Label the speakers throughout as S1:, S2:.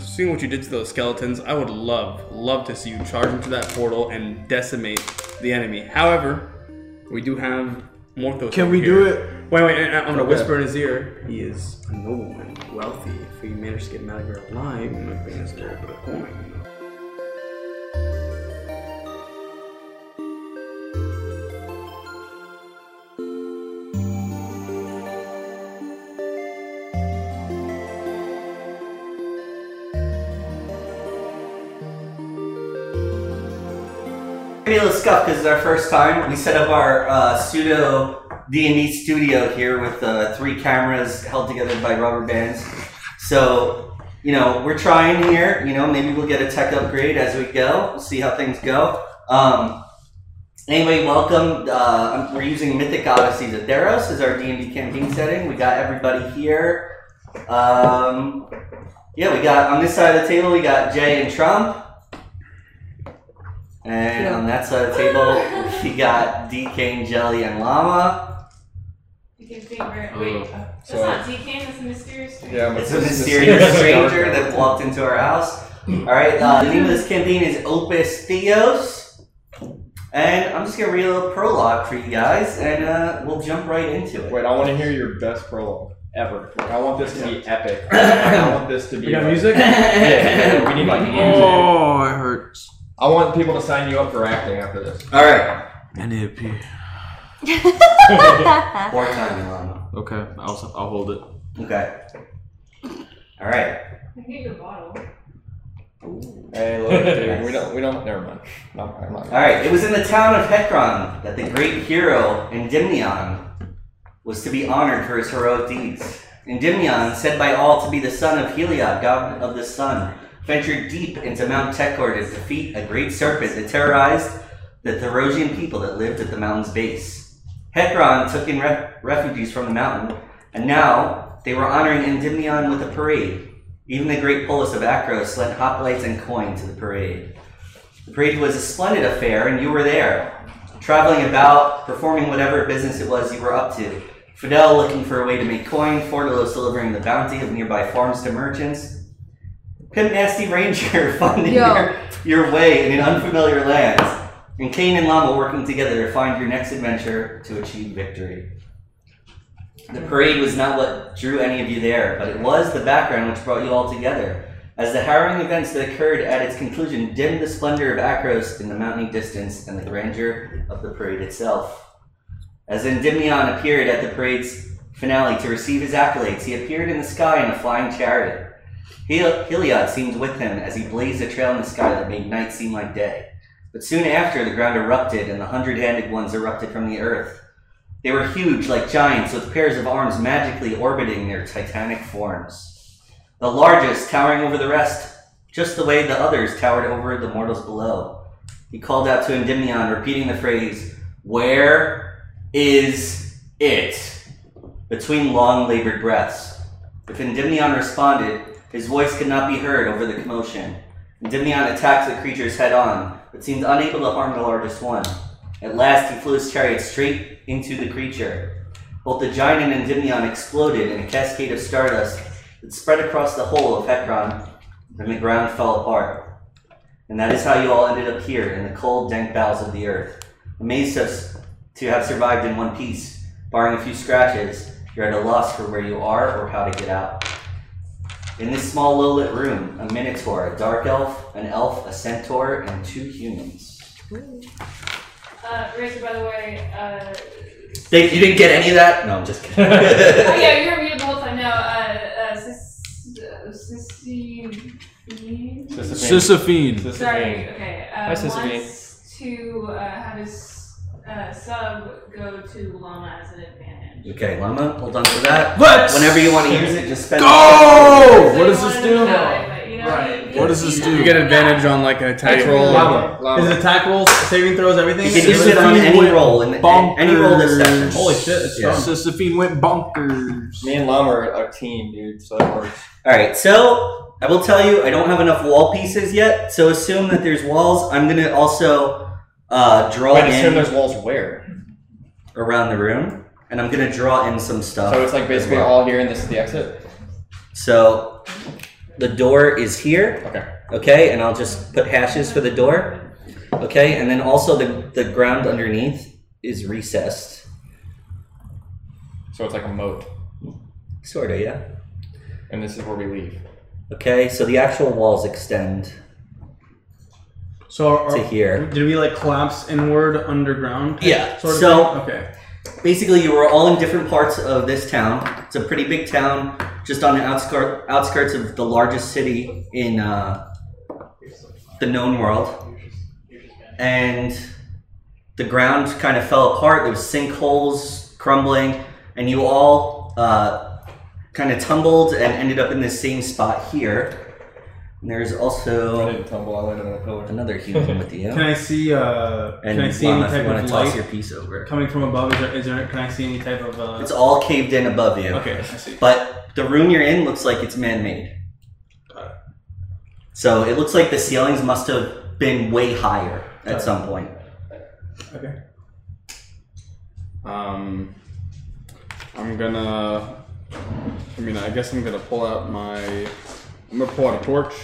S1: seeing what you did to those skeletons, I would love, love to see you charge into that portal and decimate the enemy. However, we do have Morthos.
S2: Can
S1: over
S2: we do
S1: here.
S2: it?
S1: Wait, wait, I- I'm gonna
S2: Okay.
S1: whisper in his ear. He is a nobleman, wealthy. If we manage to get Malagir alive, we might bring us a little bit of coin.
S3: Maybe a little scuff because it's our first time. We set up our uh, pseudo D and D studio here with uh, three cameras held together by rubber bands. So you know we're trying here. You know maybe we'll get a tech upgrade as we go. We'll see how things go. Um, anyway, welcome. Uh, we're using Mythic Odysseys of Theros as our D and D campaign setting. We got everybody here. Um, yeah, we got on this side of the table we got Jay and Trump. And on that side of the table, we got DK and Jelly and Llama.
S4: Deacon's being very.
S5: Oh.
S4: Wait, oh, that's
S2: Sorry.
S4: not Deacon, that's a mysterious stranger.
S2: Yeah, but
S3: It's a
S2: this is
S3: mysterious
S2: mysterious
S3: stranger
S2: dark.
S3: that walked into our house. Alright, uh, the name of this campaign is Opus Theos. And I'm just gonna read a little prologue for you guys, and uh, we'll jump right into it.
S2: Wait, I want to hear your best prologue ever. Like, I want this to be epic. I want this to be.
S6: We got
S2: like-
S6: music?
S2: Yeah, we need like music.
S6: Oh, it hurts.
S2: I want people to sign you up for acting after this.
S3: Alright.
S6: I need a pee.
S3: More time, Llama.
S6: Okay, I'll, I'll hold it.
S3: Okay. Alright.
S4: I can get you a bottle.
S2: Hey, look, dude, we don't. We don't. Never mind. No, I'm not.
S3: Alright, it was in the town of Hecron that the great hero Endymion was to be honored for his heroic deeds. Endymion, said by all to be the son of Heliod, god of the sun, ventured deep into Mount Tekor to defeat a great serpent that terrorized the Therosian people that lived at the mountain's base. Hecron took in ref- refugees from the mountain, and now they were honoring Endymion with a parade. Even the great polis of Akros lent hoplites and coin to the parade. The parade was a splendid affair, and you were there traveling about, performing whatever business it was you were up to. Fidel looking for a way to make coin, Fortalos delivering the bounty of nearby farms to merchants. Pimp Nasty Ranger finding
S7: Yo.
S3: your, your way in an unfamiliar lands. And Kane and Llama working together to find your next adventure to achieve victory. The parade was not what drew any of you there, but it was the background which brought you all together. As the harrowing events that occurred at its conclusion dimmed the splendor of Akros in the mounting distance and the grandeur of the parade itself. As Endymion appeared at the parade's finale to receive his accolades, he appeared in the sky in a flying chariot. Hel- Heliod seemed with him as he blazed a trail in the sky that made night seem like day. But soon after, the ground erupted and the hundred handed ones erupted from the earth. They were huge, like giants, with pairs of arms magically orbiting their titanic forms. The largest towering over the rest, just the way the others towered over the mortals below. He called out to Endymion, repeating the phrase, Where is it? between long, labored breaths. If Endymion responded, his voice could not be heard over the commotion. Endymion attacked the creatures head on, but seemed unable to harm the largest one. At last, he flew his chariot straight into the creature. Both the giant and Endymion exploded in a cascade of stardust that spread across the whole of Hecron, and the ground fell apart. And that is how you all ended up here in the cold, dank bowels of the earth. Amazed us to have survived in one piece, barring a few scratches, you're at a loss for where you are or how to get out. In this small, low lit room, a minotaur, a dark elf, an elf, a centaur, and two humans.
S4: Uh, Razor, by the way, uh,
S3: They, you didn't get any of that? No, I'm just kidding.
S4: oh yeah, you were muted the whole time. No, uh, uh, sis, uh, sissy.
S6: Sisyphine.
S4: Sorry. Okay. Uh,
S5: Hi, Sisyphine.
S4: Wants to uh, have his uh, sub go to Llama as an advantage.
S3: okay, Llama, hold on to that.
S6: Let's
S3: Whenever you want to use it, just spend
S6: go!
S4: So
S6: Oh, What
S4: you
S6: does this
S4: wanted to
S6: do?
S4: die, but, you know,
S5: Right.
S4: he-
S6: What does this
S4: he's
S6: do?
S4: not
S6: You
S1: You get
S4: gonna
S1: advantage
S4: die.
S1: on like an attack
S2: Hey,
S1: roll.
S2: Llama,
S6: Is
S2: Llama.
S6: it attack rolls, saving throws, everything?
S3: You can use it on
S6: Sisyphine
S3: any
S6: went
S3: roll, in the, any roll this session.
S6: bonkers. Holy shit, it's
S3: Yeah.
S6: done. Sisyphine went bonkers.
S2: Me and Llama are a team, dude. So that works.
S3: All right, so I will tell you, I don't have enough wall pieces yet. So assume that there's walls. I'm gonna also uh, draw
S2: Wait, assume
S3: in
S2: there's walls where?
S3: around the room, and I'm gonna draw in some stuff.
S2: So it's like basically all here, and this is the exit.
S3: So the door is here.
S2: Okay.
S3: Okay, and I'll just put hashes for the door. Okay, and then also the the ground underneath is recessed.
S2: So it's like a moat,
S3: Sorta, yeah.
S2: and this is where we leave.
S3: Okay, so the actual walls extend
S6: So are,
S3: to here.
S6: did we like collapse inward underground?
S3: Yeah,
S6: Sort of
S3: so-
S6: thing? okay.
S3: Basically, you were all in different parts of this town. It's a pretty big town, just on the outskirts outskirts of the largest city in uh, the known world. And the ground kind of fell apart. There was sinkholes crumbling, and you all uh, kind of tumbled and ended up in this same spot here. And there's
S2: I
S3: also
S2: didn't tumble. I landed on a pillar.
S3: another human with you.
S6: Can I see? Uh,
S3: And
S6: can I see
S3: Lana,
S6: any
S3: if you
S6: type
S3: want
S6: of
S3: to toss
S6: light
S3: your piece over.
S6: coming from above? Is there, is there? Can I see any type of? Uh,
S3: It's all caved in above you.
S6: okay, I see.
S3: But the room you're in looks like it's man made.
S6: Got it.
S3: So it looks like the ceilings must have been way higher at some point.
S6: Okay.
S1: Um, I'm gonna. I mean, I guess I'm gonna pull out my. I'm gonna pull out a torch,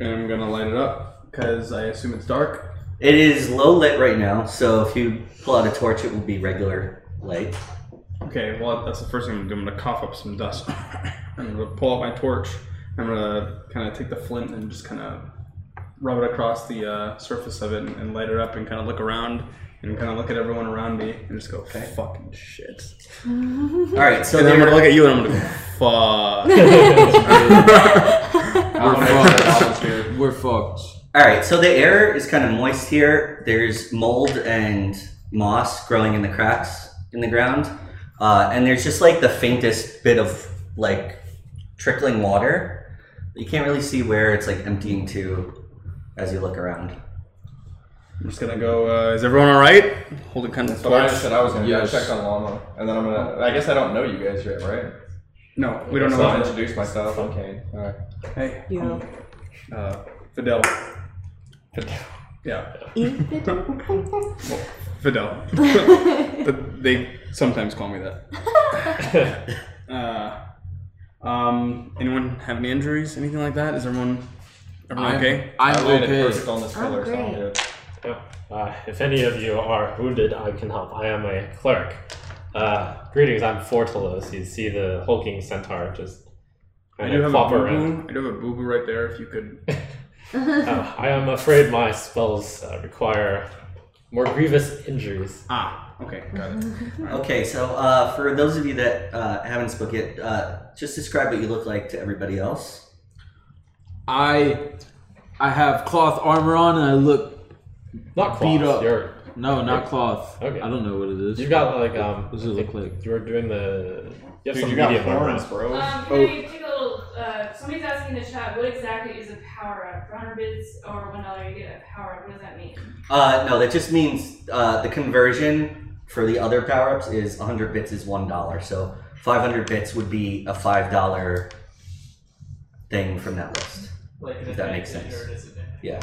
S1: and I'm gonna light it up because I assume it's dark.
S3: It is low lit right now, so if you pull out a torch, it will be regular light.
S6: Mm-hmm.
S1: Okay, well that's the first thing I'm gonna do. I'm gonna cough up some dust. I'm gonna pull out my torch. I'm gonna kind of take the flint and just kind of rub it across the uh, surface of it and, and light it up and kind of look around and kind of look at everyone around me and just go, fucking shit.
S3: All right, so
S1: and then I'm
S3: there,
S1: gonna look at you and I'm gonna go, fuck.
S2: Alvin's here, Alvin's here.
S6: We're fucked.
S3: all right, so the air is kind of moist here. There's mold and moss growing in the cracks in the ground, uh, and there's just like the faintest bit of like trickling water. You can't really see where it's like emptying to as you look around.
S1: I'm just gonna go. Uh, is everyone all right? Holding kind of
S2: That's what I
S1: torch.
S2: said I was gonna
S6: Yes.
S2: do. I checked on Llama, and then I'm gonna. I guess I don't know you guys yet, right?
S1: No, we don't
S2: So I'll
S1: know.
S2: introduce myself. I'm Kane. All right.
S1: What hey,
S5: Yo.
S1: uh, Fidel. Yeah, Fidel. But they sometimes call me that. uh, um, anyone have any injuries? Anything like that? Is everyone everyone
S6: I'm-
S1: okay?
S6: I'm
S2: I landed
S6: okay.
S2: perfect on this
S5: I'm
S2: pillar, so I'm
S5: great.
S2: good.
S7: Uh, if any of you are wounded, I can help. I am a clerk. Uh, greetings, I'm Fortalos. You see the hulking centaur just
S1: I
S7: kind
S1: do
S7: of
S1: have a
S7: flop
S1: boo
S7: around.
S1: boo. I do have a boo boo right there. If you could.
S7: Uh, I am afraid my spells uh, require more grievous injuries.
S1: Ah, okay, got
S5: Mm-hmm.
S1: it.
S3: Okay, so uh, for those of you that uh, haven't spoke yet, uh, just describe what you look like to everybody else.
S6: I I have cloth armor on and I look
S7: Not
S6: Beat
S7: cloth.
S6: up.
S7: You're,
S6: no, not cloth.
S7: Okay.
S6: I don't know what it is.
S7: you've got like um.
S6: What does it look like?
S7: You were doing the. You have
S2: Dude,
S7: some
S2: you got
S7: medium armor.
S2: horns, bro.
S4: Um, can
S1: Oh.
S4: I take a little, uh, somebody's asking in the chat, what exactly is a power up? For 100 bits or $1, you get a power up. What does that mean?
S3: Uh, no, that just means uh, the conversion for the other power ups is 100 bits is $1. So 500 bits would be a $5 thing from that list. if that makes sense. Yeah.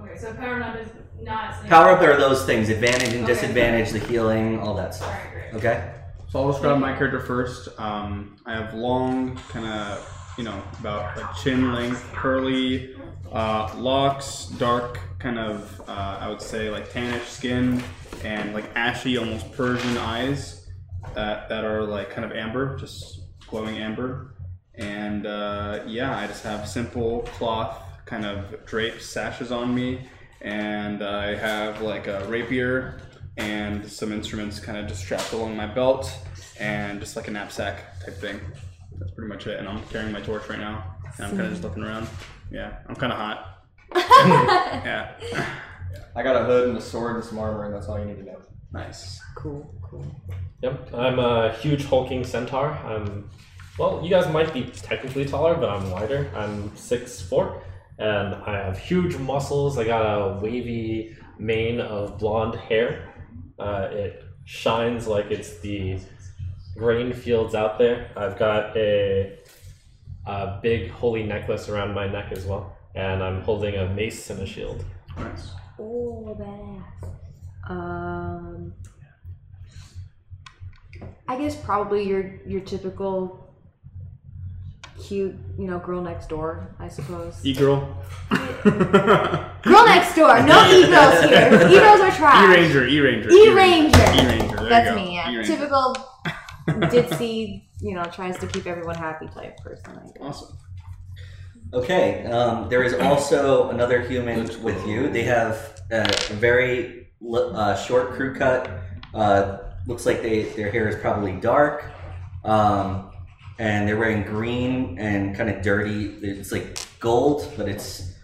S4: Okay, so power up is not. something-
S3: Power up are those things advantage and
S4: Okay.
S3: disadvantage, the healing, all that stuff.
S4: Alright, great.
S3: Okay?
S1: So I'll describe my character first. Um, I have long, kind of, you know, about like chin length, curly uh, locks, dark, kind of, uh, I would say like tannish skin, and like ashy, almost Persian eyes that, that are like kind of amber, just glowing amber. And uh, yeah, I just have simple cloth kind of drape sashes on me, and I have like a rapier and some instruments kind of just strapped along my belt, and just like a knapsack type thing. That's pretty much it. And I'm carrying my torch right now, and I'm kind of just looking around. Yeah, I'm kind of hot. Yeah,
S2: I got a hood and a sword and some armor, and that's all you need to know.
S1: nice.
S5: cool, cool.
S7: Yep, I'm a huge hulking centaur. I'm, well, you guys might be technically taller, but I'm wider. I'm 6'4", and I have huge muscles. I got a wavy mane of blonde hair. Uh, it shines like it's the grain fields out there. I've got a, a big holy necklace around my neck as well, and I'm holding a mace and a shield.
S1: Nice.
S5: Oh, badass. Um, I guess probably your your typical cute, you know, girl next door, I suppose.
S1: E girl.
S5: girl next door, no egos here. Egos are
S1: E
S5: trash.
S1: Ranger, E Ranger.
S5: E-Ranger.
S1: E Ranger. There
S5: That's
S1: you go.
S5: me. Yeah,
S1: E-Ranger.
S5: typical ditzy. You know, tries to keep everyone happy type person. I guess.
S1: Awesome.
S3: Okay, um, there is also another human with you. They have a very li- uh, short crew cut. Uh, looks like they their hair is probably dark, um, and they're wearing green and kind of dirty. It's like gold, but it's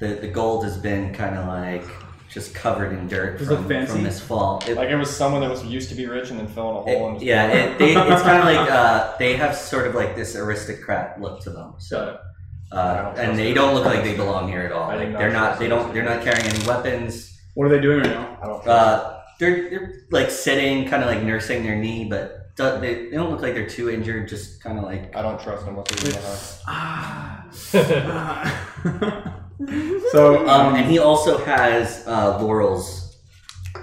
S3: the the gold has been kind of like just covered in dirt
S1: Does it
S3: from,
S1: fancy?
S3: from this fall. It-
S2: Like it was someone that was used to be rich and then fell in a hole. and
S3: it- yeah, it, they, it's kind of like uh, they have sort of like this aristocrat look to them. So, uh, and they don't look like they belong here at all.
S2: I did
S3: Like
S2: not
S3: they're not.
S2: trust
S3: They don't. They're not carrying any weapons.
S1: What are they doing right now?
S2: I don't.
S3: Uh, they're they're like sitting, kind of like nursing their knee, but do- they, they don't look like they're too injured. Just kind of like
S2: I don't trust him. What's he doing behind?
S1: Ah.
S7: That's
S1: Ah. so,
S3: Um,
S1: um,
S3: and he also has uh, laurels,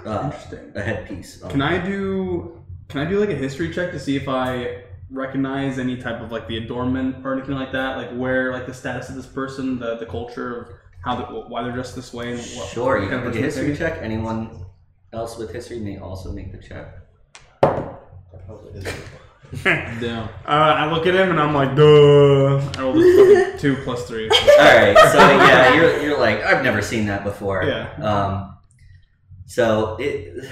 S3: uh,
S1: interesting.
S3: a headpiece. on.
S1: Can I do? Can I do like a history check to see if I recognize any type of like the adornment or anything like that? Like where, like the status of this person, the the culture of how the, why they're dressed this way. And what,
S3: Um, Sure, you
S1: what kind
S3: can
S1: of
S3: make a
S1: person they
S3: history
S1: may
S3: check. Anyone else with history may also make the check.
S1: be.
S6: Damn.
S1: uh, I look at him and I'm like, duh. I rolled a Oh, fucking two plus three.
S3: All right, so yeah, you're, you're like I've never seen that before.
S1: Yeah.
S3: Um, so it.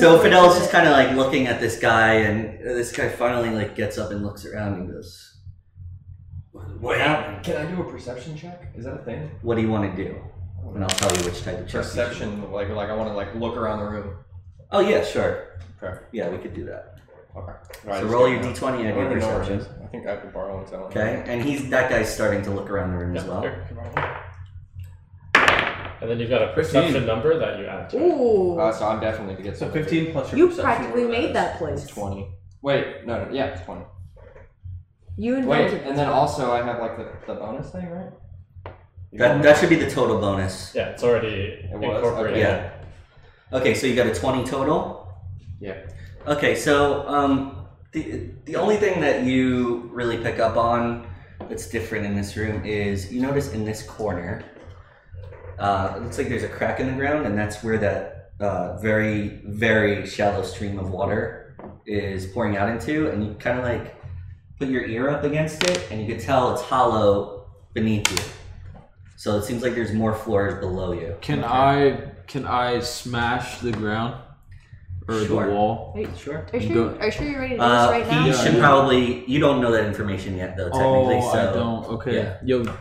S3: so
S5: I'm
S3: Fidel's
S5: sorry.
S3: just kind of like looking at this guy, and this guy finally like gets up and looks around and goes, "What happened?
S2: Can I do a perception check? Is that a thing?
S3: What do you want to do?" And I'll tell you which type of check. you should-
S2: Perception, like like I want to like look around the room.
S3: Oh yeah, sure.
S2: Okay.
S3: Yeah, we could do that.
S2: Okay.
S3: so roll your d20 and your perception.
S2: I think I could borrow one. so I don't know.
S3: Okay, and he's that guy's starting to look around the room as well.
S7: And then you've got
S1: 15.
S7: a perception number that you add to. it.
S5: Ooh,
S2: Uh, so I'm definitely gonna get
S1: So
S2: some.
S1: 15 plus your
S5: you
S1: perception,
S5: practically
S1: whatever
S5: made
S1: is.
S5: that place.
S2: It's Twenty. Wait, no, no, yeah, it's twenty.
S5: You
S2: Wait,
S5: invented it.
S2: and then also I have like the, the bonus thing, right? You
S3: That,
S2: got-
S3: that should be the total bonus.
S7: Yeah, it's already
S2: It was?
S7: incorporated.
S2: Okay.
S3: Yeah. Okay, so you got a 20 total?
S2: Yeah.
S3: Okay, so um, the, the only thing that you really pick up on that's different in this room is you notice in this corner, uh, it looks like there's a crack in the ground, and that's where that uh, very, very shallow stream of water is pouring out into, and you kind of like put your ear up against it, and you can tell it's hollow beneath you. So it seems like there's more floors below you.
S6: Can I can I smash the ground or
S3: Sure.
S6: the wall?
S3: Sure.
S5: Are you,
S6: Go-
S5: sure, are you sure you're ready to do
S3: Uh,
S5: this right now?
S3: he
S6: Yeah,
S3: should
S6: yeah.
S3: probably. You don't know that information yet, though. Technically,
S6: oh,
S3: so
S6: I don't. Okay,
S3: yeah.
S6: yo, wh-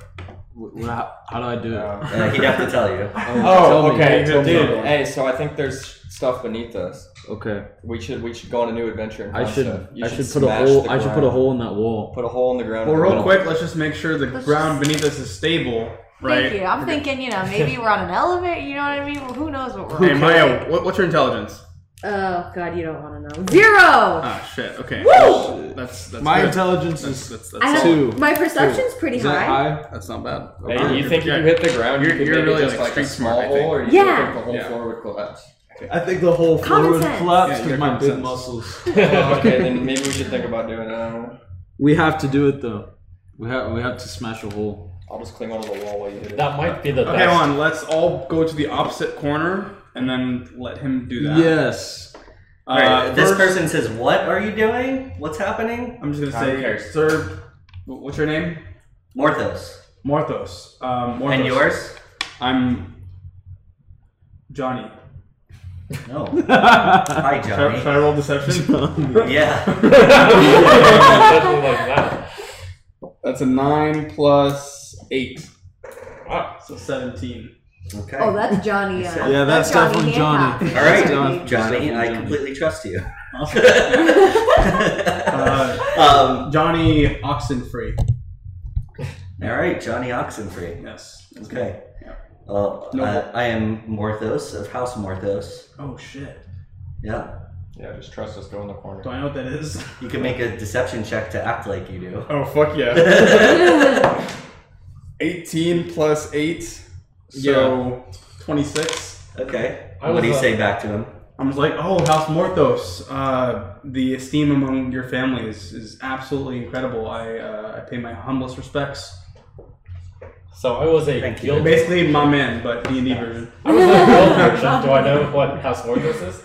S6: wh- how, how do I do it?
S2: Uh,
S3: uh, he'd have to tell you.
S2: oh,
S6: Tell me.
S2: okay,
S6: Tell me.
S2: dude. Hey, so I think there's stuff beneath us.
S6: Okay,
S2: We should we should go on a new adventure. And
S6: I
S2: find
S6: should
S2: stuff. You
S6: I should, put a
S2: smash
S6: hole
S2: the
S6: I should put
S2: ground.
S6: a hole in that wall.
S2: Put a hole in the ground.
S1: Well, real
S6: Well-
S1: quick, let's just make sure the
S5: Let's
S1: ground beneath us is stable, right?
S5: Thank you. I'm thinking, you know, maybe we're on an elevator. You know what I mean? Well, who knows what we're
S1: Hey
S5: on?
S1: Maya, what, what's your intelligence?
S5: Oh God, you don't want to know. Zero.
S1: Ah shit. Okay.
S5: Woo!
S1: That's that's
S6: My
S1: good.
S6: intelligence
S1: That's
S6: is
S1: that's
S5: I
S1: that's,
S5: have,
S1: not,
S6: Two.
S5: My perception's pretty
S6: is that
S5: high.
S6: high?
S1: that's not bad.
S2: Hey, you think if you hit the ground, you
S1: You're-
S2: could
S1: you're
S2: make
S1: really,
S2: it just
S1: like,
S2: like, a
S1: street smart,
S2: small
S1: I think.
S2: hole, or you yeah.
S5: Yeah.
S2: think the whole
S1: Yeah.
S2: floor would collapse?
S6: I think the whole
S5: Common floor would sense. collapse
S1: Yeah, 'cause your my common big sense.
S6: muscles.
S2: Oh, okay, then maybe we should think about doing it. I don't know.
S6: We have to do it though. We have we have to smash a hole.
S2: I'll just cling onto the wall while you hit it.
S7: That might be the
S1: Okay,
S7: best.
S1: hold on. Let's all go to the opposite corner and then let him do that.
S6: Yes.
S1: Uh,
S3: All right, this
S1: first-
S3: person says, "What are you doing? What's happening?"
S1: I'm just gonna
S7: I don't
S1: say,
S7: care.
S1: sir. wh- What's your name?
S3: Morthos.
S1: Morthos. Um, Morthos.
S3: And yours?
S1: I'm Johnny.
S3: No. Hi,
S1: Should I,
S3: Johnny.
S1: should I roll deception?
S3: Yeah.
S7: Something like that.
S1: That's a nine plus eight,
S3: Ah,
S7: Wow.
S1: so seventeen.
S3: Okay.
S5: Oh, that's Johnny. Uh,
S3: Yeah,
S6: yeah, that's definitely Johnny.
S5: Hancock.
S3: All right,
S5: That's
S6: John-
S3: Johnny.
S6: Johnny.
S3: I completely trust you.
S1: Uh,
S3: um,
S1: Johnny Oxenfree.
S3: all right, Johnny Oxenfree.
S1: Yes.
S3: Okay. Well,
S1: No.
S3: uh, I am Morthos of House Morthos.
S1: Oh shit.
S3: Yeah.
S2: Yeah, just trust us. Go in the corner.
S1: Do I know what that is?
S3: You can make a deception check to act like you do.
S1: Oh fuck yeah.
S5: Johnny.
S1: 18 plus 8, so 26.
S3: Okay.
S7: I
S3: what do you
S7: was, uh,
S3: say back to him?
S1: I was like, oh, House Morthos, uh, the esteem among your family is, is absolutely incredible. I, uh, I pay my humblest respects.
S7: So I was a
S3: Thank you.
S7: guild.
S1: Basically, my man, but D&D version.
S7: I was a guild merchant. Do I know what House Morthos is?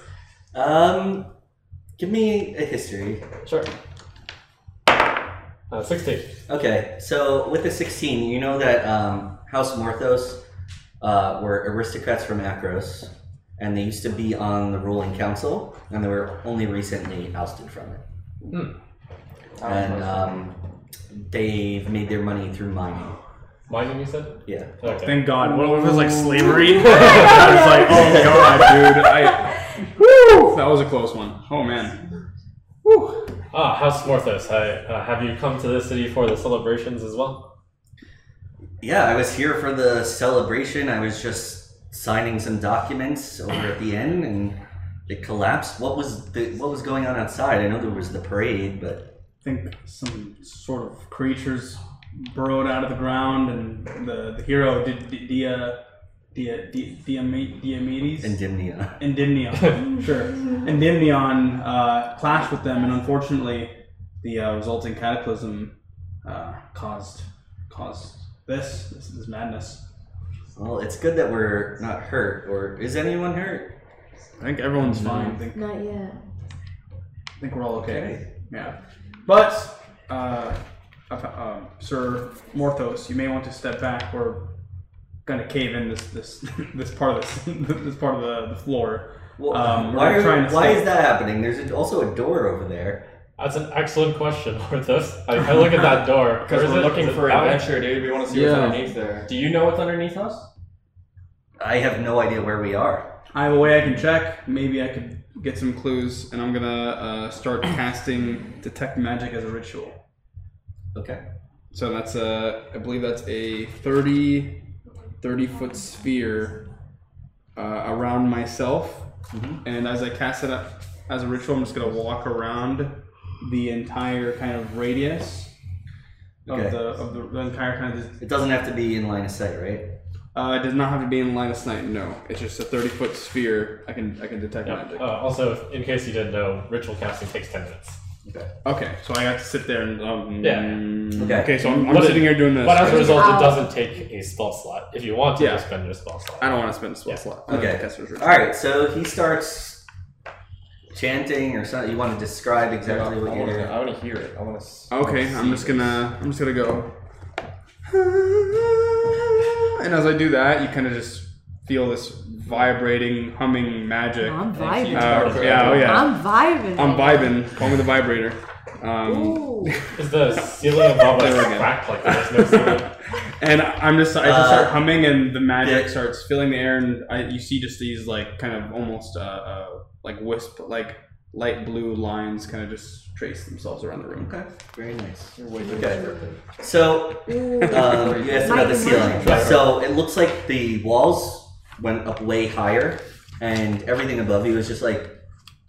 S3: Um, give me a history.
S7: Sure. Uh, Sixteen.
S3: Okay, so with the 16, you know that um, House Morthos uh, were aristocrats from Akros, and they used to be on the ruling council, and they were only recently ousted from it.
S7: Oh,
S5: uh,
S3: And um, they've made their money through mining.
S7: Mining, you said?
S3: Yeah.
S7: Okay.
S1: Thank God. What if it was like slavery? I was like, oh God, dude. I, that was a close one. Oh man.
S7: Ah, House Morthos. Hi. Uh, have you come to this city for the celebrations as well?
S3: Yeah, I was here for the celebration. I was just signing some documents over at the end, and it collapsed. What was the, what was going on outside? I know there was the parade, but
S1: I think some sort of creatures burrowed out of the ground, and the, the hero did Dia Dia Dia Diomedes
S3: Endymion.
S1: Endymion. sure, Endymion uh, clashed with them, and unfortunately, the uh, resulting cataclysm uh, caused caused this this, this madness.
S3: Well, it's good that we're not hurt. Or is anyone hurt?
S1: I think everyone's
S6: Mm-hmm.
S1: fine. I think
S5: Not yet.
S1: I think we're all okay. Yeah. But, uh, uh, um, Sir Morthos, you may want to step back. We're gonna cave in this this this part of this this part of the, the floor.
S3: Well,
S1: Um,
S3: why
S1: we're
S3: are-
S1: trying to
S3: why
S1: stop-
S3: is that happening? There's also a door over there.
S7: That's an excellent question, Morthos. I, I look at that door.
S2: Because
S7: Where is
S2: we're
S7: it?
S2: looking
S7: Is it
S2: for
S7: out?
S2: adventure, dude. We want to see
S6: Yeah.
S2: what's underneath there.
S7: Do you know what's underneath us?
S3: I have no idea where we are.
S1: I have a way I can check. Maybe I could get some clues, and I'm gonna uh, start casting detect magic as a ritual.
S3: Okay.
S1: So that's a, I believe that's a 30, 30 foot sphere uh, around myself.
S3: Mhm.
S1: And as I cast it up as a ritual, I'm just going to walk around the entire kind of radius
S3: Okay.
S1: of, the, of the, the entire kind of.
S3: It doesn't have to be in line of sight, right?
S1: Uh, it does not have to be in line of sight, no. It's just a 30 foot sphere. I can I can detect
S7: Yeah.
S1: magic.
S7: Uh, also, in case you didn't know, ritual casting takes ten minutes.
S1: Okay, so I got to sit there and. Um,
S7: Yeah.
S3: Okay.
S1: Okay, so I'm, I'm
S7: But it-
S1: sitting here doing this.
S7: But as a
S5: Right.
S7: result,
S5: Wow.
S7: it doesn't take a spell slot. If you want to,
S1: Yeah.
S7: just spend your spell slot.
S1: I don't want to spend a spell
S7: Yeah.
S1: slot. I'm gonna
S3: Okay.
S1: cast a ritual.
S3: All right. So he starts chanting or something. You want to describe exactly
S2: I
S3: what you're
S2: wanna-
S3: doing?
S2: I want to hear it. I want to.
S1: Okay, I'm just gonna I'm just gonna go. And as I do that, you kind of just feel this vibrating, humming magic. Uh,
S5: I'm vibing.
S1: yeah, oh yeah.
S5: I'm vibing.
S1: I'm vibing. Call me the vibrator. Um,
S5: Ooh.
S7: Is the ceiling above
S1: There we
S7: us
S1: go.
S7: cracked like there's no ceiling?
S1: and I'm just I just
S3: Uh,
S1: start humming, and the magic
S3: yeah.
S1: starts filling the air, and I, you see just these like kind of almost uh, uh like wisp like light blue lines kind of just trace themselves around the room.
S3: Okay. Very nice.
S2: You're way too
S3: Okay.
S2: desperate.
S3: So
S5: Ooh.
S3: um, you asked about the
S5: Mike,
S3: ceiling.
S7: Mike.
S3: So it looks like the walls went up way higher, and everything above you was just like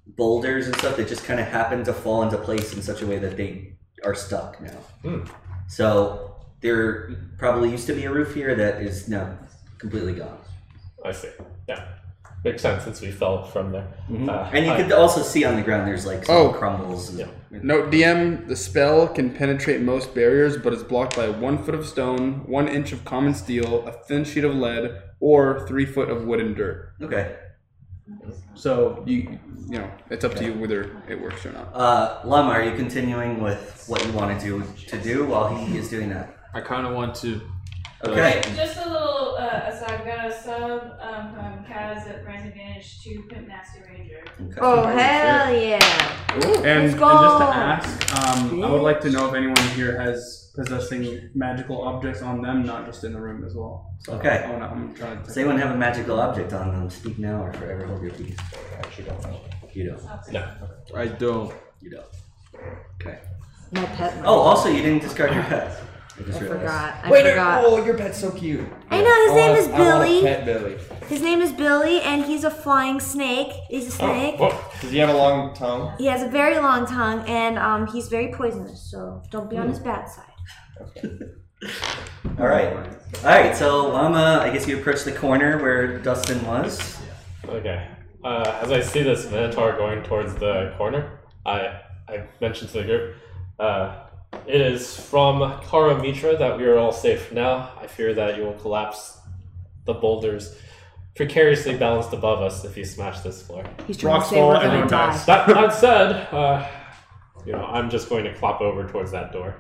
S3: boulders and stuff that just kind of happened to fall into place in such a way that they are stuck now.
S7: Hmm.
S3: So there probably used to be a roof here that is now completely gone.
S7: I see. Yeah, makes sense since we fell from there. Uh,
S3: And you
S7: I-
S3: could also see on the ground there's like some
S1: Oh.
S3: crumbles. And,
S7: Yeah.
S1: Note DM the spell can penetrate most barriers, but is blocked by one foot of stone, one inch of common steel, a thin sheet of lead, or three foot of wood and dirt.
S3: Okay.
S1: So you you know, it's up to you whether it works or not.
S3: Uh, Lum, are you continuing with what you want to do to do while he is doing that?
S6: I kind of want to.
S3: Okay.
S4: Just a little uh, aside, we got a sub um, from Kaz at Brand Advantage to Pimp Nasty Ranger.
S3: okay.
S5: Oh hell yeah!
S1: and,
S5: let's
S1: and just to
S5: go.
S1: ask, um, I would like to know if anyone here has possessing magical objects on them, not just in the room as well. So
S3: Okay.
S1: I wanna, I'm trying to
S3: Does anyone have a magical object on them? Speak now or forever hold your peace.
S2: I actually don't know.
S3: You don't.
S4: Oh,
S7: No.
S6: I don't.
S3: You don't.
S5: My pet.
S3: Oh, also, you didn't discard your pet. I
S5: I
S3: just realized.
S5: forgot. I
S2: Waiter!
S5: forgot.
S2: Oh, your pet's so cute.
S5: I know his
S2: I
S5: name
S2: want-
S5: is
S2: I want a
S5: Billy.
S2: pet Billy.
S5: His name is Billy, and he's a flying snake. He's a
S7: Oh,
S5: snake.
S7: whoa.
S2: Does he have a long tongue?
S5: He has a very long tongue, and um, he's very poisonous. So don't
S3: Hmm.
S5: be on his bad side.
S3: All right. uh, All right. So, Llama, I guess you approached the corner where Dustin was.
S7: Okay. Uh, as I see this Minotaur going towards the corner, I I mentioned to the group, uh, it is from Kara Mitra that we are all safe now. I fear that you will collapse the boulders precariously balanced above us if you smash this floor.
S5: He's trying
S1: Rocks
S5: to say
S1: fall,
S5: we're gonna
S1: everyone
S5: die.
S1: dies.
S7: That that said, uh, you know I'm just going to clop over towards that door.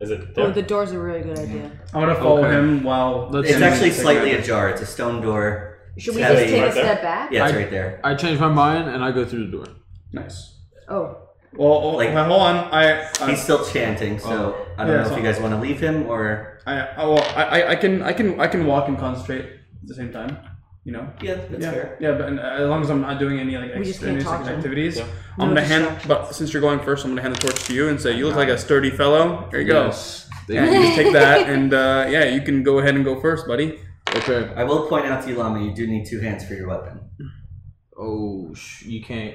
S7: Is it
S5: Oh,
S7: there?
S5: the door's a really good idea.
S1: I'm gonna follow
S6: Okay.
S1: him while.
S6: Let's
S3: It's
S6: see.
S3: actually
S1: Take
S3: slightly
S1: that.
S3: ajar. It's a stone door.
S5: Should we
S3: It's
S5: just
S3: heavy.
S5: take a
S7: Right there?
S5: step back?
S3: Yeah, it's
S6: I-
S3: right there.
S6: I changed my mind and I go through the door.
S1: Nice.
S5: Oh,
S1: Well, well,
S3: Like-
S1: well, hold on. I,
S3: He's
S1: I,
S3: still chanting, so I don't
S1: Yeah,
S3: know
S1: so-
S3: if you guys want to leave him or.
S1: I, I, well, I, I- I can, I can, I can walk and concentrate at the same time. You know.
S3: Yeah, that's
S1: yeah,
S3: fair.
S1: yeah, but and, uh, as long as I'm not doing any like
S5: We just
S1: extra
S5: can't
S1: any
S5: talk
S1: second
S5: to him.
S1: activities,
S7: Yeah.
S5: No
S1: I'm gonna hand.
S5: distractions.
S1: But since you're going first, I'm gonna hand the torch to you and say, "You look like a sturdy fellow. Here you go."
S6: Yes.
S1: Yeah,
S6: Thank
S1: you just take that, and uh, yeah, you can go ahead and go first, buddy.
S6: you. Okay.
S3: I will point out to you, Lama, you do need two hands for your weapon.
S6: Oh, sh- you can't.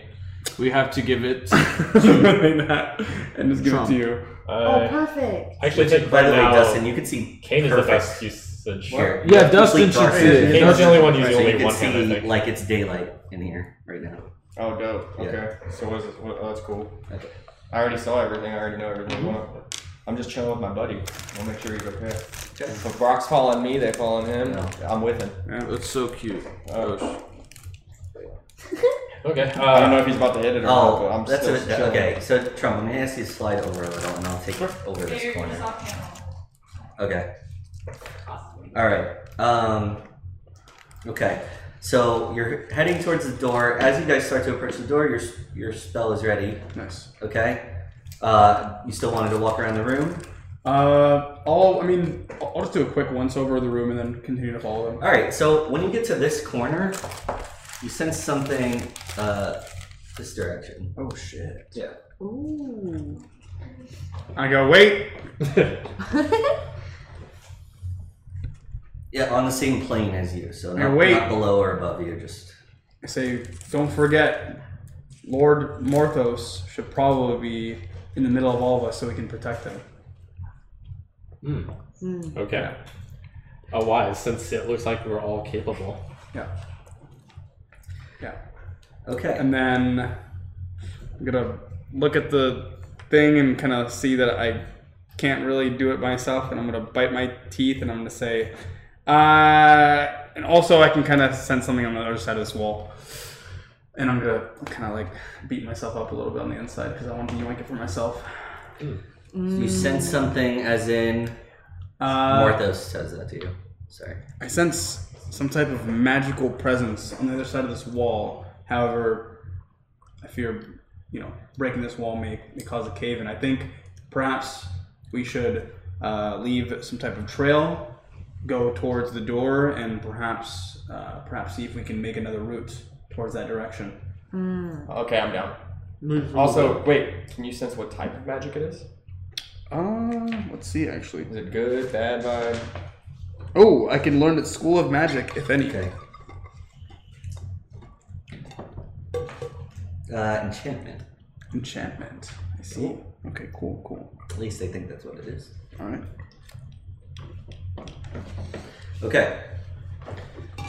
S6: We have to give it.
S1: Like that, and just give
S6: Trump.
S1: it to you.
S5: oh,
S7: Uh, I
S5: perfect.
S7: actually take
S3: By
S7: right
S3: the way,
S7: now.
S3: Dustin, you can see
S7: Kane is
S3: perfect.
S7: the best usage.
S3: Here.
S6: Yeah,
S3: It's complete
S6: Dustin should
S3: dark.
S6: see it.
S1: Yeah,
S7: Kane's the
S1: Dustin-
S7: only one who's
S1: Right,
S3: So
S7: only
S3: you can
S7: one handed.
S3: see like it's daylight in here right now.
S2: Oh, dope.
S3: Yeah.
S2: Okay. So what is it? What, oh, that's cool.
S3: Okay.
S2: I already saw everything. I already know everything. you want. I'm just chilling with my buddy. I'll make sure he's okay.
S3: Okay.
S2: So If Brock's following me, they following him.
S3: Yeah.
S2: I'm with him.
S6: That's so cute.
S2: Oh,
S6: Oh, sh-
S7: Okay. Uh,
S2: I don't know if he's about to hit it or not, but
S3: Oh,
S2: I'm
S3: that's
S2: still
S3: a,
S2: chilling.
S3: okay. So Trump, I'm gonna ask you to slide over a little, and I'll take over
S4: There,
S3: this
S4: you're just
S3: corner.
S4: off camera.
S3: Okay.
S4: Awesome.
S3: All right. Um, okay. So you're heading towards the door. As you guys start to approach the door, your your spell is ready.
S1: Nice.
S3: Okay. Uh, you still wanted to walk around the room.
S1: Uh, I'll, I mean, I'll I'll just do a quick once over of the room and then continue to follow them.
S3: All right. So when you get to this corner, you sense something uh, this direction.
S1: Oh shit!
S5: Ooh.
S1: I go wait.
S3: Yeah, on the same plane as you. So
S1: Now
S3: not,
S1: wait.
S3: not below or above you. Just
S1: I say, don't forget, Lord Morthos should probably be in the middle of all of us so we can protect him.
S7: Okay. A wise, since it looks like we're all capable.
S1: Yeah. Yeah.
S3: okay.
S1: And then I'm gonna look at the thing and kind of see that I can't really do it myself, and I'm gonna bite my teeth and I'm gonna say, uh, and also I can kind of sense something on the other side of this wall. And I'm gonna kind of like beat myself up a little bit on the inside because I want to yank it for myself.
S3: You sense something, as in
S1: Uh,
S3: Morthos says that to you. Sorry.
S1: I sense some type of magical presence on the other side of this wall. However, I fear, you know, breaking this wall may, may cause a cave in. I think perhaps we should uh, leave some type of trail, go towards the door, and perhaps uh, perhaps see if we can make another route towards that direction.
S2: Okay, I'm down. Also, wait. Can you sense what type of magic it is?
S1: Uh, let's see actually.
S2: Is it good, bad vibe?
S1: Oh, I can learn at School of Magic, if any.
S3: Okay. Uh, enchantment.
S1: Enchantment. I see. Okay, cool, cool.
S3: At least I think that's what it is.
S1: All right.
S3: Okay.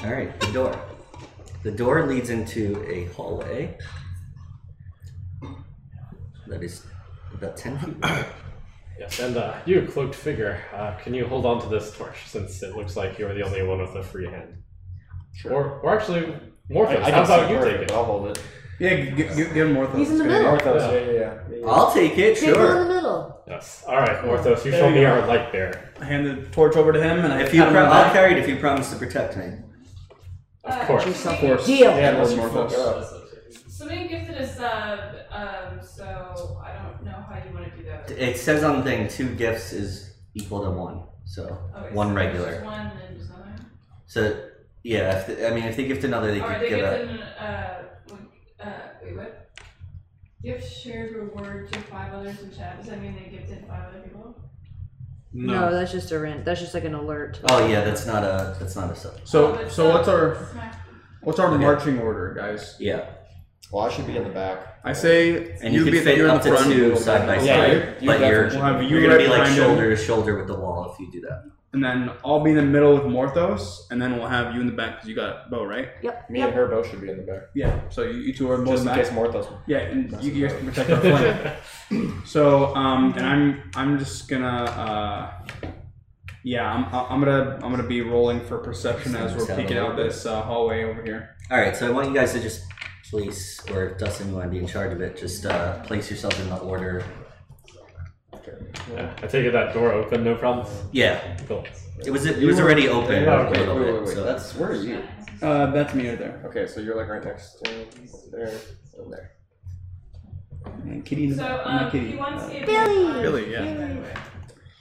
S3: All right, the door. The door leads into a hallway that is about 10 feet wide.
S7: Yes, and uh, you, cloaked figure, uh, can you hold on to this torch since it looks like you're the only one with a free hand? Sure. Or, or actually, Morpheus,
S2: I, I can
S7: how about
S2: see
S7: you
S2: her,
S7: take it?
S2: but I'll hold it.
S1: Yeah, g- g- give him more thoughts.
S5: He's in the
S1: Good
S5: middle.
S1: idea.
S2: Orthos, yeah, yeah, yeah.
S3: I'll take it,
S5: Take one in
S3: sure.
S5: the middle.
S7: Yes. All right, Morthos, you
S1: There
S7: shall
S1: you
S7: be
S1: go.
S7: our light bearer.
S1: I hand the torch over to him, and I
S3: If you
S1: pat him
S3: pro-
S1: on the
S3: I'll
S1: back.
S3: carry it if you promise to protect me.
S7: Of
S4: Uh,
S7: course.
S5: Yourself.
S1: Of course.
S5: Deal.
S1: Yeah,
S2: unless
S1: Lord
S2: you fuck
S1: Morthos.
S2: up.
S4: Somebody gifted a sub, um, so I don't know how you want to do that.
S3: It says on the thing two gifts is equal to one. So
S4: Okay,
S3: one
S4: Oh, so there's
S3: regular.
S4: just One and just another.
S3: So yeah, if the, I mean, if they gift another, they
S4: Alright,
S3: could
S4: they
S3: give
S4: get
S3: a.
S4: an, uh, one- uh, wait, what? Gift shared reward to five others in chat. Does that mean they gifted five other people?
S5: No.
S6: No.
S5: that's just a rent. That's just like an alert.
S3: Oh yeah, that's not a that's not a sub.
S4: Oh,
S1: So,
S4: that's
S1: so
S4: not-
S1: what's our
S4: that's not-
S1: what's our
S3: Okay.
S1: marching order, guys?
S3: Yeah,
S2: Well, I should be in the back.
S1: I say
S3: and you,
S1: be
S3: could fit
S1: you're in
S3: up
S1: the
S3: to
S1: front.
S3: two side by
S2: Yeah,
S3: side,
S2: you- you
S3: but
S2: definitely
S3: you're
S1: We'll have you
S3: you're gonna
S1: right
S3: be like
S1: behind him.
S3: shoulder to shoulder with the wall if you do that.
S1: and then I'll be in the middle with Morthos, and then we'll have you in the back because you got bow, right?
S2: Me and her both should be in the back.
S1: Yeah. So you, you two are both
S2: Just in
S1: back.
S2: case Morthos.
S1: Yeah, and you guys can protect our flank. So, um, and I'm I'm just gonna, uh, yeah, I'm, I'm gonna I'm gonna be rolling for perception as we're peeking out this uh, hallway over here.
S3: All right, so I want you guys to just place, or if Dustin, you want to be in charge of it, just uh, place yourself in the order.
S7: Yeah, I take it that door open, no problems.
S3: Yeah,
S7: Cool.
S3: it was it
S2: You
S3: was
S2: were-
S3: already open
S2: Yeah,
S3: a
S2: okay,
S3: little
S2: wait,
S3: bit.
S2: wait, wait.
S3: so
S2: That's where are you?
S1: Uh, that's me over there.
S2: Okay, so you're like right next to there and there.
S1: And Kitty,
S4: So, um, he
S6: Uh,
S4: wants to.
S5: Billy!
S4: um,
S1: Billy, yeah.
S4: anyway,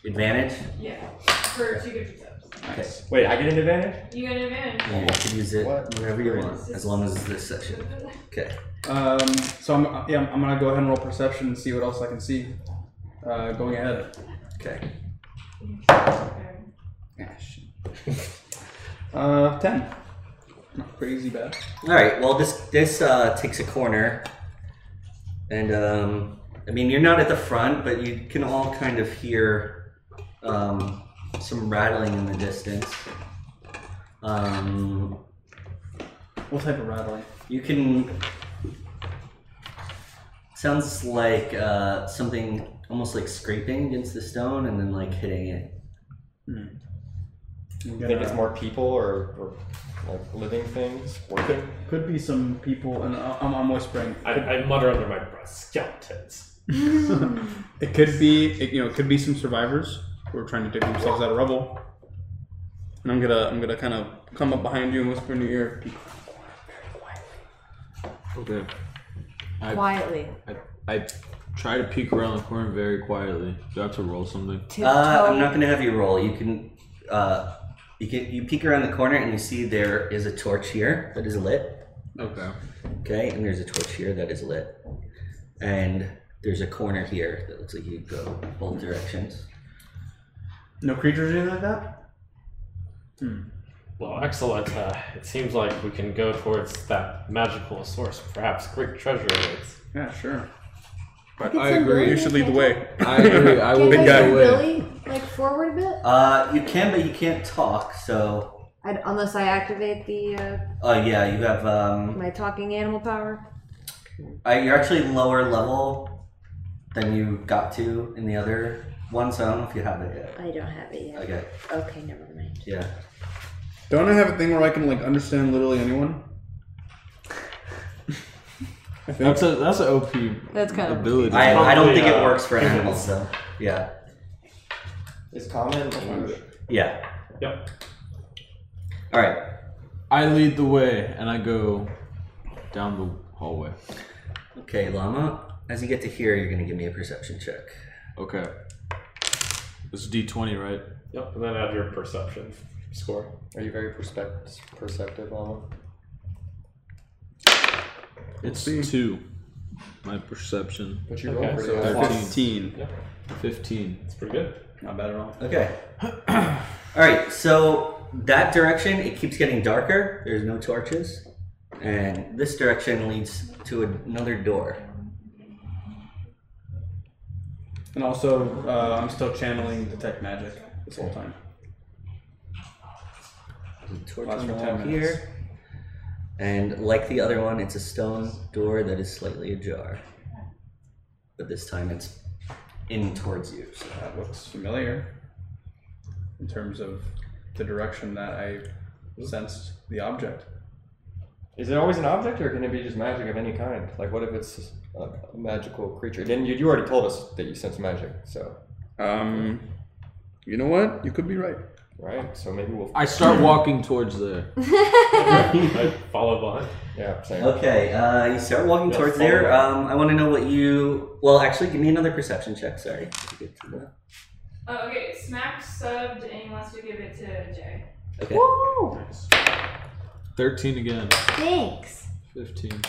S3: advantage.
S4: Yeah, for two good tips.
S3: Okay,
S2: Wait, I get an advantage?
S4: You got an advantage.
S3: you can use it
S2: What?
S3: whenever you want, as long as it's this session. Okay,
S1: Um, so I'm yeah I'm gonna go ahead and roll perception and see what else I can see. Uh, going ahead.
S3: okay.
S1: Ah, shit. Uh, ten. Not crazy bad.
S3: All right. Well, this this uh, takes a corner, and um, I mean you're not at the front, but you can all kind of hear um, some rattling in the distance. Um,
S1: What type of rattling?
S3: You can. Sounds like uh, something almost like scraping against the stone and then like hitting it.
S1: You
S2: You think it's more people or, or like living things working?
S1: Could be some people, and I- I'm, I'm whispering.
S7: I, I mutter under my breath, skeletons.
S1: It could be, it, you know, it could be some survivors who are trying to dig themselves out of rubble. And I'm gonna, I'm gonna kind of come up behind you and whisper in your ear.
S6: Okay.
S5: Quietly.
S6: I try to peek around the corner very quietly. Do I have to roll something?
S5: Tiptoe.
S3: Uh, I'm not gonna have you roll. You can. Uh, you can. You peek around the corner and you see there is a torch here that is lit.
S6: Okay.
S3: Okay, and there's a torch here that is lit, and there's a corner here that looks like you could go both directions.
S1: No creatures or anything like that.
S7: Well, excellent. Uh, it seems like we can go towards that magical source. Perhaps great treasure awaits.
S1: Yeah, sure.
S6: But
S5: It's
S6: I
S5: a
S6: agree.
S1: You should lead the way.
S6: I agree. I will
S1: Big
S5: Can I
S6: lead
S1: guy.
S5: go
S6: the way.
S5: Billy like forward a bit?
S3: Uh, you can, but you can't talk. So,
S5: I'd, unless I activate the uh,
S3: oh yeah, you have um,
S5: my talking animal power.
S3: Uh, you're actually lower level than you got to in the other one, so I don't know if you have it yet.
S5: I don't have it yet.
S3: Okay,
S5: Okay, never mind.
S3: yeah.
S1: Don't I have a thing where I can like understand literally anyone? I think.
S6: That's a that's an OP
S5: That's kind of-
S6: ability.
S3: I, I don't think it
S7: Probably, uh,
S3: works for animals, though. Yeah,
S2: Is common?
S3: yeah.
S7: Yep.
S3: All right,
S6: I lead the way and I go down the hallway.
S3: okay, Llama. As you get to here, you're gonna give me a perception check.
S6: Okay. This is D twenty, right?
S7: Yep, and then add your perception score.
S2: Are you very perspect- perceptive, Llama?
S6: It's
S1: see.
S6: two. My perception.
S2: But you
S7: Okay,
S2: roll pretty
S7: so
S2: high.
S6: fifteen.
S1: Fifteen.
S6: Fifteen.
S7: It's pretty good.
S1: Not bad at all.
S3: Okay. All right, so that direction it keeps getting darker. There's no torches, and this direction leads to another door.
S1: And also, uh, I'm still channeling detect magic this whole time.
S3: There's a torch
S1: Last
S3: on
S1: for
S3: the
S1: 10
S3: wall
S1: minutes.
S3: here. And like the other one, it's a stone door that is slightly ajar. But this time it's in towards you. So.
S1: That looks familiar. In terms of the direction that I sensed the object.
S2: Is it always an object, or can it be just magic of any kind? Like, what if it's a a magical creature? Then you, you already told us that you sense magic, so
S1: Um, you know what? You could be right.
S2: right. So maybe we'll.
S6: I start walking towards there.
S7: I follow behind.
S2: Yeah, same.
S3: Okay, uh, you start walking
S7: Yeah,
S3: towards
S7: follow
S3: there.
S7: that.
S3: Um, I want to know what you. Well, actually, give me another perception check. Sorry. Get to the-
S4: Oh, okay, Smack subbed and he wants to give it to Jay.
S3: Okay.
S5: Woo!
S6: Thirteen again.
S5: Thanks.
S6: Fifteen.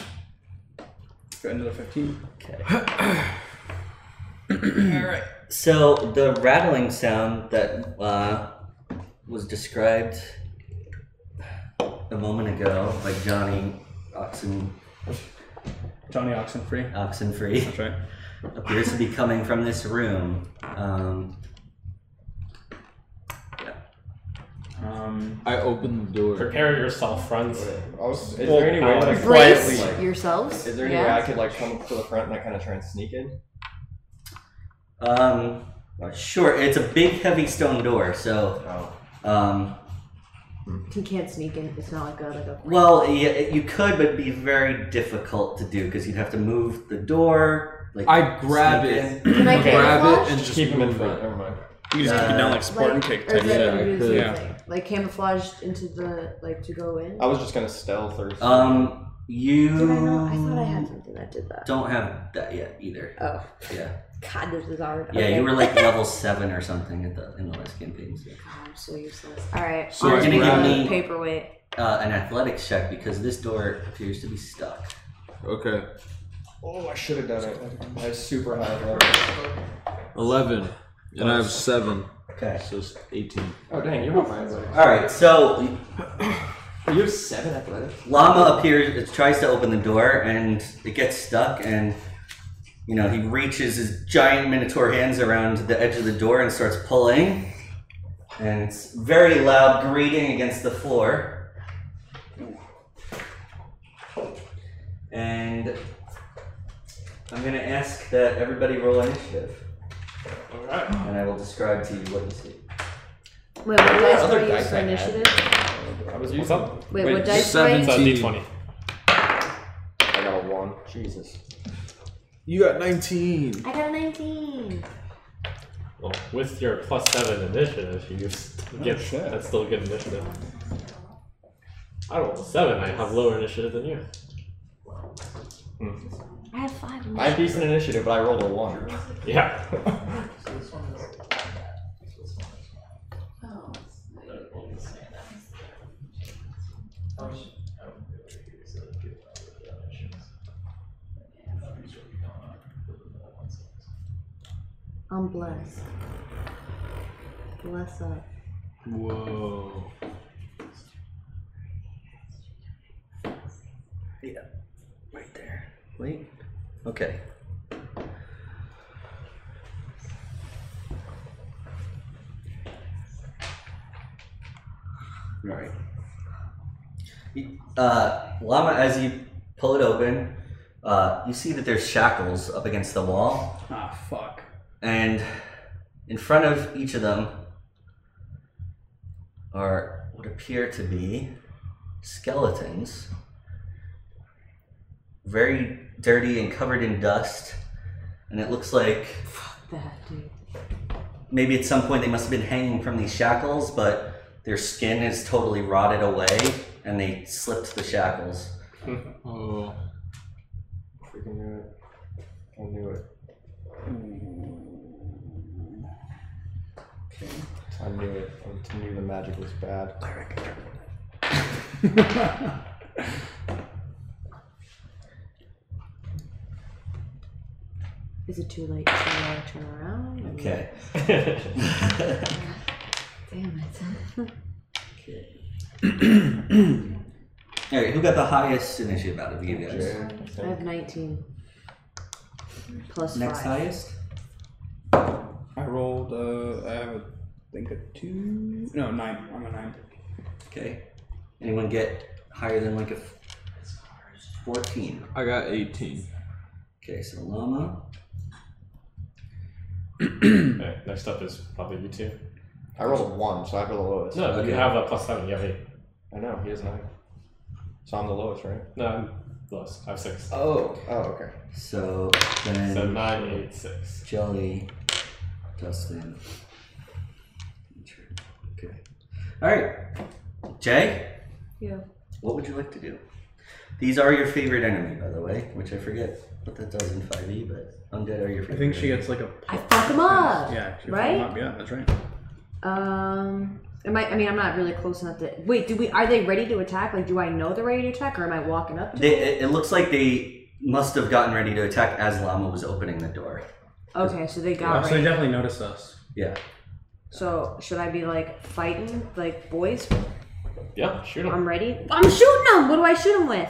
S1: Another fifteen.
S3: So the rattling sound that uh, was described a moment ago by Johnny Oxen
S1: Johnny Oxenfree.
S3: Oxenfree.
S1: That's right.
S3: appears to be coming from this room. Um, yeah. Um,
S6: I open the door.
S7: Prepare yourself, friends.
S2: I was, is
S1: Well,
S2: there any way that I
S7: Alex.
S2: could
S5: Brace
S2: quietly, like,
S5: yourselves.
S2: is there any
S5: yeah.
S2: way I could like come up to the front and I kind of try and sneak in?
S3: um, sure. It's a big, heavy stone door, so
S2: Oh.
S3: um,
S5: He can't sneak in. It's not like a like a.
S3: well, yeah, you could, but it'd be very difficult to do because you'd have to move the door. Like
S6: I grab
S3: sneak
S6: it.
S3: in.
S5: Can I
S7: Okay.
S6: grab it and
S2: Just keep him in front. Never mind.
S1: You just keep it down like Spartan
S5: like,
S1: kick
S5: or
S1: type
S5: is that
S1: shit.
S6: yeah,
S5: what
S6: I
S5: you
S6: could.
S5: use,
S1: Yeah.
S5: Like, like camouflaged into the like to go in.
S2: I was just gonna stealth or.
S3: Um, you
S5: Did I not? I thought I had something that did that.
S3: don't have that yet either.
S5: Oh
S3: Yeah,
S5: God, this is hard.
S3: yeah.
S5: okay.
S3: You were like level seven or something at the in the last campaign. So.
S5: God, Oh, I'm so useless. All right.
S6: So
S5: I'm
S6: I
S5: gonna
S6: grab
S5: give
S3: it.
S5: you paperweight.
S3: Uh, an athletics check because this door appears to be stuck.
S6: Okay.
S2: Oh, I should have done it. I have super high level.
S6: Eleven. And I have seven.
S3: Okay.
S6: So it's eighteen.
S2: Oh dang, you're not my level.
S3: All right. So
S2: You have seven athletics.
S3: Llama appears, it tries to open the door, and it gets stuck. And you know, he reaches his giant minotaur hands around the edge of the door and starts pulling. And it's very loud grating against the floor. And I'm gonna ask that everybody roll initiative,
S7: Alright.
S3: and I will describe to you what you see.
S5: Wait, what dice do
S2: other
S5: I use
S2: dice
S5: for
S2: I had.
S5: initiative?
S2: I was
S7: What's up?
S5: Wait,
S6: Wait,
S5: what dice do I
S6: seven
S5: use?
S7: It's a d20.
S2: I got a one. Jesus.
S6: You got nineteen.
S5: I got a 19.
S7: Well, with your plus seven initiative, you still get
S2: shit.
S7: that's still a good initiative. I rolled a seven. I have lower initiative than you.
S5: I have five.
S2: I have decent initiative, but I rolled a one.
S7: Yeah.
S4: Oh.
S5: I'm blessed. Bless up.
S6: Whoa.
S3: Right there. Wait. Okay. All right. You- Uh, Llama, as you pull it open, uh, you see that there's shackles up against the wall,
S1: Ah, fuck.
S3: and in front of each of them are what appear to be skeletons, very dirty and covered in dust, and it looks like
S5: Fuck that, dude.
S3: maybe at some point they must have been hanging from these shackles, but their skin is totally rotted away and they slipped the shackles.
S6: Oh.
S2: Freaking knew it. I knew it. I knew it. I knew the magic was bad.
S5: Is it too late to uh, turn around?
S3: Okay.
S5: Damn it.
S3: All right, who got the highest initiative out of you guys?
S5: I have 19. Plus
S3: Next
S5: 5.
S3: highest?
S1: I rolled. Uh, I have, a, I think a two. No, nine. I'm a nine.
S3: Okay. Anyone get higher than like a f- 14?
S6: I got eighteen.
S3: Okay, so Llama.
S7: Alright, next up is probably you two.
S2: I rolled a one, so I have the lowest.
S7: No,
S3: Okay.
S7: you have a plus seven. You have eight.
S2: I know he has nine. So I'm the lowest, right?
S7: No, I'm lowest. I have six.
S2: Oh. Oh, okay.
S3: So
S7: So
S3: then
S7: nine, eight, six.
S3: Jelly, Dustin. Okay. All right. Jay?
S5: Yeah.
S3: What would you like to do? These are your favorite enemy, by the way, which I forget what that does in 5e, but undead are your favorite.
S1: I think she
S3: enemy.
S1: gets like a.
S5: I fuck them up!
S1: Yeah, she
S5: right?
S1: Up. Yeah, that's right.
S5: Um, am I? I mean, I'm not really close enough to. Wait, do we? Are they ready to attack? Like, do I know they're ready to attack, or am I walking up? to
S3: They, it, it looks like they must have gotten ready to attack as Llama was opening the door.
S5: Okay, so they
S1: Oh,
S5: got
S1: so they
S5: ready.
S1: definitely noticed us.
S3: Yeah.
S5: So should I be like fighting, like boys?
S7: Yeah, shoot him.
S5: I'm ready. I'm shooting them. What do I shoot them with?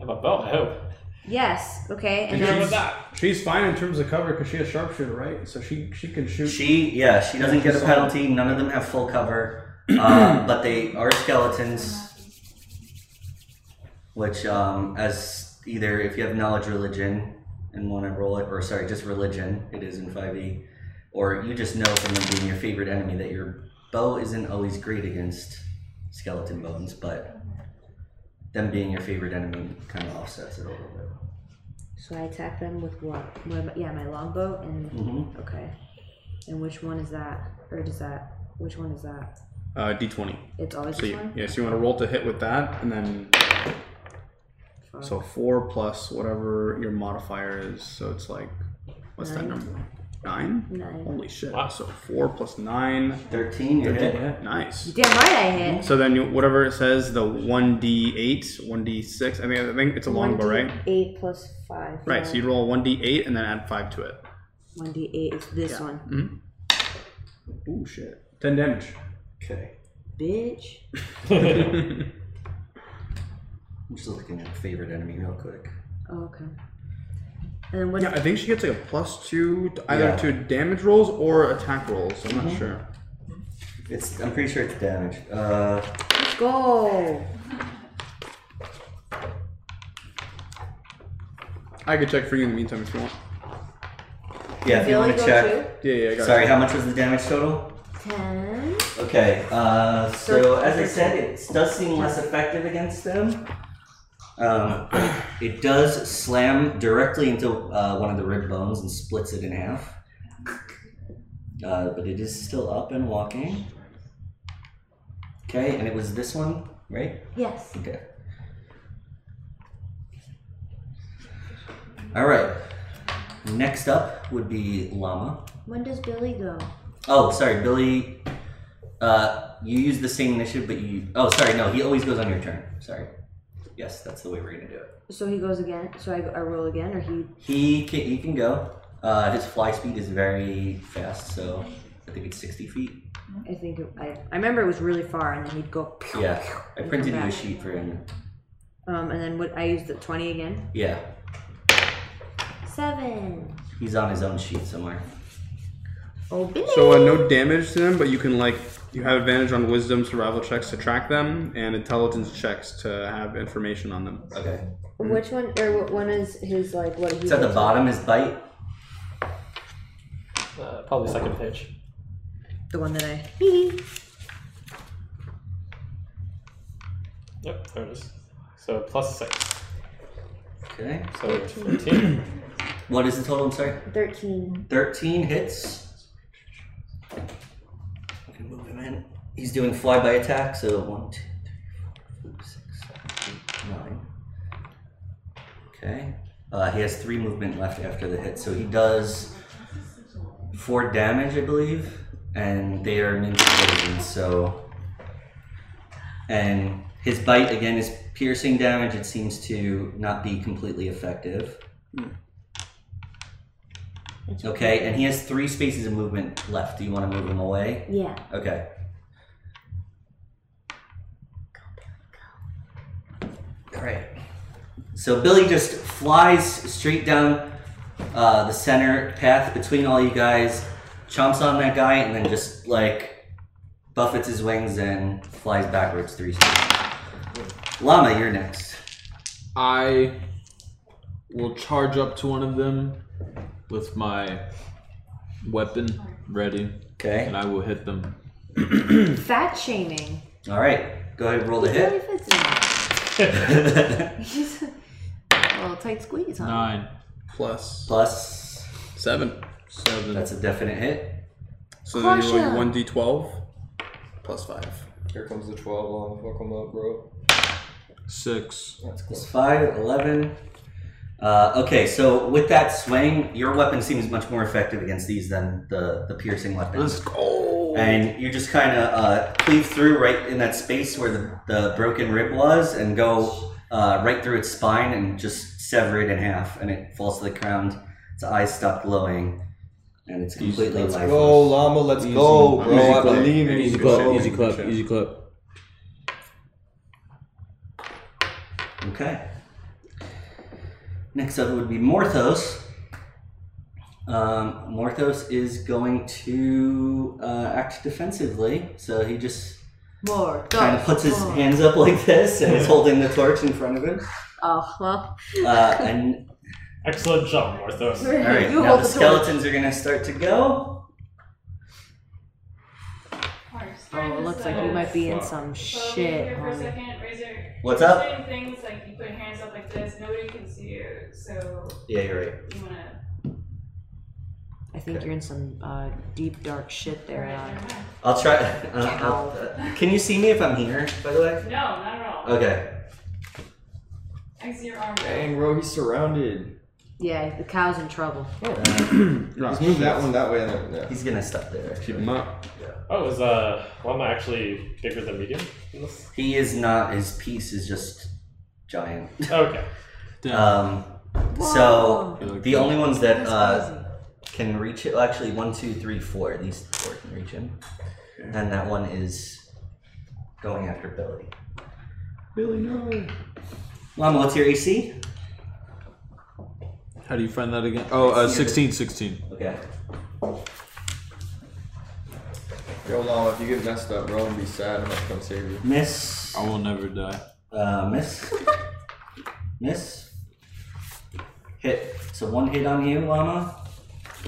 S7: Have a bow. I hope.
S5: Yes. Okay. And
S1: Did you-
S5: then
S7: Sure with that.
S1: She's fine in terms of cover because she has sharpshooter, right? So she she can shoot.
S3: She, yeah, she doesn't get a penalty. None of them have full cover. uh, but they are skeletons, which um, as either if you have knowledge religion and want to roll it, or sorry, just religion, it is in five E, or you just know from them being your favorite enemy that your bow isn't always great against skeleton bones, but them being your favorite enemy kind of offsets it a little bit.
S5: So I attack them with what? what am I- yeah, my longbow and
S3: Mm-hmm.
S5: okay. And which one is that? Or does that? Which one is that?
S1: Uh, D20.
S5: It's always
S1: So
S5: this
S1: you,
S5: one.
S1: yeah, so you want to roll to hit with that, and then
S5: Fuck.
S1: so four plus whatever your modifier is. So it's like, what's that
S5: Nine.
S1: number? Nine.
S5: Nine.
S1: Holy shit!
S7: Wow.
S1: So four plus nine.
S3: 13, you're hit.
S1: Nice.
S5: Damn right I hit.
S1: So then you, whatever it says, the one d eight, one d six. I think I think it's a longbow, right?
S5: Eight plus five.
S1: Right. So you roll one d eight and then add five to it.
S5: One d eight is this one,
S1: Ooh shit! Ten damage.
S3: Okay.
S5: bitch.
S3: I'm just looking at favorite enemy real quick.
S5: Oh, okay. And then what?
S1: Yeah, I think she gets like a plus two to either
S3: Yeah.
S1: to damage rolls or attack rolls. I'm
S5: Mm-hmm.
S1: not sure.
S3: It's I'm pretty sure it's damage. Uh,
S5: Let's go.
S1: I could check for you in the meantime if you want.
S3: yeah, if you want
S5: Billy
S3: to
S5: go
S3: check.
S1: Yeah, yeah, I got
S3: Sorry,
S1: it.
S3: how much was the damage total?
S5: too? Ten.
S3: Okay, uh, so
S5: Thirteen.
S3: as I said, it does seem less effective against them. Um, it does slam directly into uh, one of the rib bones and splits it in half. Uh, but it is still up and walking. Okay, and it was this one, right?
S5: Yes.
S3: Okay. All right. Next up would be Llama.
S5: When does Billy go?
S3: Oh, sorry, Billy. Uh, you use the same initiative, but you. Oh, sorry, no. He always goes on your turn. Sorry. Yes, that's the way we're gonna do it.
S5: So he goes again. So I, I roll again, or he?
S3: He can. He can go. Uh, his fly speed is very fast, so I think it's sixty feet.
S5: I think it, I. I remember it was really far, and then he'd go. pew,
S3: Yeah,
S5: pew,
S3: I
S5: and
S3: printed
S5: come
S3: you a
S5: back.
S3: sheet for him.
S5: Um, and then what? I used the twenty again.
S3: Yeah,
S5: Seven.
S3: he's on his own sheet somewhere.
S5: Oh, Billy.
S1: So uh, no damage to them, but you can like you have advantage on wisdom survival checks to track them and intelligence checks to have information on them.
S3: Okay.
S5: Which one or what one is his like what he
S3: Mm-hmm. It's at the
S5: gets?
S3: bottom. His bite.
S7: Uh, probably second page.
S5: The one that I
S7: Yep, there it is. So plus six.
S3: Okay.
S7: So 13.
S3: What is the total? I'm sorry.
S5: thirteen.
S3: 13 hits. I can move him in. He's doing flyby attack, so 1, 2, 3, 4, 5, 6, 7, 8, 9. Okay. Uh, he has 3 movement left after the hit, so he does 4 damage, I believe, and they are immune to poison, so. And his bite, again, is piercing damage. It seems to not be completely effective. Okay, and he has three spaces of movement left. Do you want to move him away?
S5: Yeah.
S3: Okay. Alright. So Billy just flies straight down uh, the center path between all you guys, chomps on that guy, and then just like buffets his wings and flies backwards three spaces. Llama, you're next.
S6: I will charge up to one of them with my weapon ready,
S3: Okay.
S6: and I will hit them.
S5: Fat shaming.
S3: Alright. Go ahead and roll the
S5: Really
S3: hit.
S5: fits in. He's a little tight squeeze, huh?
S6: Nine,
S1: Plus
S3: Plus,
S1: seven.
S6: seven.
S3: that's a definite hit.
S1: So then you
S5: Crush
S1: roll
S5: him.
S1: one d twelve plus five.
S2: Here comes the 12 long. Fuck 'em up, bro.
S6: six.
S2: That's
S3: Plus
S2: close.
S3: 5, 11. Uh, okay, so with that swing, your weapon seems much more effective against these than the, the piercing weapons.
S6: Let's
S1: Oh.
S6: go.
S3: And you just kind of uh, cleave through right in that space where the, the broken rib was and go uh, right through its spine and just sever it in half. And it falls to the ground. Its eyes stop glowing. And it's completely
S2: Let's
S3: lifeless.
S2: go, llama. Let's
S6: Easy.
S2: go, bro.
S1: Easy
S2: I
S1: clap.
S2: believe in
S6: Easy
S2: you,
S6: clip,
S2: bro.
S6: easy clip, easy clip.
S3: Okay. Next up would be Morthos. Um, Morthos is going to uh, act defensively, so he just
S5: More. Go.
S3: Kind of puts his
S5: more.
S3: hands up like this and is holding the torch in front of him.
S5: Oh well.
S3: Uh, and
S7: Excellent job, Morthos.
S3: all right,
S5: you
S3: now
S5: hold
S3: the
S5: the sword.
S3: skeletons are gonna start to go.
S5: Oh, it looks like we might be in some
S4: so
S5: shit.
S4: Here for a
S5: homie.
S4: second, Razor.
S3: What's up?
S4: Certain things like you put your hands up like this, nobody can see you, so
S3: Yeah, you're right.
S4: you wanna.
S5: I think you're in some uh, deep dark shit there, Alan.
S3: I'll try. Uh, I'll- uh, can you see me if I'm here? By the way.
S4: No, not at all.
S3: Okay.
S4: I see your arm.
S2: Uh, Dang, bro, he's surrounded.
S5: Yeah, the cow's in trouble. Oh.
S3: Uh,
S2: Let's move that one that way. And then, yeah.
S3: he's gonna stop there.
S1: Keep him up.
S7: Oh, is uh, Llama actually bigger than medium? in this?
S3: He is not. His piece is just giant.
S7: Oh, Okay.
S2: Uh,
S3: Um, so
S6: Whoa.
S3: the only ones that
S5: That's
S3: uh, can reach it, well, actually, one, two, three, four. These four can reach him, and that one is going after Billy.
S6: Billy, no.
S3: Llama, what's your AC?
S6: How do you find that again? Oh, uh,
S3: It's here.
S6: 16, 16.
S3: Okay.
S2: Yo, Llama, if you get messed up, bro, and be sad, I'm gonna come save you.
S3: Miss.
S6: I will never die.
S3: Uh, miss. miss. Hit. So one hit on you, Llama,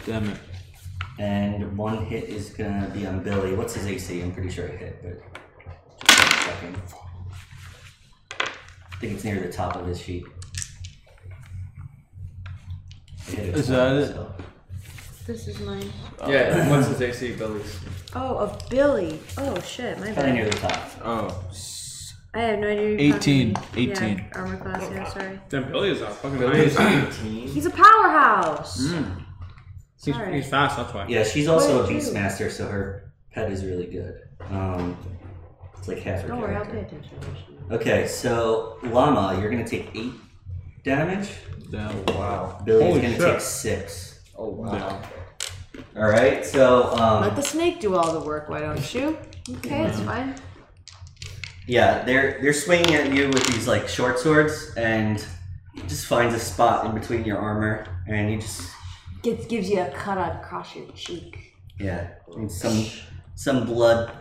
S6: Damn it.
S3: and one hit is gonna be on Billy. What's his AC? I'm pretty sure it hit, but just checking. I think it's near the top of his sheet. It hit
S6: Is
S3: his
S6: that
S3: arm,
S6: it?
S3: so-
S5: This is mine.
S2: Yeah, what's his AC, Billy's?
S5: Oh, of Billy. Oh shit, my
S3: Probably
S5: bad.
S3: near the top.
S6: Oh. s-
S5: I have no idea. you're
S6: 18,
S5: talking-
S6: 18.
S5: Yeah, armor class. Yeah, sorry.
S1: Damn, Billy is up. Fucking
S2: Billy's
S1: nice.
S2: 18.
S5: He's a powerhouse.
S3: Hmm.
S1: He's,
S5: Sorry.
S1: he's fast, that's why.
S3: Yeah, she's also a
S5: What did you-
S3: beastmaster, so her pet is really good. Um, it's like half her
S5: Don't worry, I'll pay
S3: character.
S5: attention.
S3: Okay, so Llama, you're gonna take eight damage.
S6: Damn.
S2: Wow.
S3: Billy's
S1: Holy
S3: gonna
S1: shit.
S3: take six.
S2: Oh, wow.
S3: All right, so
S5: Let the
S3: um,
S5: snake do all the work, why don't you? Okay, it's
S3: Hmm.
S5: fine.
S3: yeah, they're they're swinging at you with these like short swords, and it just finds a spot in between your armor, and you just
S5: Gives gives you a cut across your cheek.
S3: yeah, and some some blood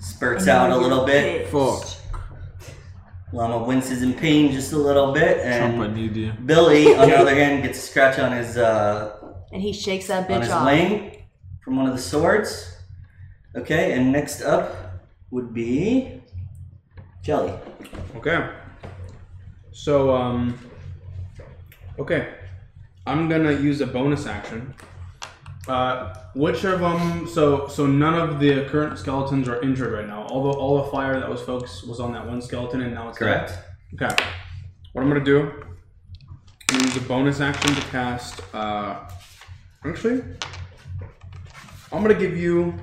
S3: spurts out a little bit.
S6: Fuck.
S3: Llama winces in pain just a little bit,
S6: Trump, I
S3: and
S6: need you.
S3: Billy, on the other hand, gets a scratch on his uh,
S5: And he shakes that
S3: on
S5: bitch
S3: his
S5: off.
S3: wing from one of the swords. Okay, and next up would be Jelly.
S1: Okay. So, um. Okay. I'm gonna use a bonus action. Uh, which of them? So, so none of the current skeletons are injured right now. Although all the fire that was focused was on that one skeleton, and now it's
S3: Correct.
S1: Okay. What I'm gonna do? I'm gonna use a bonus action to cast. Uh, actually, I'm gonna give you.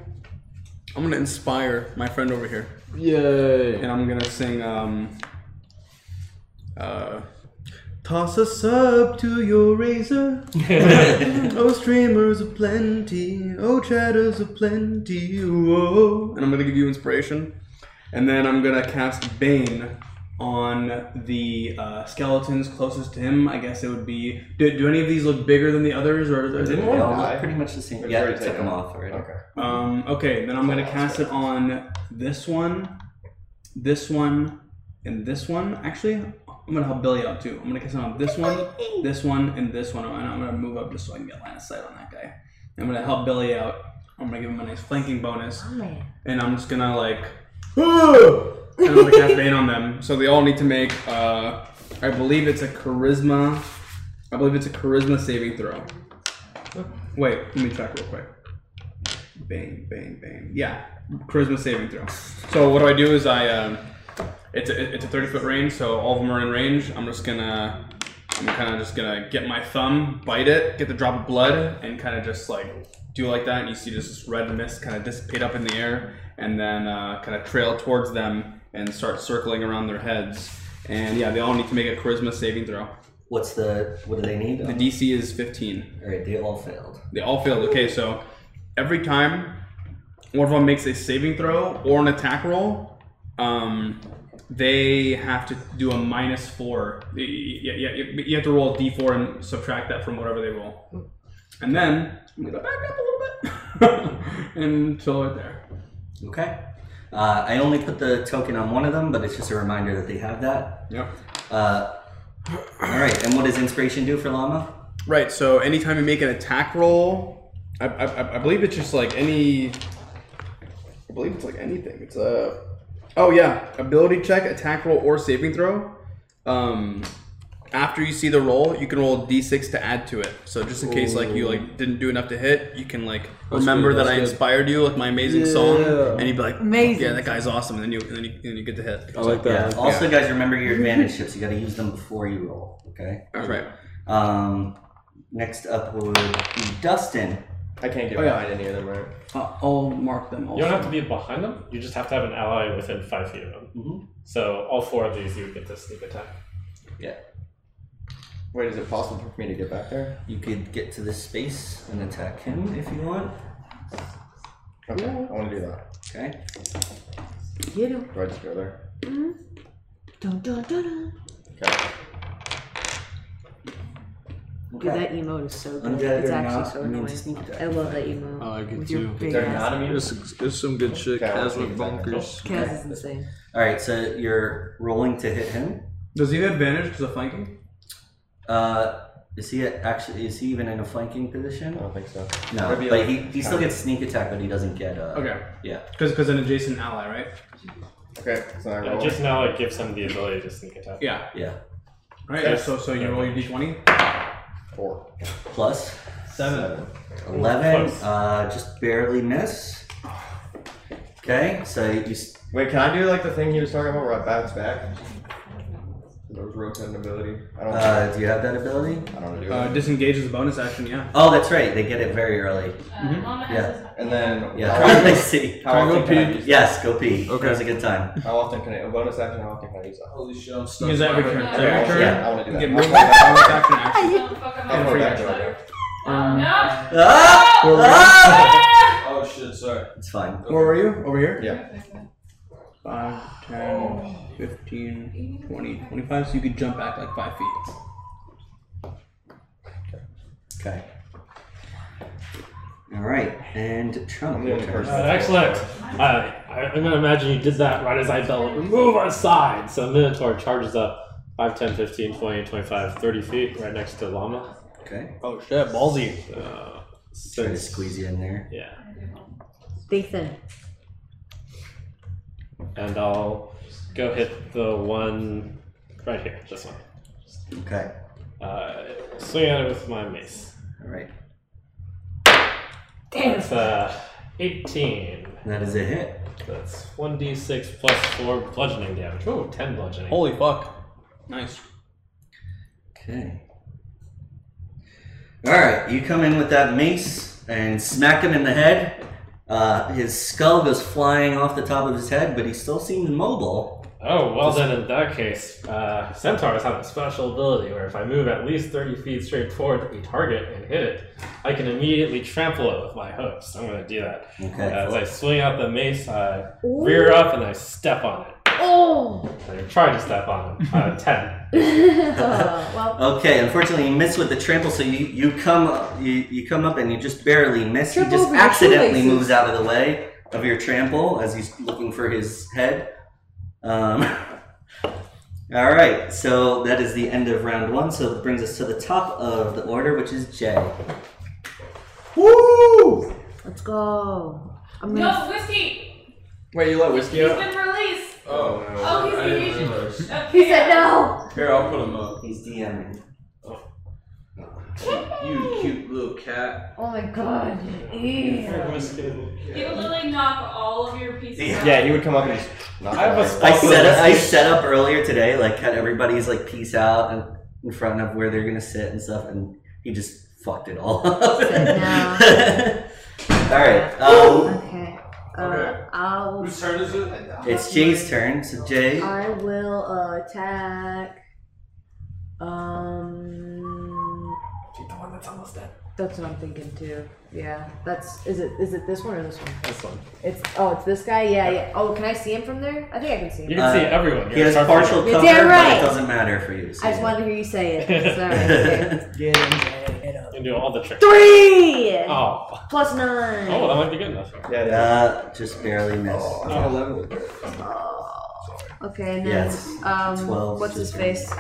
S1: I'm gonna inspire my friend over here,
S6: Yay.
S1: and I'm gonna sing. Um, uh, Toss a sub to your razor. oh, streamers of plenty. Oh, chatters of plenty. Whoa. And I'm gonna give you inspiration. And then I'm gonna cast Bane on the uh, skeletons closest to him. I guess it would be. Do, do any of these look bigger than the others, or is
S2: Didn't
S1: it?
S3: They
S2: one
S3: all
S2: die?
S3: look pretty much the same.
S2: It's
S3: Yeah,
S2: already
S3: I took
S2: taken
S3: them
S2: out.
S3: off already.
S2: Okay.
S1: Um, okay, then I'm gonna cast it on this one, this one, and this one. Actually, I'm gonna help Billy out too. I'm gonna cast it on this one, this one, and this one, and I'm gonna move up just so I can get line of sight on that guy. I'm gonna help Billy out. I'm gonna give him a nice flanking bonus,
S5: Oh, man.
S1: and I'm just gonna like, "Ugh!" and I'm gonna cast Bane on them. So they all need to make, uh, I believe it's a charisma, I believe it's a charisma saving throw. Wait, let me check real quick. Bane, Bane, Bane. Yeah, charisma saving throw. So what do I do is I, um, it's a, it's a 30 foot range, so all of them are in range. I'm just gonna, I'm kind of just gonna get my thumb, bite it, get the drop of blood, and kind of just like do like that. And you see just this red mist kind of dissipate up in the air, and then uh, kind of trail towards them and start circling around their heads. And yeah, they all need to make a charisma saving throw.
S3: What's the what do they need?
S1: The DC is 15.
S3: all right, they all failed.
S1: They all failed. Okay, so every time one of them makes a saving throw or an attack roll, um, they have to do a minus four. Y- y- y- y- You, have to roll a d4 and subtract that from whatever they roll. And then I'm going to back up a little bit until right there.
S3: Okay. Uh, I only put the token on one of them, but it's just a reminder that they have that.
S1: Yep.
S3: Uh, all right, and what does inspiration do for llama?
S1: Right. So anytime you make an attack roll, I, I, I- I believe it's just like any. I believe it's like anything. It's a. Oh yeah, ability check, attack roll, or saving throw. Um, after you see the roll, you can roll a d6 to add to it. So just in case like you like didn't do enough to hit, you can like
S6: That's
S1: remember
S6: good,
S1: that
S6: that's
S1: I
S6: good.
S1: inspired you with my amazing song,
S6: Yeah.
S1: and you'd be like,
S5: Amazing
S1: Yeah, that guy's awesome. And then you and then you, and you get to hit.
S6: I like that.
S3: Also, guys, remember your advantage chips. You got to use them before you roll. Okay.
S1: That's right.
S3: Um, next up would be Dustin.
S2: I can't get
S8: Oh, yeah.
S2: behind any of them, right?
S8: Uh, I'll mark them.
S7: You
S8: Also.
S7: don't have to be behind them. You just have to have an ally within five feet of them.
S3: Mhm.
S7: So all four of these, you would get to sneak attack.
S2: Wait, is it possible for me to get back there?
S3: You could get to this space and attack him if you want.
S2: Okay, I want to do that.
S3: Okay.
S5: Get him.
S2: Do I just go there?
S5: Dun, dun, dun, dun.
S2: Okay.
S5: Dude,
S3: Okay.
S5: that emote is so good.
S3: Undead
S5: it's
S3: are
S5: actually
S3: not
S5: so
S3: immune to
S5: annoying.
S3: sneak attack.
S5: I love that emote.
S6: I like it
S5: With your
S6: too.
S5: big
S2: They're
S5: ass-
S2: not immune.
S6: There's, there's some good shit.
S2: Okay, I'll
S6: Kaz went
S2: take that.
S6: bonkers.
S5: Kaz is insane.
S3: All right. So you're rolling to hit him.
S1: Does he have advantage because of flanking?
S3: Uh, is he actually? Is he even in a flanking position?
S2: I don't think so.
S3: No,
S2: Maybe
S3: but
S2: like-
S3: he, he still gets sneak attack, but he doesn't get. Uh,
S1: Okay.
S3: Yeah.
S1: Because because an adjacent ally, right?
S2: Okay, so I
S7: Uh,
S2: roll.
S7: just now, it gives him the ability to sneak attack.
S1: Yeah.
S3: Yeah.
S1: Right.
S7: Okay.
S1: So so you roll your Uh, d20.
S2: Four.
S3: Plus
S2: Seven.
S3: eleven,
S7: Close.
S3: uh, just barely miss. Okay, so you s-
S2: Wait, can I do like the thing he was talking about where I bounce back?
S4: Uh,
S2: Those rotating ability. I don't.
S3: uh, do you have that ability?
S2: I don't do
S1: Uh,
S2: it.
S1: disengage is a bonus action, yeah.
S3: Oh, that's right. They get it very early.
S1: Mhm.
S4: Llama has
S3: Yeah.
S4: his-
S2: Mm-hmm. And then
S3: Yeah.
S2: How often,
S3: I see.
S2: how
S6: Can I go
S2: often can I
S6: pee?
S2: use?
S3: Yes, go pee.
S6: Okay.
S3: That was a good time.
S2: How often can I? A bonus action. How often can I use that?
S6: Holy shit, I'm
S1: Use that every turn.
S4: Yeah.
S1: Every turn,
S2: Yeah, I want to
S1: you
S2: do
S1: get
S2: that. I'll
S1: movement,
S2: go back-
S1: bonus action, action.
S4: Don't fuck up my
S1: Oh,
S4: free
S1: yeah.
S4: letter.
S1: Um,
S4: No!
S3: Ah!
S1: Where
S4: Ah!
S6: Oh shit, sorry.
S3: It's fine.
S1: Where were you? Over here?
S4: Yeah.
S1: 5, 10, 15, 20, 25, so you could jump back like 5 feet.
S3: Okay. All right, and Trump.
S2: I'm the only person.
S7: Uh, excellent. Uh, I, I'm going to imagine you did that right as I bellowed, move aside. So Minotaur charges up 5, 10, 15, 20, 25, 30 feet right next to Llama.
S3: Okay.
S1: Oh shit,
S7: Ballsy. Uh,
S3: Try to
S7: six.
S3: squeeze you in there.
S7: Yeah.
S5: Stay thin.
S7: And I'll go hit the one right here, this one.
S3: Okay.
S7: Uh, swing at it with my mace.
S3: All right.
S5: Damn.
S7: That's uh, 18.
S3: That is a hit.
S7: That's 1d6 plus 4 bludgeoning damage. Ooh, 10 bludgeoning.
S1: Holy fuck. Nice.
S3: Okay. All right, you come in with that mace and smack him in the head. Uh, his skull goes flying off the top of his head, but he still seems mobile.
S7: Oh, well then in that case, uh, centaurs have a special ability where if I move at least 30 feet straight toward a target and hit it, I can immediately trample it with my hooves. I'm going to do that. Uh,
S3: Okay.
S7: As I swing out the mace, I rear up and I step on it.
S5: Oh.
S7: I try to step on it. Uh, 10.
S5: well,
S3: Okay. Unfortunately, you miss with the trample, so you, you come you, you come up and you just barely miss.
S5: Trip
S3: he just
S5: over your
S3: accidentally
S5: shoelaces.
S3: moves out of the way of your trample as he's looking for his head. Um, all right. So that is the end of round one. So it brings us to the top of the order, which is Jay.
S2: Woo!
S5: let's go. I'm gonna.
S4: No, whiskey!
S2: Wait, you let whiskey
S4: He's
S2: up?
S4: been released!
S6: Oh,
S4: Oh, he's
S6: I
S4: been
S6: didn't
S4: using.
S6: realize.
S5: He said no.
S6: Here, I'll put him up.
S3: He's DMing.
S6: You cute little cat.
S5: Oh my god. Ew.
S4: He would literally knock all of your pieces out.
S2: Yeah, he would come up and just. knock
S7: I have a
S2: it
S7: spot.
S2: away.
S3: I set up, I set up earlier today, like had everybody's like peace out and in front of where they're gonna sit and stuff, and he just fucked it all up.
S5: No.
S3: all right, um,
S5: Okay. Uh,
S6: Okay.
S5: I'll.
S6: Whose turn is it?
S3: it's Jay's turn. So Jay,
S5: I will uh, attack. Um.
S7: The one that's almost dead.
S5: That's what I'm thinking too. Yeah. That's. Is it? Is it this one or this one?
S7: This one.
S5: It's. Oh, it's this guy. Yeah. Yeah. Oh, can I see him from there? I think I can see
S7: You
S5: him.
S7: can see everyone.
S3: he
S7: You're a
S3: has
S7: sharpshooter.
S3: partial
S5: You're
S3: cover,
S5: damn
S3: but
S5: right.
S3: it doesn't matter for you. so-
S5: I just wanted to hear you say it. Sorry.
S8: Get him, Jay. Get him.
S7: can do all the tricks.
S5: Three
S7: Oh,
S5: plus nine.
S7: oh, that might be good enough.
S2: Yeah, yeah.
S3: Uh, just barely missed.
S2: Oh, 11 would work.
S5: Okay, and then
S3: Yes.
S5: um,
S3: 12
S5: what's his
S3: is
S5: face?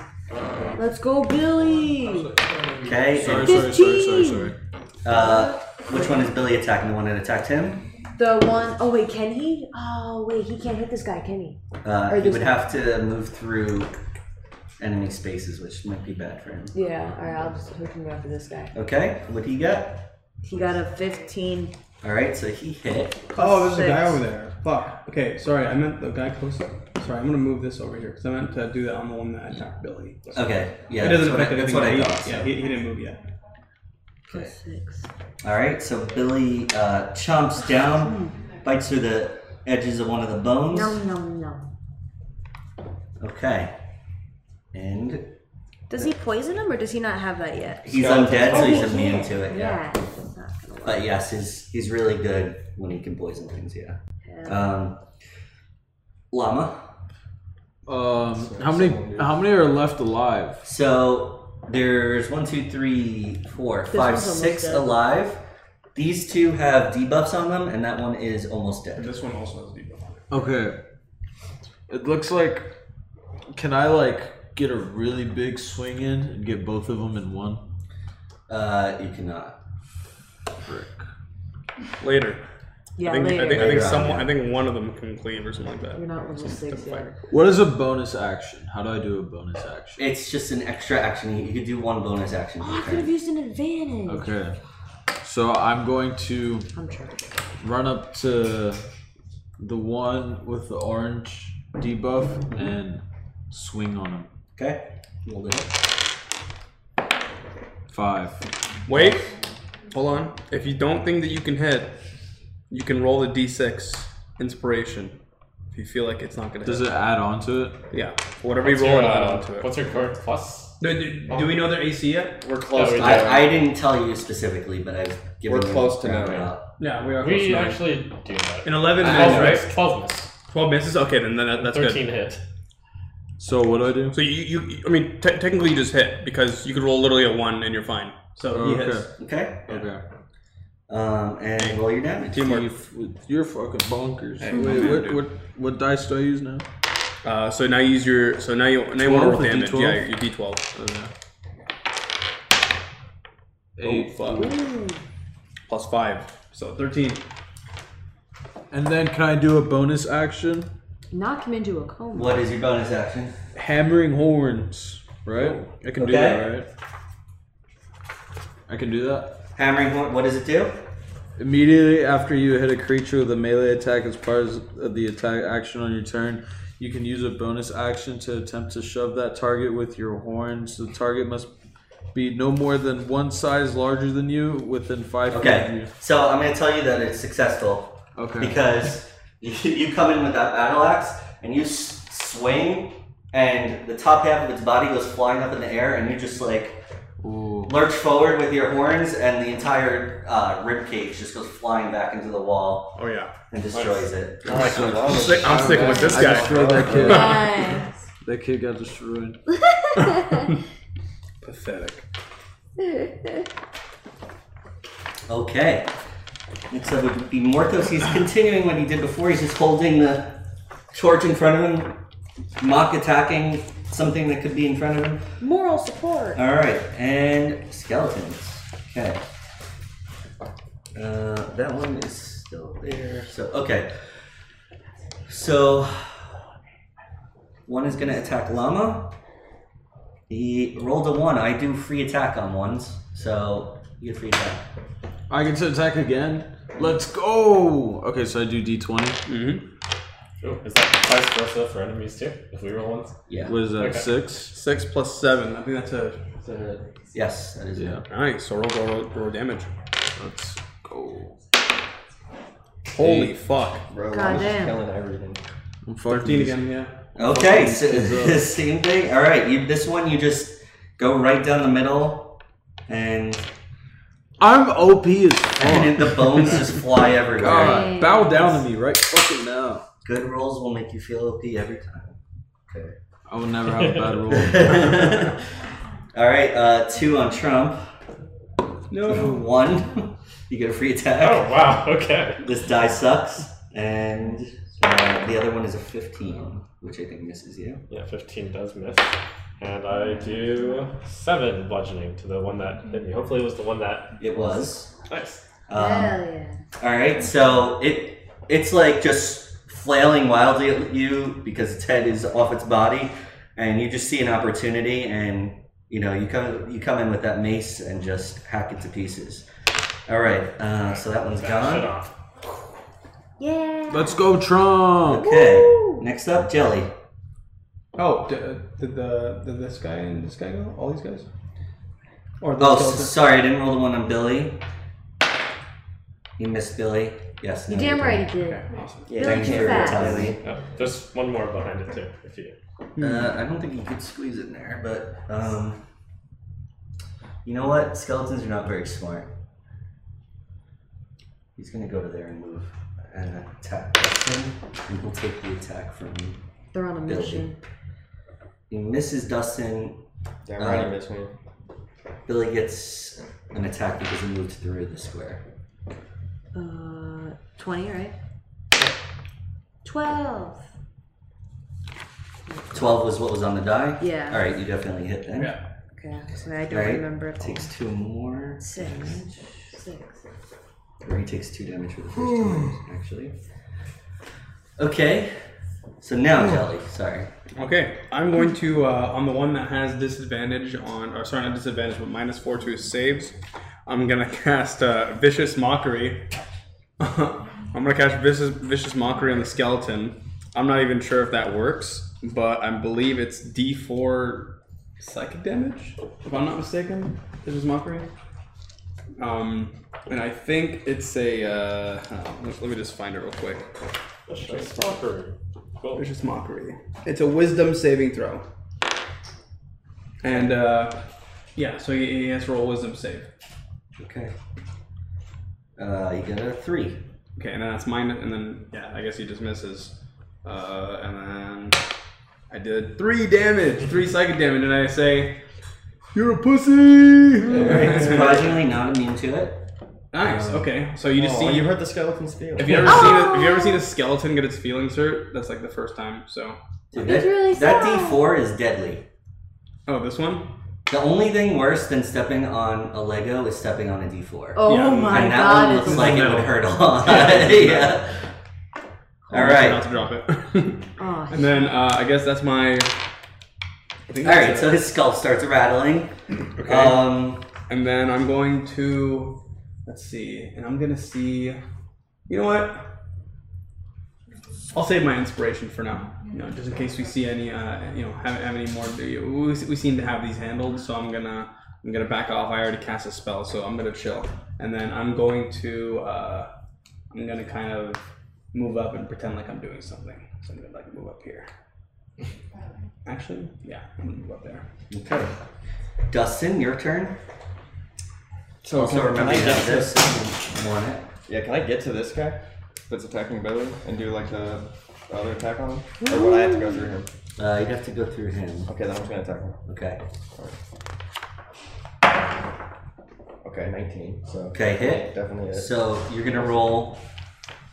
S5: Let's go, Billy.
S3: Okay.
S6: Sorry,
S3: and,
S6: sorry, sorry, sorry, sorry.
S3: uh, which one is Billy attacking? The one that attacked him?
S5: The one oh wait, can he? Oh wait, he can't hit this guy, can he?
S3: Uh,
S5: Or
S3: he
S5: this
S3: would
S5: one.
S3: have to move through enemy spaces, which might be bad for him.
S5: Yeah. All right, I'll just hook him up for this guy.
S3: Okay. What he got?
S5: He got a fifteen.
S3: All right. So he hit.
S1: Oh, there's a guy
S5: Six.
S1: over there. Fuck. Okay, sorry. I meant the guy close. Sorry, I'm gonna move this over here because I meant to do that on the one that attacked Billy.
S3: Okay. Yeah.
S1: it doesn't
S3: that's what I-
S1: affect
S3: That's
S1: anything.
S3: what I
S1: he-
S3: thought.
S1: Yeah,
S3: so-
S1: he, he didn't move yet.
S3: Okay.
S5: Plus six.
S3: All right, so Billy uh, chomps down, bites through the edges of one of the bones.
S5: No, no, no.
S3: Okay, and
S5: Does he poison him or does he not have that yet?
S3: he's
S2: Skeleton.
S3: undead, so
S5: Oh,
S3: he's
S5: he
S3: immune
S5: can't.
S3: to it. Yeah.
S5: Yeah. that's not gonna work.
S3: But yes, he's he's really good when he can poison things. Yeah.
S5: Yeah.
S3: Um, llama.
S6: Um, how many? How many are left alive?
S3: So there's one, two, three, four, five,
S5: one's almost
S3: six
S5: dead.
S3: alive. These two have debuffs on them, and that one is almost
S1: And
S3: dead.
S1: this one also has a debuff. on it.
S6: Okay. It looks like. Can I like get a really big swing in and get both of them in one?
S3: Uh, you cannot.
S6: Frick.
S8: Later.
S5: yeah
S8: I think,
S5: later.
S8: I think, I think
S3: Later on,
S8: someone,
S3: yeah.
S8: I think one of them can cleave or something like that.
S5: You're not level six
S8: Something like-
S5: yet.
S6: What is a bonus action? How do I do a bonus action?
S3: It's just an extra action. You, you could do one bonus action. per
S5: Oh, I
S3: turn.
S5: could have used an advantage.
S6: Okay. So I'm going to
S5: I'm trying.
S6: run up to the one with the orange debuff and swing on him.
S3: Okay. Roll it.
S6: Five.
S8: Wait, Uh, hold on. If you don't think that you can hit, you can roll the d6 inspiration. If you feel like it's not gonna
S6: Does
S8: hit,
S6: it add on to it?
S8: yeah. Whatever you
S7: What's
S8: roll,
S7: your,
S8: it'll add
S7: uh,
S8: on to it.
S7: what's your current plus?
S1: Do, do, do we know their AC yet?
S2: We're close.
S7: Yeah, we
S2: to
S7: did.
S2: that.
S3: I, I didn't tell you specifically, but I've given
S2: We're
S3: you
S2: close to
S3: a
S2: knowing.
S3: roundabout.
S1: Yeah, we are. close
S7: We
S1: to nine.
S7: actually do that.
S8: In 11
S7: 12
S8: minutes, right?
S7: miss, 12 miss.
S8: 12 misses? Okay, then that, that's good.
S7: 13 hit.
S6: So what do I do?
S8: So you, you I mean, te- technically you just hit because you could roll literally a one and you're fine.
S1: So he
S6: Okay.
S1: hits.
S3: Okay.
S6: Okay.
S3: Um, and roll your damage.
S8: Teamwork.
S6: You're fucking bonkers.
S8: Hey,
S6: Wait,
S8: man,
S6: what,
S8: dude.
S6: what what dice do I use now?
S8: Uh, so now you use your. So now you now you want to
S6: 12
S8: roll
S6: or
S8: damage.
S6: D12?
S8: Yeah, your d12
S6: Okay.
S7: Oh,
S8: Oh,
S6: Eight.
S8: plus five.
S1: So 13.
S6: And then can I do a bonus action?
S5: Knock him into a coma.
S3: What is your bonus action?
S6: Hammering horns. Right? I can do that, right? I can do that.
S3: Hammering horn. What does it do?
S6: Immediately after you hit a creature with a melee attack as part of the attack action on your turn, you can use a bonus action to attempt to shove that target with your horns. The target must be no more than one size larger than you within five feet of
S3: Okay.
S6: you.
S3: So I'm going to tell you that it's successful
S6: Okay.
S3: because you, you come in with that battle axe and you s- swing, and the top half of its body goes flying up in the air, and you just like
S6: Ooh.
S3: lurch forward with your horns, and the entire uh, rib cage just goes flying back into the wall
S8: Oh yeah.
S3: and destroys it.
S2: I like the
S8: I'm,
S2: llama.
S8: sick, I'm sticking with this
S6: I
S8: guy.
S6: destroyed that kid.
S5: Nice.
S6: that kid got destroyed.
S8: Pathetic.
S3: Okay. Next up would be Mortos. He's continuing what he did before. He's just holding the torch in front of him, mock attacking something that could be in front of him.
S5: Moral support.
S3: All right, and skeletons. Okay. Uh, that one is still there. So okay. So one is gonna attack llama. He rolled a one. I do free attack on ones, so you get free attack.
S6: I get to attack again. Let's go. Okay, so I do d20.
S7: Ooh, is that vice versa for enemies too? If we roll ones?
S3: Yeah.
S6: What is that?
S7: Okay.
S6: Six.
S8: Six plus seven.
S1: I think that's a.
S3: Yes, that is it.
S6: Yeah.
S8: Alright, so roll, roll, roll damage.
S6: Let's go.
S8: Holy fuck.
S2: Bro,
S5: God
S2: I'm just
S5: damn.
S2: killing everything.
S6: I'm fucking
S1: 13 again, yeah.
S3: Okay, so
S6: Fucking
S3: same thing. All right, you, this one you just go right down the middle, and
S6: I'm OP as fuck.
S3: and the bones just fly everywhere.
S5: Right.
S6: God, bow down to me right fucking now.
S3: Good rolls will make you feel OP every time.
S6: I will never have a bad roll.
S3: all right, uh, two on Trump.
S1: No.
S3: One, you get a free attack.
S7: Oh wow. Okay.
S3: This die sucks, and uh, the other one is a 15, which I think misses you.
S7: Yeah, fifteen does miss, and I do seven bludgeoning to the one that hit me. Hopefully, it was the one that.
S3: It was.
S7: Nice.
S3: Um,
S5: Hell yeah.
S3: all right, so it it's like just flailing wildly at you because its head is off its body, and you just see an opportunity, and you know you come you come in with that mace and just hack it to pieces. All right, uh, so that one's
S7: That shit
S3: gone.
S7: off.
S5: Yeah.
S6: Let's go, Trump.
S3: Okay, next up, Jelly.
S1: Oh, d- uh, did the did this guy and this guy go? All these guys? Or the
S3: Oh,
S1: skeleton?
S3: s- sorry, I didn't roll the one on Billy. You missed Billy. Yes.
S5: You
S3: no,
S5: damn
S3: didn't.
S5: right he did.
S3: Yeah,
S5: Billy
S3: thank
S5: too
S3: you for
S5: fast.
S3: telling me.
S7: Oh, there's one more behind it too. If you.
S5: Hmm.
S3: Uh, I don't think you could squeeze in there, but um, you know what? Skeletons are not very smart. He's gonna go to there and move and attack Dustin, and he'll take the attack from you.
S5: They're on a
S3: Billy.
S5: mission.
S3: He misses Dustin.
S2: Damn right, you missed me.
S3: Billy gets an attack because he moved through the square.
S5: Uh, 20, right? 12.
S3: Twelve was what was on the die.
S5: Yeah.
S3: All right, you definitely hit then.
S1: Yeah.
S5: Okay, so I don't
S3: Right.
S5: remember. if
S3: Takes two more.
S5: Six. Six.
S3: Or he takes two damage for the first two
S5: Hmm.
S3: rounds, actually. Okay. So now
S5: Hmm.
S3: Jelly, sorry.
S1: Okay, I'm going to uh, on the one that has disadvantage on, or sorry, not disadvantage, but minus four to his saves. I'm gonna cast uh, vicious mockery. I'm gonna cast vicious vicious mockery on the skeleton. I'm not even sure if that works, but I believe it's D4 psychic damage, if I'm not mistaken. Vicious mockery. Um, and I think it's a. Uh, oh, let- let me just find it real quick.
S7: That's just mockery. Cool.
S1: Vicious mockery. It's a wisdom saving throw. And uh, yeah, so he, he has to roll wisdom save.
S3: Okay. Uh, you get a three.
S1: Okay, and then that's mine. And then yeah, I guess he just misses. Uh, and then I did three damage, three psychic damage, and I say, "You're a
S3: Alright,
S1: pussy."
S3: surprisingly not immune to it.
S1: nice. Okay, so you just
S2: Oh,
S1: see.
S2: you heard the skeleton spiel.
S1: Have you ever
S5: Oh!
S1: seen? A, have you ever seen a skeleton get its feelings hurt? That's like the first time. So
S3: Dude,
S5: It's really
S3: that
S5: sad.
S3: D4 is deadly.
S1: oh, this one.
S3: The only thing worse than stepping on a Lego is stepping on a D4.
S5: Oh
S1: Yeah,
S5: my
S3: and that
S5: god.
S3: one
S5: it's
S3: looks like it
S1: No.
S3: would hurt a lot. yeah.
S1: Not
S3: All right.
S1: to drop it.
S5: Oh,
S1: and then uh, I guess that's my. I think
S3: All right.
S1: that's it.
S3: So his skull starts rattling. Um,
S1: And then I'm going to let's see, and I'm gonna see. You know what? I'll save my inspiration for now. You know, just in case we see any, uh, you know, have, have any more. We, we seem to have these handled, so I'm gonna I'm gonna back off. I already cast a spell, so I'm gonna chill. And then I'm going to uh, I'm gonna kind of move up and pretend like I'm doing something. So I'm gonna like move up here. Actually, yeah, I'm gonna move up there.
S3: okay. Dustin, your turn.
S2: So,
S1: Oh,
S3: So
S2: can
S3: remember
S2: I
S3: you
S2: get
S3: have this. if you Want it?
S2: Yeah, can I get to this guy that's attacking Billy and do like the the other attack on him? Or would I have to go through him?
S3: Uh, you'd have to go through him.
S2: Okay, then I'm just gonna attack him.
S3: Okay.
S2: Okay, 19. So
S3: Okay, hit.
S2: definitely hit.
S3: So you're gonna roll.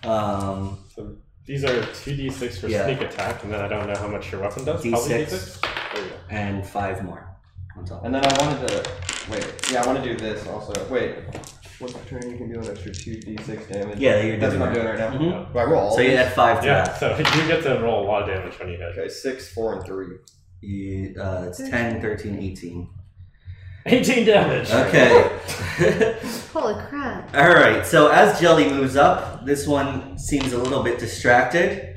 S3: Um,
S7: So these are two d6 for
S3: Yeah.
S7: sneak attack, and then I don't know how much your weapon does. Probably
S3: D6.
S7: d6. There you go.
S3: and five more on top.
S2: and then I wanted to wait. Yeah, I want to do this also. Wait, what's the turn? You can do an extra two d6 damage.
S3: Yeah, you're
S2: that's
S3: doing
S2: what I'm
S3: that.
S2: doing right now.
S1: Mm-hmm.
S3: Mhm.
S2: Do I roll? all
S3: So you
S2: these?
S3: add five to
S7: Yeah,
S3: that.
S7: so you get to roll a lot of damage when you hit.
S2: Okay, six, four, and three.
S3: You, uh, it's 10, 13, 18.
S7: 18 damage!
S3: Okay.
S5: holy crap.
S3: All right. So as Jelly moves up, this one seems a little bit distracted,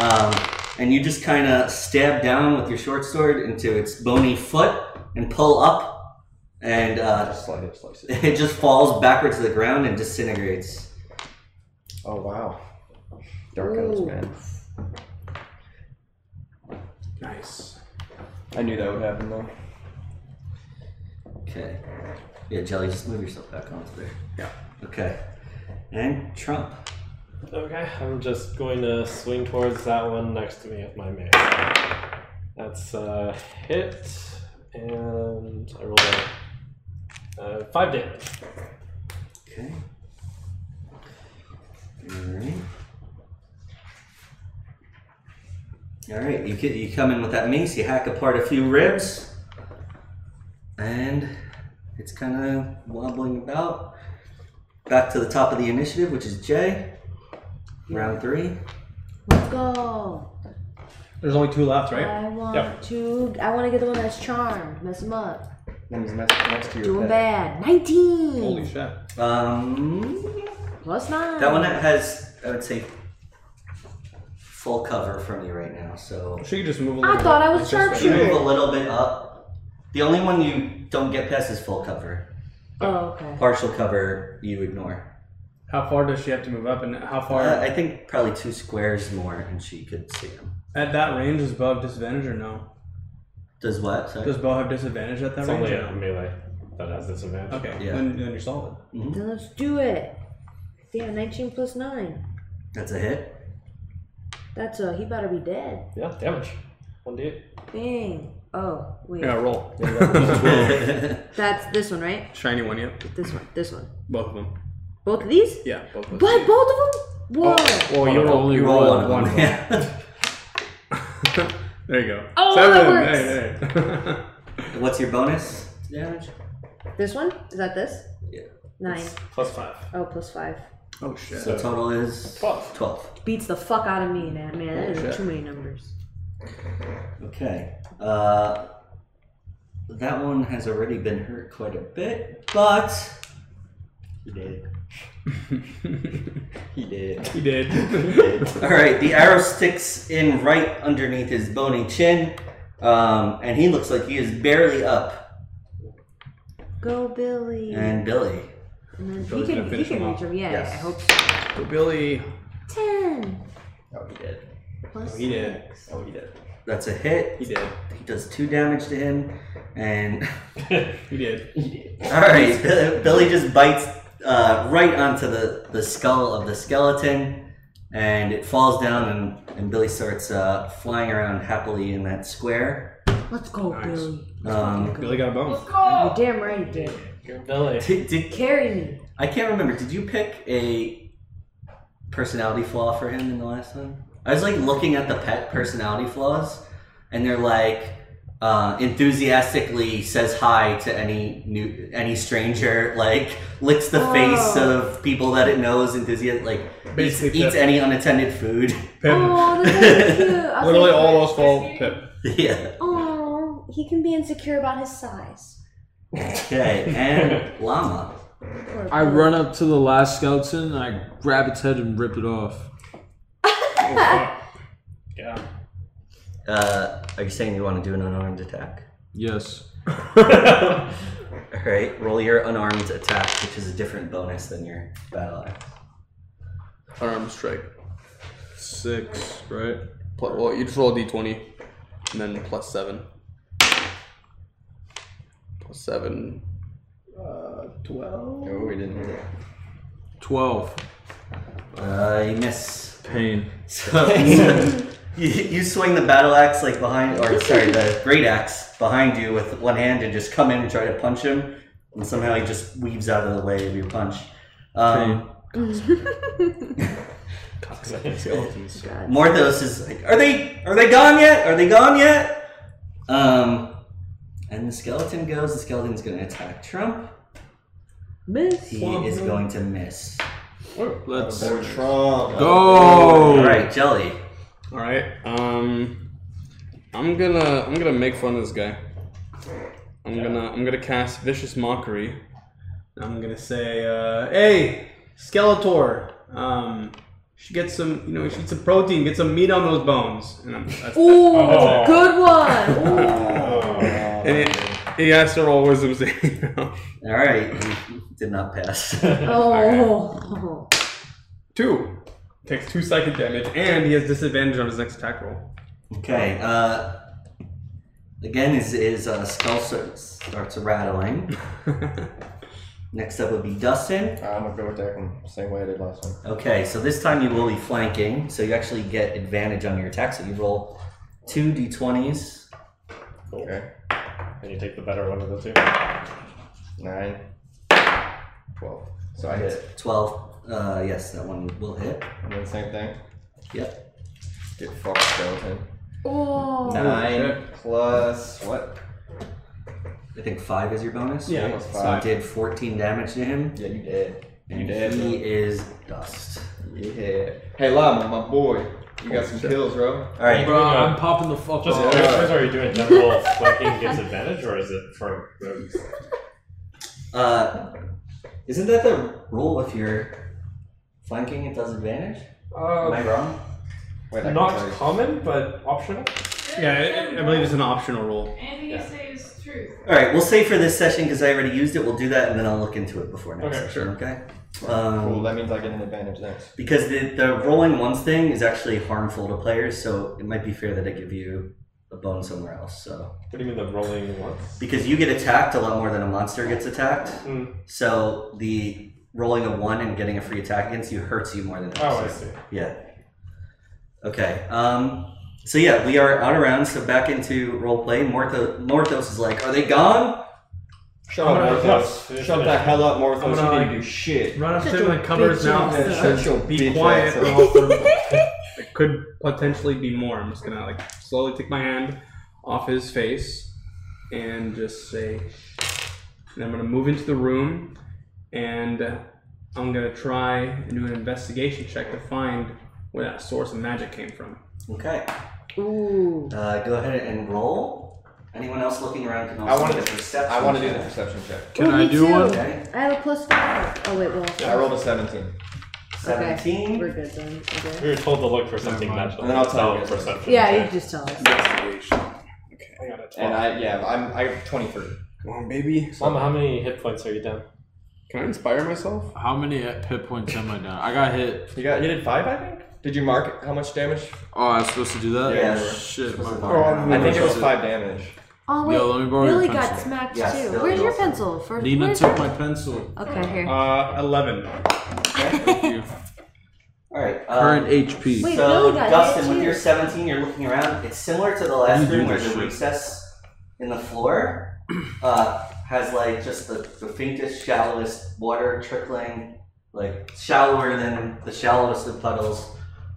S3: um, and you just kind of stab down with your short sword into its bony foot and pull up, and uh,
S2: Just slide it, slice it.
S3: it just falls backwards to the ground and disintegrates.
S2: Oh wow. Dark elves,
S5: Ooh.
S2: man.
S1: Nice.
S2: I knew that would happen though.
S3: Okay. Yeah, Jelly, just move yourself back onto there.
S1: Yeah.
S3: Okay. And Trump.
S7: Okay, I'm just going to swing towards that one next to me with my mace. uh, That's a hit, and I rolled a Uh, five damage.
S3: Okay. Alright. Alright, you, get- you come in with that mace, you hack apart a few ribs, and it's kind of wobbling about. Back to the top of the initiative, which is Jay. Round three.
S5: Let's go.
S1: There's only two left, right?
S5: I want
S7: Yep.
S5: to. I want to get the one that's charmed. Mess him up.
S2: That means next, next to your
S5: Do him
S2: pet.
S5: bad. 19
S1: Holy shit.
S3: Um,
S5: plus nine.
S3: that one that has, I would say, full cover from you right now, so
S1: She could just move a little
S5: I thought I was
S1: It's just-
S3: you move
S5: sharpshooter.
S3: a little bit up. The only one you don't get past is full cover.
S5: Oh, okay.
S3: partial cover you ignore.
S1: How far does she have to move up, and how far
S3: Uh, I think probably two squares more, and she could see him.
S1: at that range does Bo have disadvantage or no?
S3: Does what? Sorry.
S1: Does Bo have disadvantage at that
S7: It's
S1: range? Uh,
S7: only
S1: or
S7: a
S1: no?
S7: melee that has disadvantage.
S1: Okay,
S3: Yeah.
S1: then, then you're solid.
S5: Then let's do it. Yeah, 19 plus nine.
S3: That's a hit.
S5: That's a. He better be dead.
S7: Yeah, damage. One d8.
S5: Bang. Oh wait.
S8: Yeah, roll.
S5: That's this one, right?
S8: Shiny one, yep.
S5: This one. This one.
S8: Both of them.
S5: Both of these?
S8: Yeah, both of them.
S5: What? Both of them? Whoa.
S8: Well, you roll,
S6: only
S8: you
S6: roll
S8: roll
S6: one
S8: one.
S6: of
S8: one.
S6: them.
S3: Yeah.
S8: There you go.
S5: Oh, that
S8: Seven.
S5: works.
S8: Hey, hey.
S3: What's your bonus damage?
S5: This one? Is that this?
S3: Yeah.
S5: Nine.
S7: Plus five.
S5: Oh, plus five.
S1: Oh shit.
S3: So total is
S7: Twelve.
S3: Twelve.
S5: Beats the fuck out of me, man. Man, that is too many numbers.
S3: Okay. Uh, that one has already been hurt quite a bit, but he did. he did.
S1: he did.
S3: All right, the arrow sticks in right underneath his bony chin, um, and he looks like he is barely up.
S5: Go, Billy. And,
S3: And Billy,
S5: then he
S1: Billy's
S5: can,
S1: gonna
S5: he
S1: finish
S5: can
S1: him
S5: reach
S1: off.
S5: him. Yeah,
S3: Yes.
S5: I hope so.
S1: But Billy,
S5: Ten.
S3: oh, he did.
S5: Plus
S1: he did.
S5: six.
S1: Oh, he did.
S3: That's a hit.
S1: He did.
S3: He does two damage to him, and
S1: He did.
S3: all right, Bi- Billy just bites uh, right onto the, the skull of the skeleton, and it falls down, and, and Billy starts uh, flying around happily in that square.
S5: Let's go,
S1: Nice.
S5: Billy. Let's
S3: Um,
S5: fucking go.
S1: Billy got a bone.
S4: Let's
S5: You're
S4: go.
S5: damn right, dude.
S7: Your belly.
S3: Did, did,
S5: Carry me.
S3: I can't remember. Did you pick a personality flaw for him in the last one? I was like looking at the pet personality flaws, and they're like uh, enthusiastically says hi to any new any stranger, like licks the face
S5: Oh.
S3: of people that it knows, enthusiastic, like eats,
S8: Basically
S3: eats
S8: Pip.
S3: any unattended food.
S8: Pip.
S5: Oh, that's so cute. I was
S8: Literally
S5: like,
S8: all those fall Pip.
S3: yeah.
S5: Oh, he can be insecure about his size.
S3: Okay. And llama.
S5: Poor
S6: I
S5: Billy.
S6: run up to the last skeleton and I grab its head and rip it off.
S7: Yeah.
S3: Uh, are you saying you want to do an unarmed attack?
S6: Yes.
S3: All right. Roll your unarmed attack, which is a different bonus than your battle axe.
S8: Unarmed strike.
S6: Six, right?
S8: Pl- well, you just roll a d20, and then plus seven. Plus seven. Uh, twelve.
S2: Oh, we didn't. hit.
S6: Twelve.
S3: Uh, you miss.
S6: Pain.
S3: So, so you, you swing the battle axe like behind, or sorry, the great axe behind you with one hand, and just come in and try to punch him, and somehow he just weaves out of the way of your punch. Um,
S5: Mm.
S8: Skeletons.
S3: Morthos is like, "Are they? Are they gone yet? Are they gone yet?" Um, and the skeleton goes. The skeleton's going to attack Trump.
S5: Miss.
S3: He is going to miss.
S6: Let's
S2: Trump.
S6: go.
S3: All right, Jelly.
S8: All right. Um, I'm gonna I'm gonna make fun of this guy. I'm gonna I'm gonna cast vicious mockery.
S1: I'm gonna say, uh, hey, Skeletor. Um, she gets some, you know, she needs some protein. Get some meat on those bones. And I'm, that's,
S5: Ooh, good
S2: Oh,
S5: one. Ooh.
S8: And it, he has to roll wisdom saving throw.
S3: All right, he did not pass.
S5: oh.
S1: Two. Takes two psychic damage, and he has disadvantage on his next attack roll.
S3: Okay. Uh, again, his, his uh, skull starts, starts rattling. Next up would be Dustin.
S2: I'm gonna go attack him same way I did last time.
S3: Okay, so this time you will be flanking, so you actually get advantage on your attack. So you roll two d20s.
S2: Okay.
S7: And you take the better one of the two.
S2: Nine. Twelve. So I hit.
S3: 12. Uh, yes, that one will hit.
S2: And then same thing.
S3: Yep.
S2: Get fucked, skeleton.
S5: Oh.
S2: Nine plus what?
S3: I think 5 is your bonus.
S2: Yeah,
S3: right?
S2: plus
S3: So
S2: five.
S3: you did 14 damage to him.
S2: Yeah, you did. You
S3: and
S2: did.
S3: He is dust.
S2: Yeah. Hey, Llama, my boy. You got some kills, bro.
S3: Alright.
S6: Bro, I'm popping the fuck
S7: Just
S6: off.
S7: which ones are you doing? Double flanking gets advantage, or is it from rogues?
S3: Uh, isn't that the rule if you're flanking at disadvantage? Am
S2: Oh.
S3: I wrong?
S2: Wait, I can tell
S7: not
S2: you.
S7: common, but optional.
S1: Yeah, I, I believe it's an optional rule.
S4: Anything you
S7: Yeah.
S4: say is true.
S3: All right, we'll save for this session because I already used it. We'll do that and then I'll look into it before next
S7: Okay,
S3: session. Okay.
S2: Cool.
S3: Um,
S2: That means I get an advantage next.
S3: because the, the rolling ones thing is actually harmful to players, so it might be fair that I give you a bone somewhere else. So
S7: What do you mean the rolling ones?
S3: because you get attacked a lot more than a monster gets attacked,
S7: Mm.
S3: so the rolling a one and getting a free attack against you hurts you more than.
S7: Oh, I
S3: so-
S7: see.
S3: Yeah. Okay. Um, so yeah, we are out of rounds, so back into roleplay. Mortho- Morthos is like, are they gone?
S2: Shut
S7: I'm
S2: up,
S7: gonna-
S2: Morthos.
S7: yes,
S2: Shut
S7: finish.
S2: the hell up,
S1: I'm
S2: Morthos.
S1: gonna-
S2: You didn't do shit.
S1: Run up
S5: Shut
S1: to him
S5: your
S1: and cover his
S5: bitch
S1: mouth.
S5: ass
S1: and
S5: up.
S1: shut-
S2: your
S1: Be
S2: bitch
S1: quiet.
S2: ass
S1: or
S2: up.
S1: I'll throw- it could potentially be more. I'm just gonna like slowly take my hand off his face and just say, and I'm gonna move into the room and uh, I'm gonna try and do an investigation check to find where that source of magic came from.
S3: Okay.
S5: Ooh.
S3: Uh, go ahead and roll. Anyone else looking around can also
S2: I wanna
S3: do a
S2: do-
S3: perception.
S2: I want to do the
S3: check.
S2: perception check.
S6: Can
S5: Ooh,
S6: I
S5: me
S6: do
S5: too.
S6: one?
S3: Okay.
S5: I have a plus five. Oh wait, well,
S2: I rolled a 17.
S3: Seventeen.
S5: we're good then. Okay.
S7: We were told to look for something
S1: Never mind.
S7: magical.
S2: And then I'll tell you.
S7: Oh, perception.
S5: Yeah, you
S7: check.
S5: just tell us.
S1: Investigation. Okay, I got a 12.
S2: And I, yeah, I'm I have 23.
S1: Come on, baby.
S7: Mama, how many hit points are you down?
S8: Can I inspire myself?
S6: How many hit points am I down? I got hit.
S2: You got you did five, I think. Did you mark how much damage?
S6: Oh, I was supposed to do that? Oh,
S3: Yeah.
S6: Shit, my
S3: Supposed to
S6: bad.
S8: Oh,
S3: mark it
S2: I think it was five damage.
S5: Oh wait,
S6: Yo, let me borrow your
S5: Billy got
S6: pencil.
S5: smacked
S3: Yes,
S5: too.
S3: Billy
S5: Where's your
S3: also.
S5: pencil? For
S6: Nina
S5: where's
S6: took
S5: your-
S6: my pencil.
S5: Okay, here.
S1: Uh, 11.
S3: Okay.
S6: Thank you.
S3: All right. um,
S2: Uh,
S6: Current HP.
S5: Wait,
S3: so
S5: Billy got
S3: Dustin,
S5: hit
S3: with
S5: too.
S3: your seventeen, you're looking around. It's similar to the
S6: You
S3: last
S6: do
S3: room where
S6: this
S3: the
S6: shit.
S3: recess in the floor uh, has like just the, the faintest, shallowest water trickling, like shallower than the shallowest of puddles,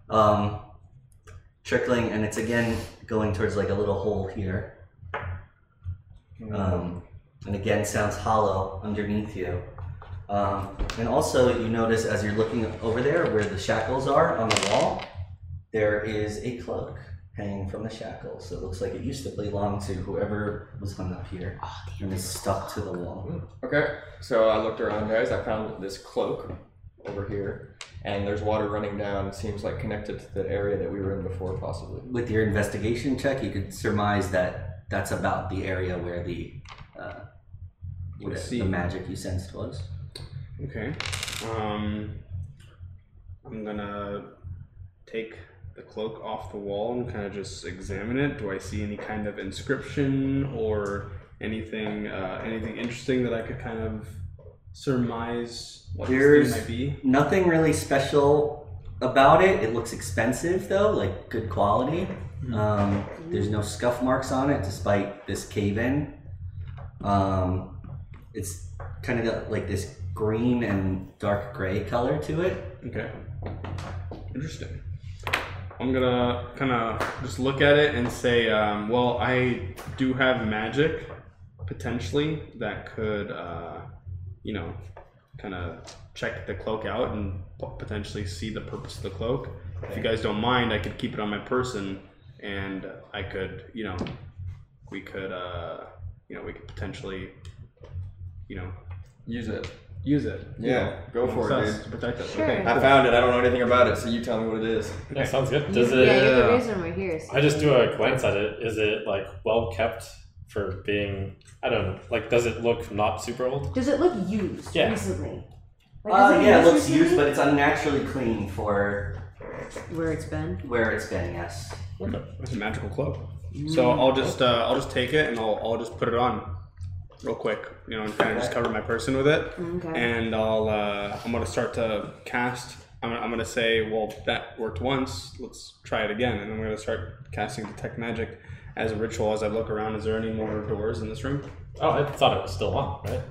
S3: um, trickling, and it's again going towards like a little hole here. Um, and again, sounds hollow underneath you. Um, and also, you notice as you're looking over there where the shackles are on the wall, there is a cloak hanging from the shackles. So it looks like it used to belong to whoever was hung up here and is stuck to the wall.
S2: Okay. So I looked around, guys. I found this cloak over here, and there's water running down. It seems like connected to the area that we were in before, possibly.
S3: With your investigation check, you could surmise that that's about the area where the uh, where
S1: Let's see.
S3: the magic you sensed was.
S1: Okay. Um, I'm gonna take the cloak off the wall and kind of just examine it. Do I see any kind of inscription or anything, uh, anything interesting that I could kind of surmise what
S3: There's-
S1: this thing might be?
S3: Nothing really special about it. It looks expensive though, like good quality. Um, there's no scuff marks on it, despite this cave in. Um, it's kind of got like this green and dark gray color to it.
S1: Okay. Interesting. I'm gonna kind of just look at it and say, um, well, I do have magic potentially that could, uh, you know, kind of check the cloak out and po- potentially see the purpose of the cloak. If you guys don't mind, I could keep it on my person and I could, you know, we could, uh, you know, we could potentially, you know,
S2: Use it.
S1: use it.
S2: Yeah. Go for it,
S1: Assess
S2: dude.
S1: To protect us.
S5: Sure.
S1: Okay.
S2: I found it. I don't know anything about it, so you tell me what it is.
S7: Yeah, sounds good.
S5: You-
S7: Does it?
S5: Yeah, you're the reason we're here. so-
S7: I just do a glance at it. Is it like well kept for being? I don't know. Like, does it look not super old?
S5: Does it look used
S7: Yeah.
S5: recently?
S3: Uh,
S5: is
S3: yeah, it looks
S5: recently?
S3: used, but it's unnaturally clean for
S5: where it's been.
S3: where it's been. Yes.
S1: It's a magical cloak. So I'll just uh, I'll just take it and I'll, I'll just put it on real quick, you know, and kind of just cover my person with it.
S5: Okay.
S1: And I'll uh, I'm gonna start to cast. I'm, I'm gonna say, well, that worked once. Let's try it again. And I'm gonna start casting detect magic as a ritual as I look around. Is there any more doors in this room?
S7: Oh, I thought it was still on, right?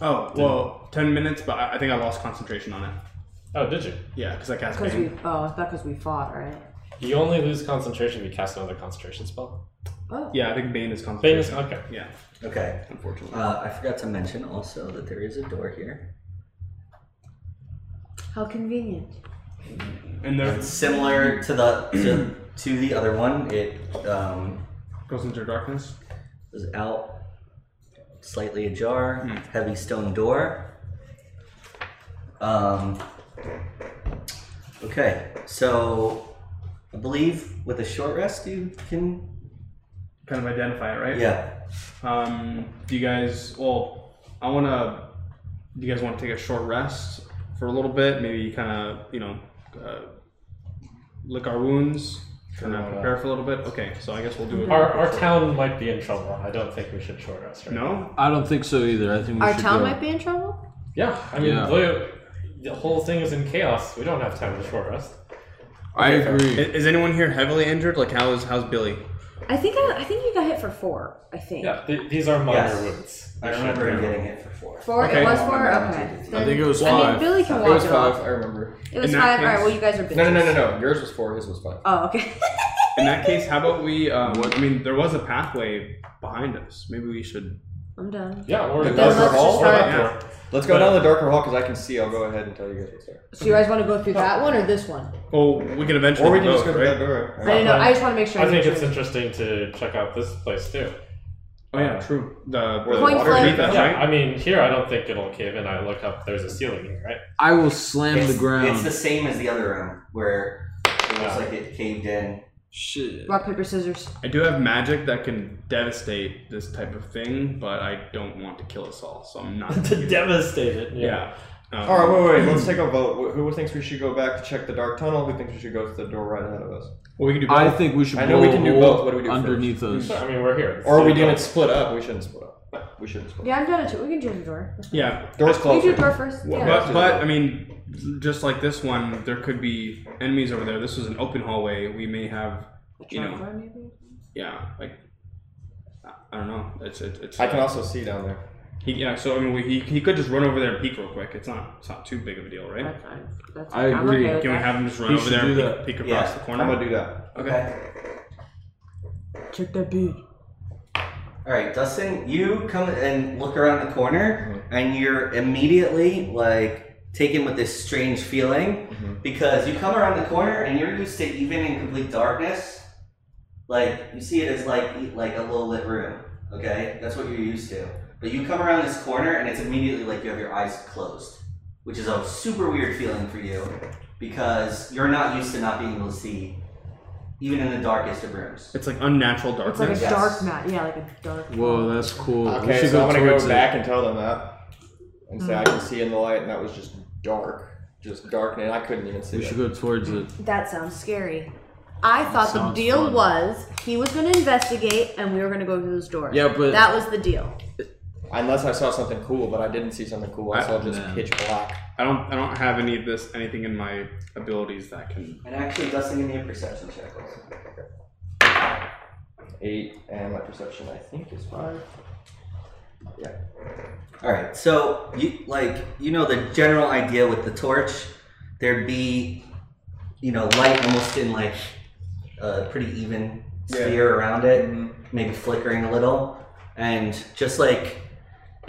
S1: Oh well, ten minutes, but I I think I lost concentration on it.
S7: Oh, did you?
S1: Yeah, because I cast
S5: Because
S1: Bane.
S5: we oh, it's not because we fought, right?
S7: You only lose concentration if you cast another concentration spell.
S5: Oh,
S1: Yeah, I think Bane is concentration.
S7: Bane is okay.
S1: Yeah,
S3: Okay.
S1: unfortunately.
S3: Uh, I forgot to mention also that there is a door here.
S5: how convenient.
S1: and there
S3: It's similar to the to, to the other one. It um,
S1: goes into darkness.
S3: was out slightly ajar, heavy stone door. Um, okay, so I believe with a short rest you can.
S1: Kind of identify it, right?
S3: Yeah.
S1: Um, do you guys? Well, I want to. Do you guys want to take a short rest for a little bit? Maybe kind of, you know, uh, lick our wounds, kind of
S2: Sure.
S1: prepare for a little bit. Okay, so I guess we'll do it.
S7: Our, our town might be in trouble. I don't think we should short rest. Right?
S1: No.
S6: I don't think so either. I think we
S5: Our
S6: should
S5: town
S6: go.
S5: might be in trouble.
S7: Yeah, I mean,
S6: Yeah.
S7: the- the whole thing is in chaos. We don't have time to short rest.
S6: I
S1: I-
S6: agree.
S1: Is anyone here heavily injured? Like, how is how's Billy?
S5: I think I, I think you got hit for four. I think
S7: Yeah, th- these are minor
S3: Yes.
S7: wounds.
S3: I remember him getting hit for four.
S5: four.
S1: Okay.
S5: It was four.
S3: I don't
S5: Okay.
S3: think it
S6: I think it was
S5: I mean,
S6: five.
S5: Billy can
S2: It
S5: walk
S2: was
S5: it
S2: five.
S5: off.
S2: I remember.
S5: It was
S1: In that
S5: five. All right.
S1: case-
S5: Well, you guys are bitches.
S2: No, no, no, no, no. Yours was four. His was five.
S5: Oh, okay.
S1: In that case, how about we? Um, I mean, there was a pathway behind us. Maybe we should.
S5: I'm done.
S7: Yeah, we're
S2: The
S7: we're
S2: darker
S7: up
S2: hall?
S7: for- we're up
S1: Yeah.
S7: for-
S2: Let's go down the darker hall because I can see. I'll go ahead and tell you guys what's there.
S5: So you guys want to go through that one or this one?
S1: Well, we can eventually.
S2: Or we
S1: do
S2: can just go
S1: both,
S2: to
S1: right?
S2: that door.
S5: I don't know.
S7: fine.
S5: I just want to make sure.
S7: I think
S5: know
S7: it's
S5: what-
S7: interesting to check out this place too.
S1: Oh yeah, true. The,
S2: Where
S1: the
S2: the
S5: Point
S2: water
S5: flip.
S2: is.
S1: That's
S7: yeah,
S1: right.
S7: I mean, here I don't think it'll cave in. I look up, there's a ceiling here, right?
S6: I will slam
S3: it's,
S6: the ground.
S3: It's the same as the other room where it looks like it caved in.
S6: Shit.
S5: rock paper scissors.
S1: I do have magic that can devastate this type of thing, but I don't want to kill us all, so I'm not.
S7: to devastate it.
S1: yeah. Um,
S2: All right, wait, wait, wait. Let's take a vote. Wh- Who thinks we should go back to check the dark tunnel? Who thinks we should go to the door right ahead of us?
S1: Well, we can do both.
S6: I think we should.
S2: I know we
S6: blow a
S2: can do
S6: hole
S2: both. What do we do first?
S6: underneath
S7: So,
S6: us?
S7: I mean, we're here.
S2: Or are we doing it split up? We shouldn't split up. We shouldn't split.
S5: Yeah, I'm done. Too. We can do the door.
S1: yeah.
S2: up. Doors
S5: We
S2: closed.
S5: do door first. Yeah.
S1: But, but I mean, just like this one, there could be enemies over there. This was an open hallway. We may have, you know,
S5: Door, maybe?
S1: yeah, like I- I don't know. It's it's. it's
S2: I can also see down there.
S1: He, yeah. So I mean, we, he, he could just run over there and peek real quick. It's not it's not too big of a deal, right?
S5: That's fine. That's
S6: I
S5: I'm
S6: agree.
S5: Okay with
S1: Can we
S5: that.
S1: have him just run
S6: He
S1: over
S6: should
S1: there
S6: do
S1: and
S6: that.
S1: peek, peek across
S3: Yeah.
S1: the
S2: I'm
S1: corner?
S2: gonna do that.
S1: okay.
S5: Check that beat.
S3: All right, Dustin, you come and look around the corner, and you're immediately like taken with this strange feeling because you come around the corner and you're used to even in complete darkness, like you see it as like e- like a low lit room. Okay, that's what you're used to. But you come around this corner and it's immediately like you have your eyes closed, which is a super weird feeling for you because you're not used to not being able to see, even in the darkness of rooms.
S1: It's like unnatural
S5: It's like a
S1: darkness.
S3: Yes.
S5: dark mat. Yeah, like a dark.
S6: Whoa, that's cool. we
S2: Okay,
S6: should
S2: so I'm gonna go
S6: towards it.
S2: back and tell them that, and say
S5: Mm.
S2: I can see in the light, and that was just dark, just dark, and I couldn't even see.
S6: We
S2: that.
S6: should go towards it.
S5: That sounds scary. I thought the
S6: sounds
S5: deal
S6: fun.
S5: was he was going to investigate and we were going to go through this door.
S6: Yeah, but-
S5: that was the deal.
S2: Unless I saw something cool, but I didn't see something cool. I
S1: I-
S2: saw just
S6: man.
S2: pitch black.
S1: I don't I don't have any of this anything in my abilities that can.
S3: And actually, Dustin, give me a perception check. Also.
S2: Eight, and my perception I think is five.
S3: All right, so you like you know the general idea with the torch, there'd be, you know, light almost in like a pretty even sphere around it,
S2: Mm-hmm.
S3: maybe flickering a little, and just like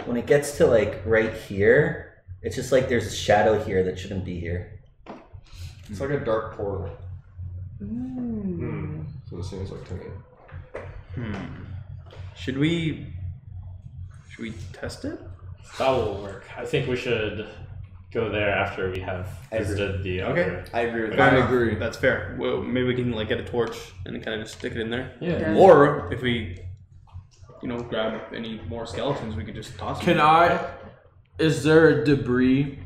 S3: when it gets to like right here, it's just like there's a shadow here that shouldn't be here.
S2: It's like a dark portal.
S5: Mm.
S2: So it seems like to me.
S1: Should we? Should we test it?
S7: That will work. I think we should go there after we have visited the
S1: Okay.
S7: other.
S2: I agree with
S1: Fair
S2: that.
S1: enough.
S6: agree.
S1: That's fair. Well, maybe we can like get a torch and kind of just stick it in there.
S7: Yeah.
S5: Yeah.
S1: Or if we, you know, grab any more skeletons, we could just toss.
S6: Can
S1: them.
S6: I? Is there debris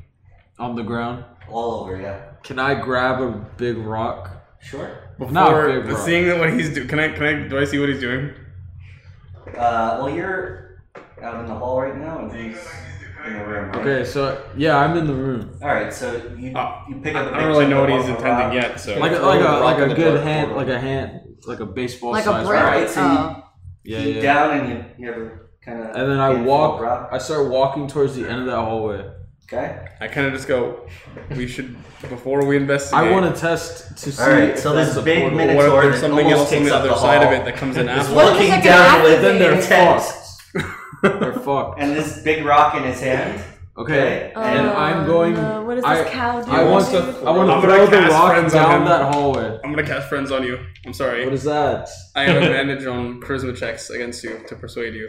S6: on the ground?
S3: All over, yeah.
S6: Can I grab a big rock?
S3: Sure.
S1: Before
S6: Not a big rock.
S1: seeing that what he's doing, can I? Can I? Do I see what he's doing?
S3: Uh, well, you're out in the hall right now, and he's in the room. right?
S6: Okay, so yeah, I'm in the room.
S3: All right, so you
S1: Uh,
S3: you pick
S1: I
S3: up. a
S1: don't
S3: big
S1: really
S3: chunk
S1: know what
S3: of
S1: he's
S3: rock.
S1: intending yet. So
S6: Like a,
S2: throw
S6: like
S2: the
S6: a
S2: rock
S6: like
S2: in
S6: a
S2: the
S6: good
S2: dark
S6: hand,
S2: portal.
S6: like a hand, like a baseball
S5: Like a
S6: size.
S5: brick.
S6: rock.
S3: Alright, so you-
S5: Oh.
S6: Yeah,
S3: you
S6: yeah.
S3: down and you, you have a kind of.
S6: And then I walk. I start walking towards the end of that hallway.
S3: Okay.
S1: I kind of just go. We should before we investigate.
S6: I want to test to see.
S3: All right.
S6: if
S3: So
S6: that's
S3: this
S6: a
S3: big
S6: portal.
S3: minute-
S1: What if
S3: Minotaur
S1: there's
S3: that
S1: something
S3: almost
S1: else on
S3: takes
S1: the
S3: up
S1: other
S3: the
S1: side of
S3: hall.
S1: it that comes in
S3: It's
S1: after?
S5: Well,
S3: walking
S5: it's like an
S3: down with
S5: activated
S3: an
S5: attack.
S3: axe
S6: They're fucked.
S3: and this big rock in his hand.
S6: Okay.
S3: Okay. And
S6: Uh, I'm going-
S5: no, what is this
S6: I-
S5: cow doing?
S6: I want to. I want
S1: I'm
S6: to
S1: gonna
S6: throw the
S1: cast
S6: rock
S1: friends on
S6: down
S1: him.
S6: that hallway.
S1: I'm gonna cast friends on you. I'm sorry.
S6: What is that?
S1: I have advantage on charisma checks against you to persuade you.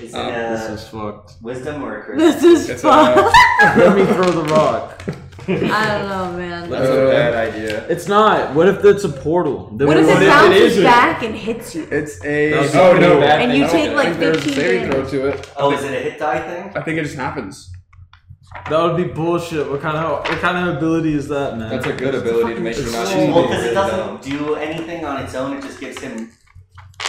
S3: Is it
S1: Um,
S6: Oh, This
S3: uh,
S6: is fucked.
S3: wisdom or a charisma?
S5: This is
S1: It's,
S5: fun.
S1: uh,
S6: Let me throw the rock.
S5: I don't know, man.
S6: Let's-
S2: That's a
S6: Uh,
S2: bad idea.
S6: It's not. What if it's a portal? Then
S5: what
S6: we
S5: if
S6: run
S5: it
S6: in-
S1: sound-
S5: bounces
S1: isn't?
S5: back and hits you?
S1: It's a.
S6: That was
S1: Oh
S6: a
S1: no!
S6: bad
S5: And
S6: thing.
S5: you
S6: I don't
S5: take,
S6: think-
S5: like,
S1: I think there's a
S5: 15
S1: saving throw
S5: damage.
S1: to it.
S3: Oh, is it a hit die thing?
S1: I think it just happens.
S6: That would be bullshit. What kind of what kind of ability is that, man?
S2: That's a good ability to make you not
S6: Fucking
S3: Well,
S2: be
S3: because
S2: really
S3: it doesn't
S2: dumb.
S3: do anything on its own. It just gives him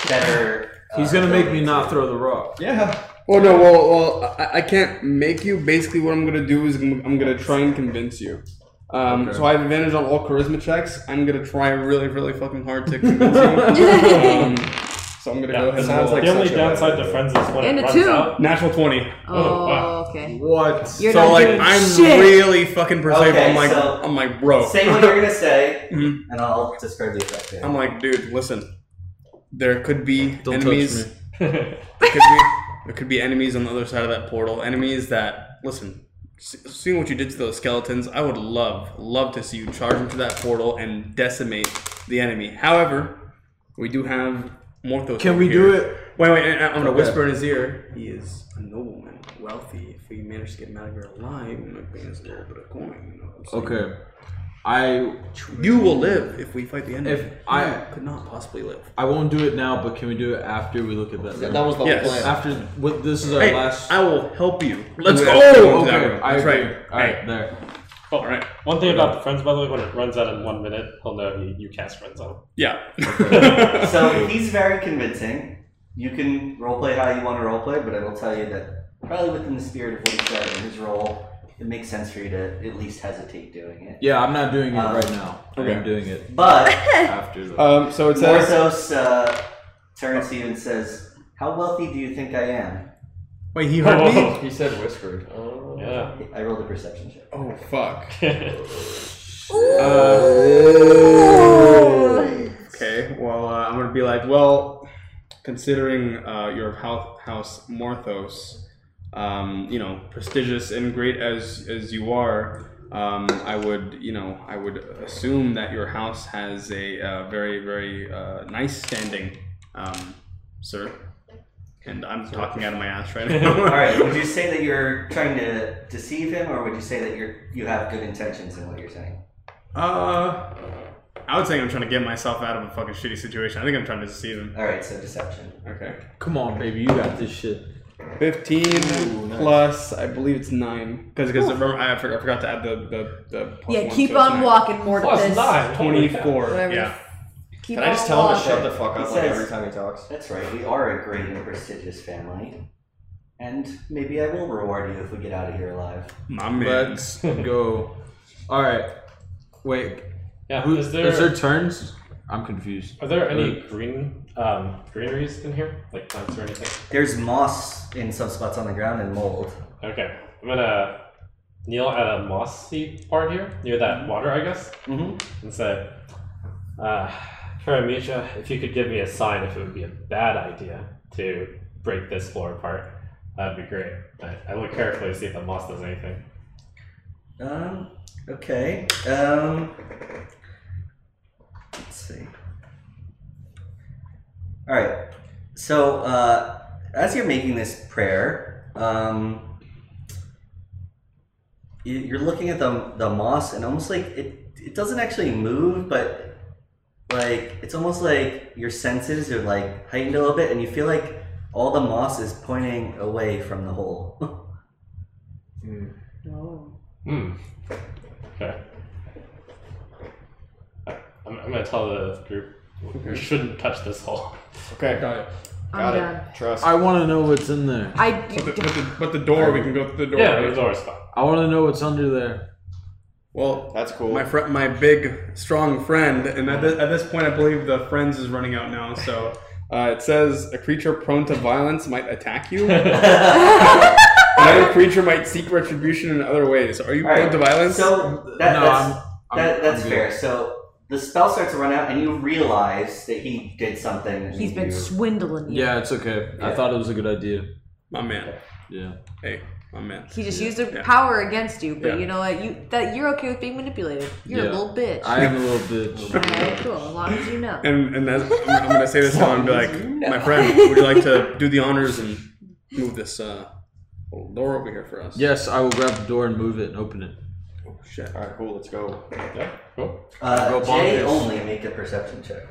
S3: better. uh,
S6: He's gonna make me
S3: ability
S6: not
S3: to-
S6: throw the rock.
S2: Yeah.
S1: Well, Oh, no, well, well, I, I can't make you. Basically, what I'm gonna do is I'm, I'm gonna try and convince you. Um,
S6: Okay.
S1: So I have advantage on all charisma checks. I'm gonna try really, really fucking hard to convince you.
S6: Oh,
S1: um, so I'm gonna
S7: Yeah,
S1: go ahead
S7: the-
S1: and
S2: sounds
S1: roll.
S2: like
S7: the only
S2: such a bad
S7: downside to
S2: idea.
S7: friends is when
S5: And
S7: it
S5: a
S7: runs
S5: two.
S7: out.
S1: natural twenty.
S7: Oh, wow.
S5: Oh, okay.
S6: What?
S5: You're
S1: so
S5: not
S1: like
S5: doing
S1: I'm
S5: shit.
S1: really fucking persuasive
S3: Okay,
S1: on my
S3: so-
S1: on my bro.
S3: Say what you're gonna say,
S1: Mhm.
S6: Mm-hmm.
S3: and I'll describe the effect.
S1: I'm like, dude, listen. There could be
S6: Don't
S1: enemies.
S6: touch me.
S1: There could be, there could be enemies on the other side of that portal. Enemies that listen. se- Seeing what you did to those skeletons, I would love, love to see you charge into that portal and decimate the enemy. However, we do have more of those.
S6: Can
S1: over
S6: we do
S1: here.
S6: it?
S1: Wait, wait, I- I'm gonna
S6: Okay.
S1: whisper in his ear. He is a nobleman, wealthy. If we manage to get him out of here alive, we might bring us a little bit of coin. You know what I'm saying?
S6: Okay. I
S1: You will live if we fight the enemy.
S6: If
S1: You
S6: I-
S1: could not possibly live.
S6: I won't do it now, but can we do it after we look at that?
S2: That was the
S1: Yes.
S2: whole plan.
S6: after what this is our
S1: Hey,
S6: last.
S1: I will help you.
S6: Okay,
S1: go.
S6: Okay, I
S1: That's
S6: agree.
S1: right.
S6: All right, there.
S1: All right.
S7: One thing about the friends, by the way, when it runs out in one minute, he'll know you, you cast friends on.
S1: Yeah.
S7: him.
S3: So he's very convincing. You can roleplay how you want to roleplay, but I will tell you that probably within the spirit of what he said in his role, it makes sense for you to at least hesitate doing it.
S6: Yeah, I'm not doing it
S2: Uh,
S3: Um,
S6: right now. I'm
S1: okay.
S6: doing it
S3: But
S6: after. The,
S1: um, so it says.
S3: Morzos uh, turns to you and says, "How wealthy do you think I am?"
S1: Wait, he
S7: heard me?
S2: He said whispered.
S7: yeah.
S3: I rolled a perception check.
S1: Oh fuck.
S5: Ooh.
S1: Okay. Well, uh, I'm gonna be like, well, considering uh, your house, house Morthos, um, you know, prestigious and great as as you are, um, I would, you know, I would assume that your house has a uh, very, very uh, nice standing, um, sir. And I'm talking out of my ass right now.
S3: All right. Would you say that you're trying to deceive him, or would you say that you're you have good intentions in what you're saying?
S1: Uh, I would say I'm trying to get myself out of a fucking shitty situation. I think I'm trying to deceive him.
S3: All right. So deception.
S1: Okay.
S6: Come on, baby, you got this shit.
S1: 15
S2: Ooh, nice.
S1: plus, I believe it's 9. Because because remember, I, for- I forgot to add the. the, the plus
S5: Yeah,
S1: one,
S5: keep
S1: so it's
S5: on
S1: nine.
S5: walking, Mortis.
S7: Plus nine. holy cow.
S1: 24.
S5: Whatever.
S1: Yeah.
S5: Keep
S2: Can I just
S5: on
S2: tell him to
S5: walking.
S2: shut the fuck up
S3: He
S2: like
S3: says-
S2: every time he talks?
S3: That's right. We are a great and prestigious family, and maybe I will reward you if we get out of here alive.
S1: My man.
S6: Let's go. All right. Wait.
S7: Yeah.
S6: Who,
S7: is there,
S6: is there turns? I'm confused.
S7: are there any green um, greeneries in here, like plants or anything?
S3: There's moss in some spots on the ground and mold.
S7: Okay, I'm gonna kneel at a mossy part here near that water, I guess,
S3: Mhm.
S7: and say, uh, "Karamisha, if you could give me a sign if it would be a bad idea to break this floor apart, that'd be great." I, I look carefully to see if the moss does anything.
S3: Um. Okay. Um. Let's see. All right. So uh, as you're making this prayer, um, you- you're looking at the the moss, and almost like it it doesn't actually move, but like it's almost like your senses are like heightened a little bit, and you feel like all the moss is pointing away from the hole.
S5: Oh.
S7: Hmm. Okay. I, I'm, I'm gonna tell the group we shouldn't touch this hole.
S2: Okay.
S1: Got it.
S5: I'm
S2: Got
S5: done.
S2: it. Trust.
S6: I want to know what's in there.
S5: I
S1: But the, but, the, but the door, we can go through the door.
S7: Yeah,
S1: right?
S7: the door's fine.
S6: I want to know what's under there.
S1: Well,
S2: That's cool.
S1: my friend, my big, strong friend, and at this, at this point, I believe the friends is running out now, so Uh, it says a creature prone to violence might attack you.
S3: All
S1: Another creature might seek retribution in other ways. Are you prone
S3: right.
S1: to violence?
S3: So that,
S6: no,
S3: that's,
S6: I'm, I'm,
S3: that, that's
S6: I'm good.
S3: fair. So the spell starts to run out, and you realize that he did something.
S5: He's been
S3: You-
S5: swindling you.
S6: Yeah, it's okay. I
S3: Yeah.
S6: thought it was a good idea.
S1: my man,
S6: Yeah.
S1: my man.
S5: He just used the
S1: Yeah.
S5: power against you, but
S1: Yeah.
S5: you know what? You that you're okay with being manipulated. You're
S6: Yeah.
S5: a little bitch.
S6: I am a little bitch.
S5: Okay, cool. As long as you know.
S1: And and that's, I'm, I'm gonna say this now and be like, my friend, would you like to do the honors and move this uh, little door over here for us?
S6: Yes, I will grab the door and move it and open it.
S1: Oh, shit.
S2: All right, cool. Let's go.
S7: Yeah, cool.
S3: Uh,
S6: Go
S3: Jay
S6: bonkers.
S3: only make a perception check.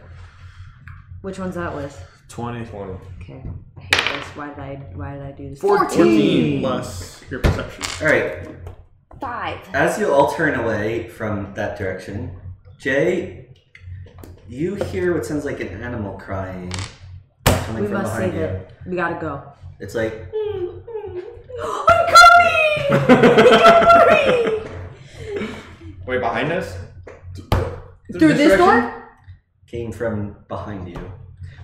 S5: Which one's that with?
S6: 20.
S2: Twenty.
S5: Okay. I hate this. Why did I why did I do this?
S1: 14 plus your perception.
S3: All right.
S5: Five.
S3: As you all turn away from that direction, Jay, you hear what sounds like an animal crying coming
S5: We
S3: from
S5: must
S3: behind
S5: save
S3: you.
S5: it. We gotta go.
S3: It's like
S5: I'm coming!
S2: Wait, behind us?
S5: Through this door?
S3: came from behind you.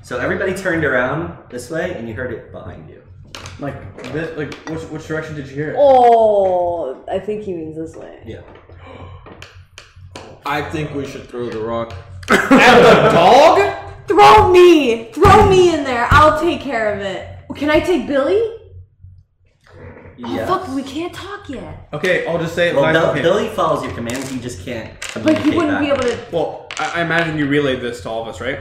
S3: So everybody turned around this way, and you heard it behind you.
S2: Like this? Like which which direction did you hear
S5: Oh, I think he means this way.
S3: Yeah.
S6: I think we should throw the rock.
S2: Dog?
S5: Throw me! Throw me in there. I'll take care of it. Can I take Billy?
S3: Yeah.
S5: Oh, fuck, we can't talk yet.
S8: Okay, I'll just say it
S3: Well,
S8: like
S3: Bill,
S8: okay.
S3: Billy follows your commands. He just can't.
S5: But he
S3: communicate
S5: wouldn't be
S3: back.
S5: able to.
S1: Well, I, I imagine you relayed this to all of us, right?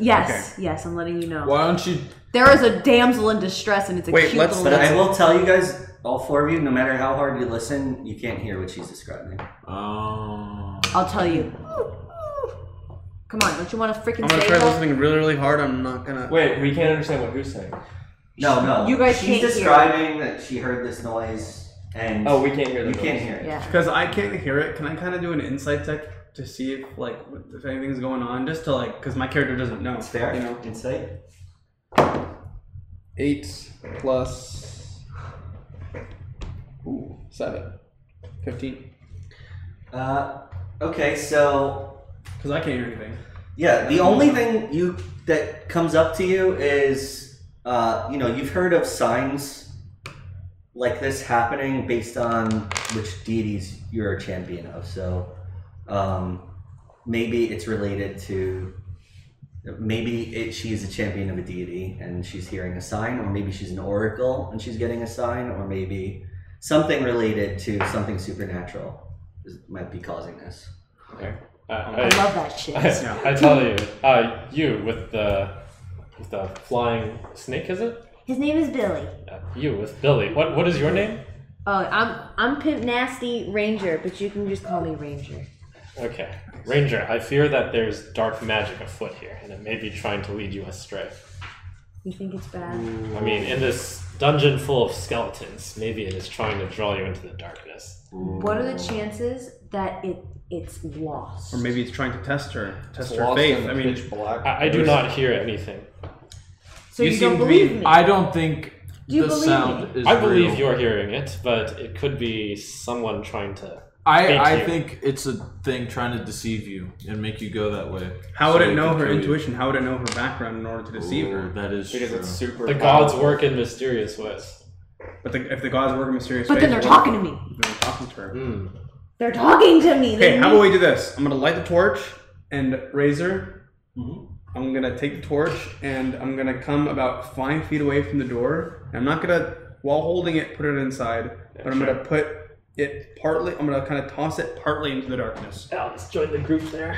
S5: Yes, yes, I'm letting you know.
S6: Why don't you?
S5: There is a damsel in distress, and it's a
S1: Wait,
S5: cute
S1: let's-
S5: little.
S3: But I will tell you guys, all four of you, no matter how hard you listen, you can't hear what she's describing.
S6: Um,
S5: I'll tell you. Come on, don't you want to freaking
S1: I'm gonna
S5: say
S1: try
S5: that?
S1: listening really, really hard. I'm not gonna.
S2: Wait, we can't understand what who's saying.
S3: No, no.
S5: You guys
S3: She's
S5: can't hear.
S3: describing that she heard this noise, and
S2: Oh, we can't hear the
S3: you
S2: noise.
S3: can't hear it.
S5: Yeah.
S8: Because I can't hear it. Can I kind of do an insight check to see if like if anything's going on, just to like, because my character doesn't know.
S3: It's fair.
S8: You know.
S3: Insight.
S8: Eight plus. Ooh, seven. Fifteen.
S3: Uh, okay, so
S8: Because I can't hear anything.
S3: yeah, the only thing you that comes up to you is, uh, you know, you've heard of signs like this happening based on which deities you're a champion of. So, um, maybe it's related to. Maybe it, she's a champion of a deity and she's hearing a sign, or maybe she's an oracle and she's getting a sign, or maybe something related to something supernatural is, might be causing this.
S7: I,
S5: I
S7: I,
S5: love that shit.
S7: I, tell you, uh, you with the with the flying snake, is it?
S5: His name is Billy.
S7: Uh, you with Billy. What what is your name?
S5: Oh, I'm I'm Pimp Nasty Ranger, but you can just call me Ranger.
S7: Okay, Ranger. I fear that there's dark magic afoot here, and it may be trying to lead you astray.
S5: You think it's bad?
S7: I mean, in this dungeon full of skeletons, maybe it is trying to draw you into the darkness.
S5: What are the chances that it it's lost?
S1: Or maybe it's trying to test her, test her
S2: Lost in
S1: faith.
S2: the
S1: I mean,
S2: pitch black.
S7: I, I do not hear anything.
S5: so
S1: you
S5: you, don't
S1: seem to
S5: believe
S1: be-
S5: me?
S6: I don't think
S5: Do you
S6: the
S5: believe
S6: sound is.
S7: I believe
S6: real.
S7: you're hearing it, but it could be someone trying to.
S6: I,
S7: Thank
S6: I
S7: you.
S6: think it's a thing trying to deceive you and make you go that way.
S1: how would
S6: So
S1: it know her
S6: kill you.
S1: intuition? How would it know her background in order to deceive
S6: Ooh,
S1: her?
S6: That is
S2: Because
S6: true.
S2: it's super.
S7: The gods work in mysterious ways.
S1: But the, if the gods work in mysterious
S5: but
S1: ways,
S5: then they're
S1: what-
S5: talking to me.
S1: They're talking to her.
S7: Hmm.
S5: They're talking to
S1: Okay,
S5: me. They're
S1: how
S5: me-
S1: about we do this? I'm gonna light the torch and razor. I'm gonna take the torch and I'm gonna come about five feet away from the door. I'm not gonna, while holding it, put it inside, but I'm
S7: sure.
S1: gonna put it partly. I'm gonna kind of toss it partly into the darkness.
S7: Yeah, let's join the group there.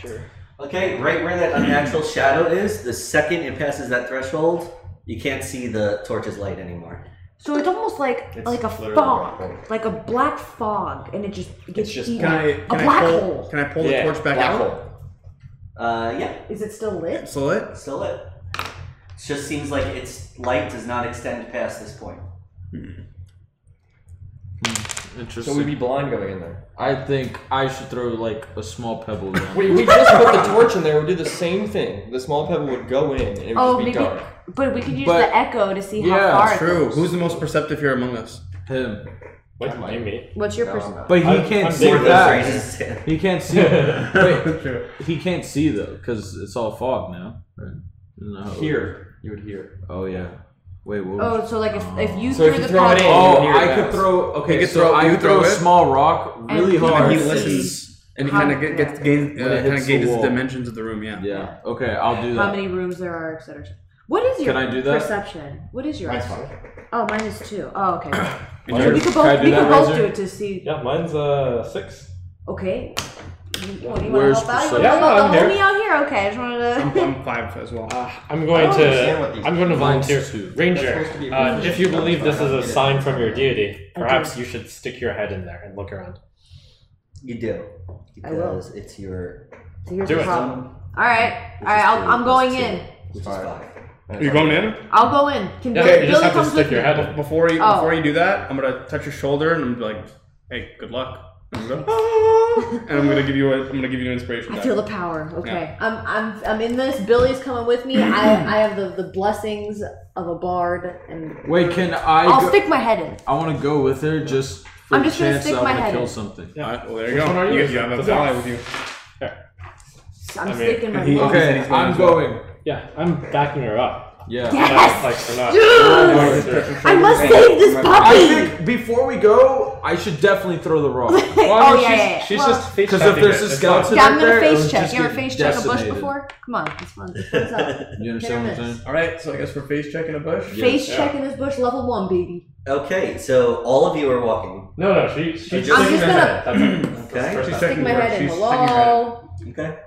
S7: Sure.
S3: Okay, right where that unnatural shadow is, the second it passes that threshold, you can't see the torch's light anymore.
S5: So it's almost like
S2: It's
S5: like a
S2: literally
S5: fog,
S2: black.
S5: like a black fog, and it just gets
S2: just-
S5: eaten.
S1: Can I? Can
S5: a
S1: I
S5: black
S1: pull,
S5: hole.
S1: Can I pull the torch back out?
S3: Uh, yeah,
S5: Is it still lit?
S1: It's lit.
S3: it's still lit. It just seems like its light does not extend past this point.
S6: Interesting.
S2: So we'd be blind going in there.
S6: I think I should throw like a small pebble down.
S2: We, we just put the torch in there. We did the same thing. The small pebble would go in and it would
S5: Oh,
S2: just be
S5: maybe.
S2: dark.
S5: But we could use
S6: But-
S5: the echo to see
S6: Yeah,
S5: how far. it
S1: True.
S5: goes.
S1: Who's the most perceptive here among us?
S6: him,
S7: What
S2: I might.
S7: you mean?
S5: What's your
S2: No,
S5: person?
S2: no.
S6: but he
S7: I'm-
S6: can't
S7: I'm
S6: see
S7: big with
S6: that.
S3: Raises-
S6: He can't see. Wait,
S1: True.
S6: he can't see though because it's all fog now. Right? No.
S2: Here, you would hear.
S6: Oh yeah. Wait. What was-
S5: Oh, so like if, if you
S2: So
S5: threw
S2: if you
S5: the
S2: throw it
S5: project,
S2: in,
S6: Oh,
S2: you hear
S6: I
S2: it
S6: could
S2: bounce.
S6: throw. Okay,
S8: You could
S6: so
S8: throw-
S6: I
S8: you
S6: could
S8: throw
S6: throw, a
S8: it.
S6: small rock really
S5: And-
S6: hard.
S5: And
S8: he
S5: Hard
S8: listens, and he
S5: Hard
S8: kind of gets, gets
S5: reactor.
S8: gains,
S6: When it
S8: uh, kind
S6: hits
S8: of
S6: the
S8: gauges the
S6: wall.
S8: dimensions of the room. Yeah.
S6: Yeah. Okay, I'll do
S5: how
S6: that.
S5: many rooms there are, et cetera. et cetera. What is your
S6: Can I do that?
S5: perception? What is yours?
S7: Mine's fine.
S5: Oh, mine is two. Oh, okay. So
S8: And you're-
S5: we could
S6: Can I
S5: both
S6: do
S5: we
S6: that,
S5: could both
S6: Razor?
S5: do it to see.
S7: Yeah, mine's uh six.
S5: Okay. You- What, you want to
S6: Where's
S5: help out? You
S6: perception?
S5: want to
S7: Yeah,
S5: help
S7: no, I'm
S5: out? Help
S7: here.
S5: me out here. Okay, I just wanted to.
S8: I'm, I'm five as well.
S7: Uh, I'm going
S2: I don't understand what
S7: to.
S2: these-
S7: I'm going to
S6: Mine's
S7: volunteer.
S6: two.
S7: Ranger,
S2: That's supposed to be a
S7: uh,
S2: position.
S7: if you believe this is a
S2: Okay.
S7: sign from your deity, perhaps you should stick your head in there and look around.
S3: You do.
S5: I will.
S3: Because it's your
S5: So here's
S7: Do
S5: the
S7: it.
S5: problem. All right, all right. I'll, I'm going in.
S3: which is
S2: Alright.
S3: five.
S8: Are you going in?
S5: I'll go in. Can
S7: Yeah,
S5: Billy,
S7: you just
S5: Billy
S7: have to
S5: comes
S7: stick
S5: with
S7: your
S5: me.
S7: head in.
S8: Before you
S5: Oh.
S8: before you do that, I'm gonna touch your shoulder and I'm gonna be like, "Hey, good luck." And I'm, gonna, and I'm gonna give you a, I'm gonna give you an inspiration.
S5: I
S8: die.
S5: feel the power. Okay, I'm, I'm, I'm in this. Billy's coming with me. I, I have the, the blessings of a bard, and
S6: Wait, can I?
S5: I'll
S6: go-
S5: stick my head in.
S6: I want to go with her just for
S5: I'm
S6: the
S5: just gonna
S6: chance
S5: stick
S6: that I'm
S5: my
S6: gonna
S5: head
S6: kill
S5: in.
S6: something.
S8: Alright, well, there you
S7: Which
S8: go.
S7: one are you?
S8: You, you have
S7: Does
S8: an
S7: it-
S8: ally with you.
S5: I'm
S7: I mean,
S5: sticking my.
S8: he-
S5: head.
S8: said
S6: Okay,
S8: he's going
S6: I'm
S8: as well.
S6: going.
S7: Yeah, I'm backing her up.
S6: Yeah.
S5: Yes,
S7: Like, we're not-
S5: dude! I must save this
S6: I
S5: puppy.
S6: think before we go, I should definitely throw the rock.
S5: oh yeah, yeah, yeah.
S8: She's
S5: Well,
S8: just face
S6: Because if
S8: checking
S6: there's
S8: it.
S6: a
S8: It's fine.
S6: skeleton
S5: yeah, I'm
S6: up there,
S5: gonna
S6: it would
S5: face check.
S6: just
S5: You ever
S6: get
S5: face check a bush
S6: decimated.
S5: before? Come on, it's fun. What's up?
S6: You
S5: Hit or
S6: understand what I'm
S5: miss.
S6: saying?
S8: All right, so I guess we're face checking a bush.
S6: Yeah.
S5: Face
S7: Yeah.
S5: check in this bush, level one, baby.
S3: Okay, so all of you are walking.
S7: No, no, she. she
S3: just- I'm
S5: just
S7: sticking her
S5: gonna-
S7: head. That's it.
S3: Okay.
S7: First
S8: She's
S7: time.
S5: Stick
S8: Checking
S5: my
S8: her-
S5: head in.
S8: she's sticking her head.
S5: Hello.
S3: Okay.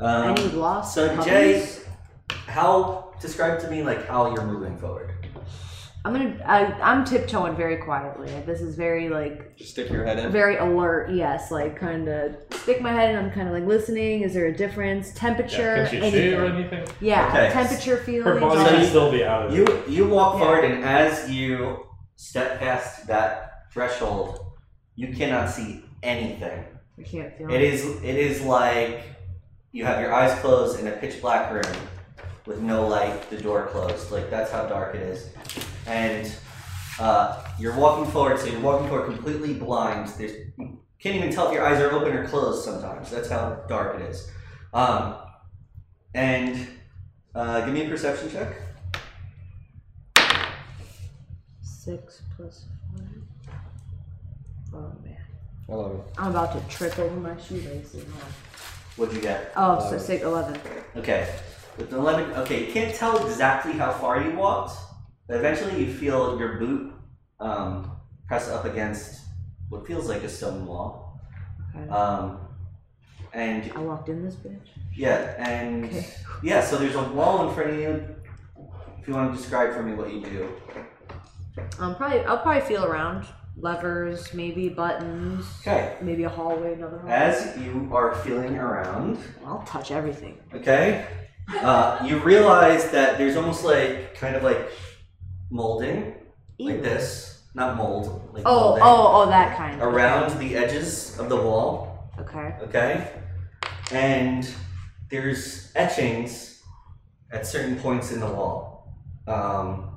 S5: I need
S3: Um,
S5: lost.
S3: so
S5: puppies.
S3: Jay, how describe to me like how you're moving forward.
S5: I'm gonna. I, I'm tiptoeing very quietly. This is very like
S2: Just stick your head in.
S5: very alert. Yes, like kind of stick my head and I'm kind of like listening. Is there a difference? Temperature?
S7: Yeah, can she see
S5: anything.
S7: or anything?
S5: Yeah,
S3: Okay.
S5: temperature
S7: Her
S5: feelings. all
S7: body
S3: So
S7: should
S3: you-
S5: that.
S7: still be out of it.
S3: You you walk
S5: Yeah.
S3: forward and as you step past that threshold, you cannot see anything.
S5: I can't feel
S3: It is it is like you have your eyes closed in a pitch black room with no light, the door closed. Like that's how dark it is. And uh, you're walking forward, so you're walking forward completely blind. There's you can't even tell if your eyes are open or closed sometimes. That's how dark it is. Um, and uh, give me a perception check.
S5: Six plus five. Oh man,
S2: I love it.
S5: I'm about to trip over my shoelaces. huh?
S3: What'd you get?
S5: Oh, so six, eleven.
S3: Okay. With the lemon, okay, you can't tell exactly how far you walked, but eventually you feel your boot um, press up against what feels like a stone wall.
S5: Okay.
S3: Um, and
S5: I walked in this bitch.
S3: yeah, and
S5: Okay.
S3: yeah, so there's a wall in front of you. If you want to describe for me what you do,
S5: Um, probably I'll probably feel around levers, maybe buttons,
S3: okay.
S5: maybe a hallway, another hallway.
S3: As you are feeling around,
S5: I'll touch everything.
S3: okay, uh, you realize that there's almost like kind of like molding, like
S5: Ew.
S3: this, not mold, like
S5: Oh,
S3: molding.
S5: oh, oh, that kind.
S3: around the edges of the wall,
S5: Okay.
S3: okay? And there's etchings at certain points in the wall. Um,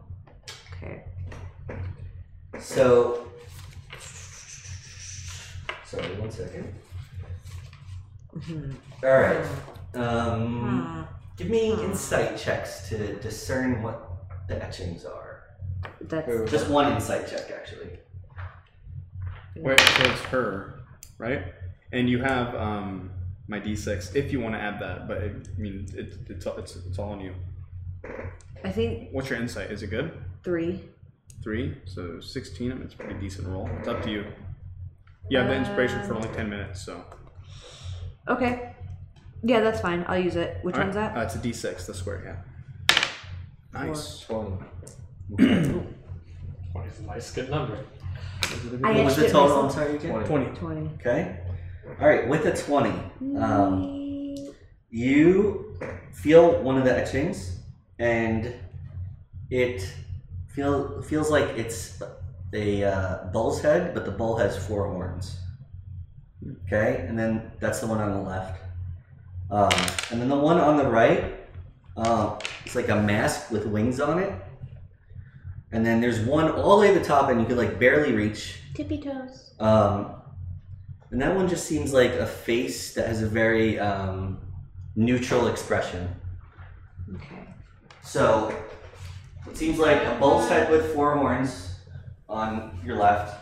S5: Okay.
S3: so, sorry, one second.
S5: Mhm.
S3: All right. Um,
S5: Mm.
S3: give me insight checks to discern what the etchings are.
S5: That's
S2: Who?
S3: Just one insight check, actually.
S8: Wait, so it's her, right? And you have um my D6 if you want to add that, but it, I mean it, it's all- it's it's all on you.
S5: I think
S8: What's your insight? Is it good?
S5: three.
S8: Three, so sixteen. I mean, it's a pretty decent roll. It's up to you. You have the inspiration for only ten minutes, so.
S5: Okay. Yeah, that's fine. I'll use it. Which one's that?
S8: Uh, it's a D6, the square, yeah. Nice.
S2: Twenty.
S7: Twenty's a nice, good number.
S5: I
S3: what was the
S5: etched it
S3: total? I'm
S5: myself.
S3: sorry, Jim?
S2: 20.
S8: 20.
S5: Twenty.
S3: Okay. All right, with a 20, um, you feel one of the etchings, and it feel, feels like it's a uh, bull's head, but the bull has four horns. Okay, and then that's the one on the left. Um, and then the one on the right, uh, it's like a mask with wings on it. And then there's one all the way at the top, and you could like barely reach.
S5: Tippy toes.
S3: Um, and that one just seems like a face that has a very um, neutral expression.
S5: Okay.
S3: So, it seems like a bull's head with four horns on your left.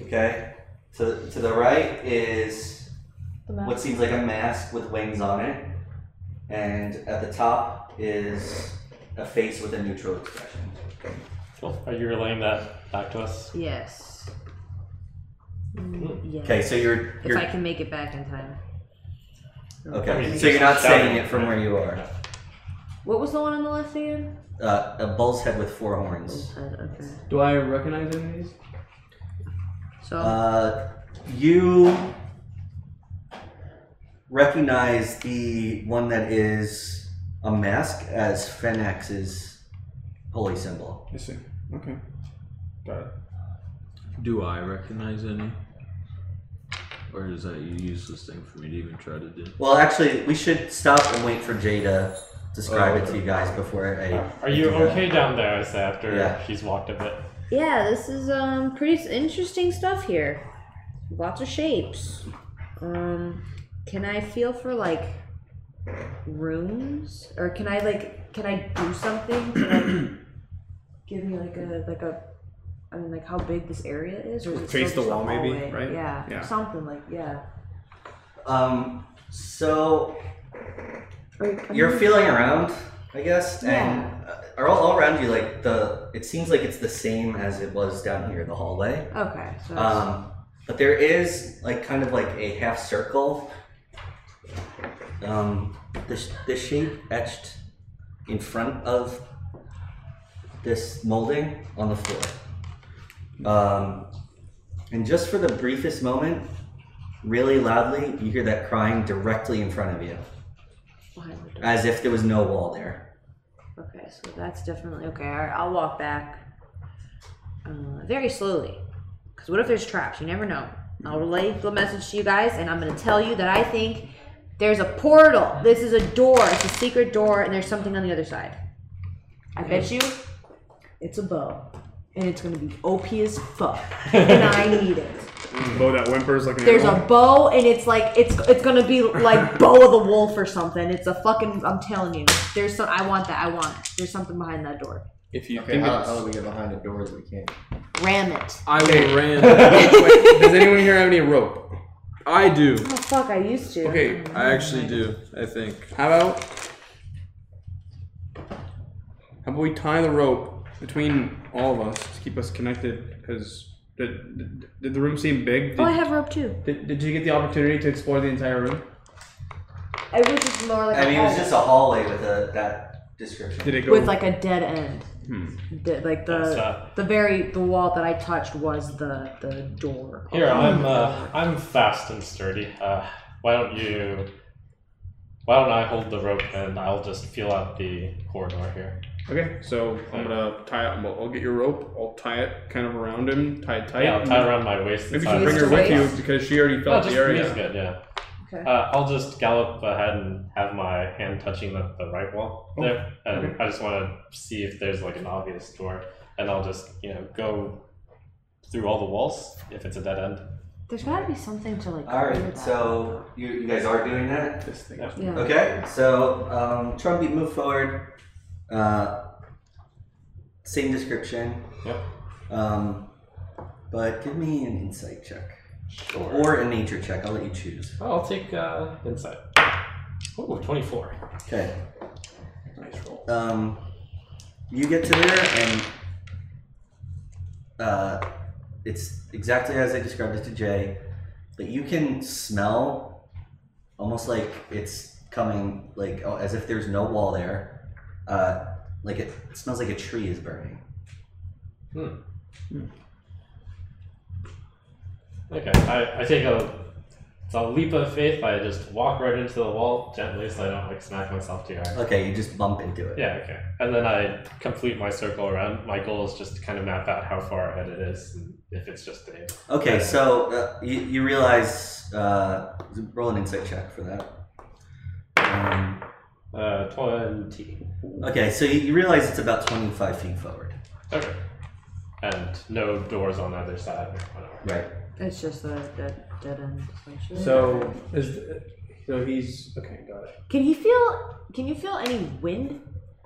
S3: Okay. To, to the right is
S5: The
S3: what seems like a mask with wings on it. And at the top is a face with a neutral expression.
S7: Cool. Are you relaying that back to us?
S5: Yes. Mm, Yes.
S3: Okay, so you're.
S5: If
S3: you're
S5: I can make it back in time.
S3: okay, so you're not saying it from where you are.
S5: What was the one on the left again?
S3: Uh, a bull's head with four horns.
S5: Uh, okay.
S8: Do I recognize any of these?
S5: So
S3: Uh, you recognize the one that is a mask as Fenax's holy symbol.
S8: I see. Okay. Got it.
S6: Do I recognize any? Or is that a useless thing for me to even try to do?
S3: Well, actually, we should stop and wait for Jay to describe
S6: Oh,
S3: it to you guys before I.
S7: Are you
S3: I do that.
S7: okay down there? I say after
S3: Yeah.
S7: she's walked a bit.
S5: yeah, this is um pretty s- interesting stuff here. Lots of shapes. Um, can I feel for like rooms, or can I like can I do something? To, like, give me like a like a. I mean, like how big this area is, or is it
S1: Face
S5: still
S1: the
S5: just a
S1: wall maybe,
S5: hallway?
S1: right?
S5: Yeah,
S1: Yeah.
S5: something like yeah.
S3: Um, so
S5: Or,
S3: you're feeling around, I guess, and uh, are all, all around you like the. It seems like it's the same as it was down here in the hallway.
S5: okay. So
S1: Uh,
S5: it's-
S3: Um, but there is like kind of like a half circle. Um, the, sh- the shape etched in front of this molding on the floor. Um, and just for the briefest moment, really loudly, you hear that crying directly in front of you,
S5: why would
S3: as if there was no wall there.
S5: Okay, so that's definitely okay. All right, I'll walk back uh, very slowly. Because what if there's traps? You never know. I'll relay the message to you guys, and I'm going to tell you that I think there's a portal. This is a door, it's a secret door, and there's something on the other side. I bet you it's a bow. And it's gonna be OP as fuck. And I need it.
S1: Bow that whimpers like an
S5: There's
S1: animal.
S5: a bow and it's like it's it's gonna be like bow of the wolf or something. It's a fucking I'm telling you. There's some I want that, I want it. There's something behind that door.
S8: If you
S2: Okay,
S8: think
S2: how,
S8: it's-
S2: how do we get behind the doors? We can't.
S5: Ram it.
S6: I ran.
S8: Wait, does anyone here have any rope?
S6: I do.
S5: Oh fuck, I used to.
S8: Okay,
S6: I actually do. I think.
S8: How about how about we tie the rope between all of us to keep us connected? Because did, did, did the room seem big?
S5: Oh, I
S8: Did,
S5: have rope too.
S8: did, did you get the opportunity to explore the entire room?
S5: It was just more like
S3: I
S5: a
S3: mean, it was
S5: hallway
S3: just a hallway with a, that description.
S1: Did it go?
S5: with like a dead end.
S1: Hmm.
S5: The- like
S7: That's,
S5: the
S7: uh,
S5: the very the wall that I touched was the the door.
S8: Oh,
S7: Here, I'm uh, I'm fast and sturdy. Uh, why don't you? Why don't I hold the rope and I'll just feel out the corridor here.
S8: Okay, so I'm gonna tie it. I'll, I'll get your rope. I'll tie it kind of around him. Tie it tight.
S7: Yeah, I'll tie it around my waist.
S8: Maybe
S7: and
S8: you
S7: tie
S8: should
S7: it-
S8: bring her with
S5: Waist.
S8: you because she already
S7: No,
S8: felt
S7: just
S8: the
S7: me is
S8: area.
S7: good. Yeah.
S5: Okay.
S7: Uh, I'll just gallop ahead and have my hand touching the, the right wall
S8: Oh,
S7: there, and I just want to see if there's like an obvious door, and I'll just you know go through all the walls if it's a dead end.
S5: There's gotta be something to like.
S3: All
S5: cover
S3: right,
S5: that.
S3: so you, you guys are doing that.
S8: This thing.
S7: Yeah.
S5: yeah.
S3: Okay, so um, Trumpy, move forward. Uh, same description.
S7: Yep.
S3: Um, but give me an insight check
S7: Sure.
S3: or a nature check. I'll let you choose.
S7: I'll take uh, insight. Ooh, 24.
S3: Okay.
S7: Nice roll.
S3: Um, you get to there and uh, it's exactly as I described it to Jay, but you can smell almost like it's coming like oh, as if there's no wall there. Uh, like it, it smells like a tree is burning.
S7: Okay, I, I take a it's a leap of faith. I just walk right into the wall gently, so I don't like smack myself too hard.
S3: Okay, you just bump into it.
S7: Yeah, okay. And then I complete my circle around. My goal is just to kind of map out how far ahead it is, and if it's just a
S3: Okay, so uh, you, you realize uh, roll an insight check for that. Um,
S7: Uh, 20.
S3: okay, so you, you realize it's about twenty five feet forward.
S7: Okay. And no doors on either side or whatever.
S3: Right.
S5: It's just a dead dead end. essentially.
S8: So is
S1: So he's okay. Got it.
S5: Can he feel? Can you feel any wind?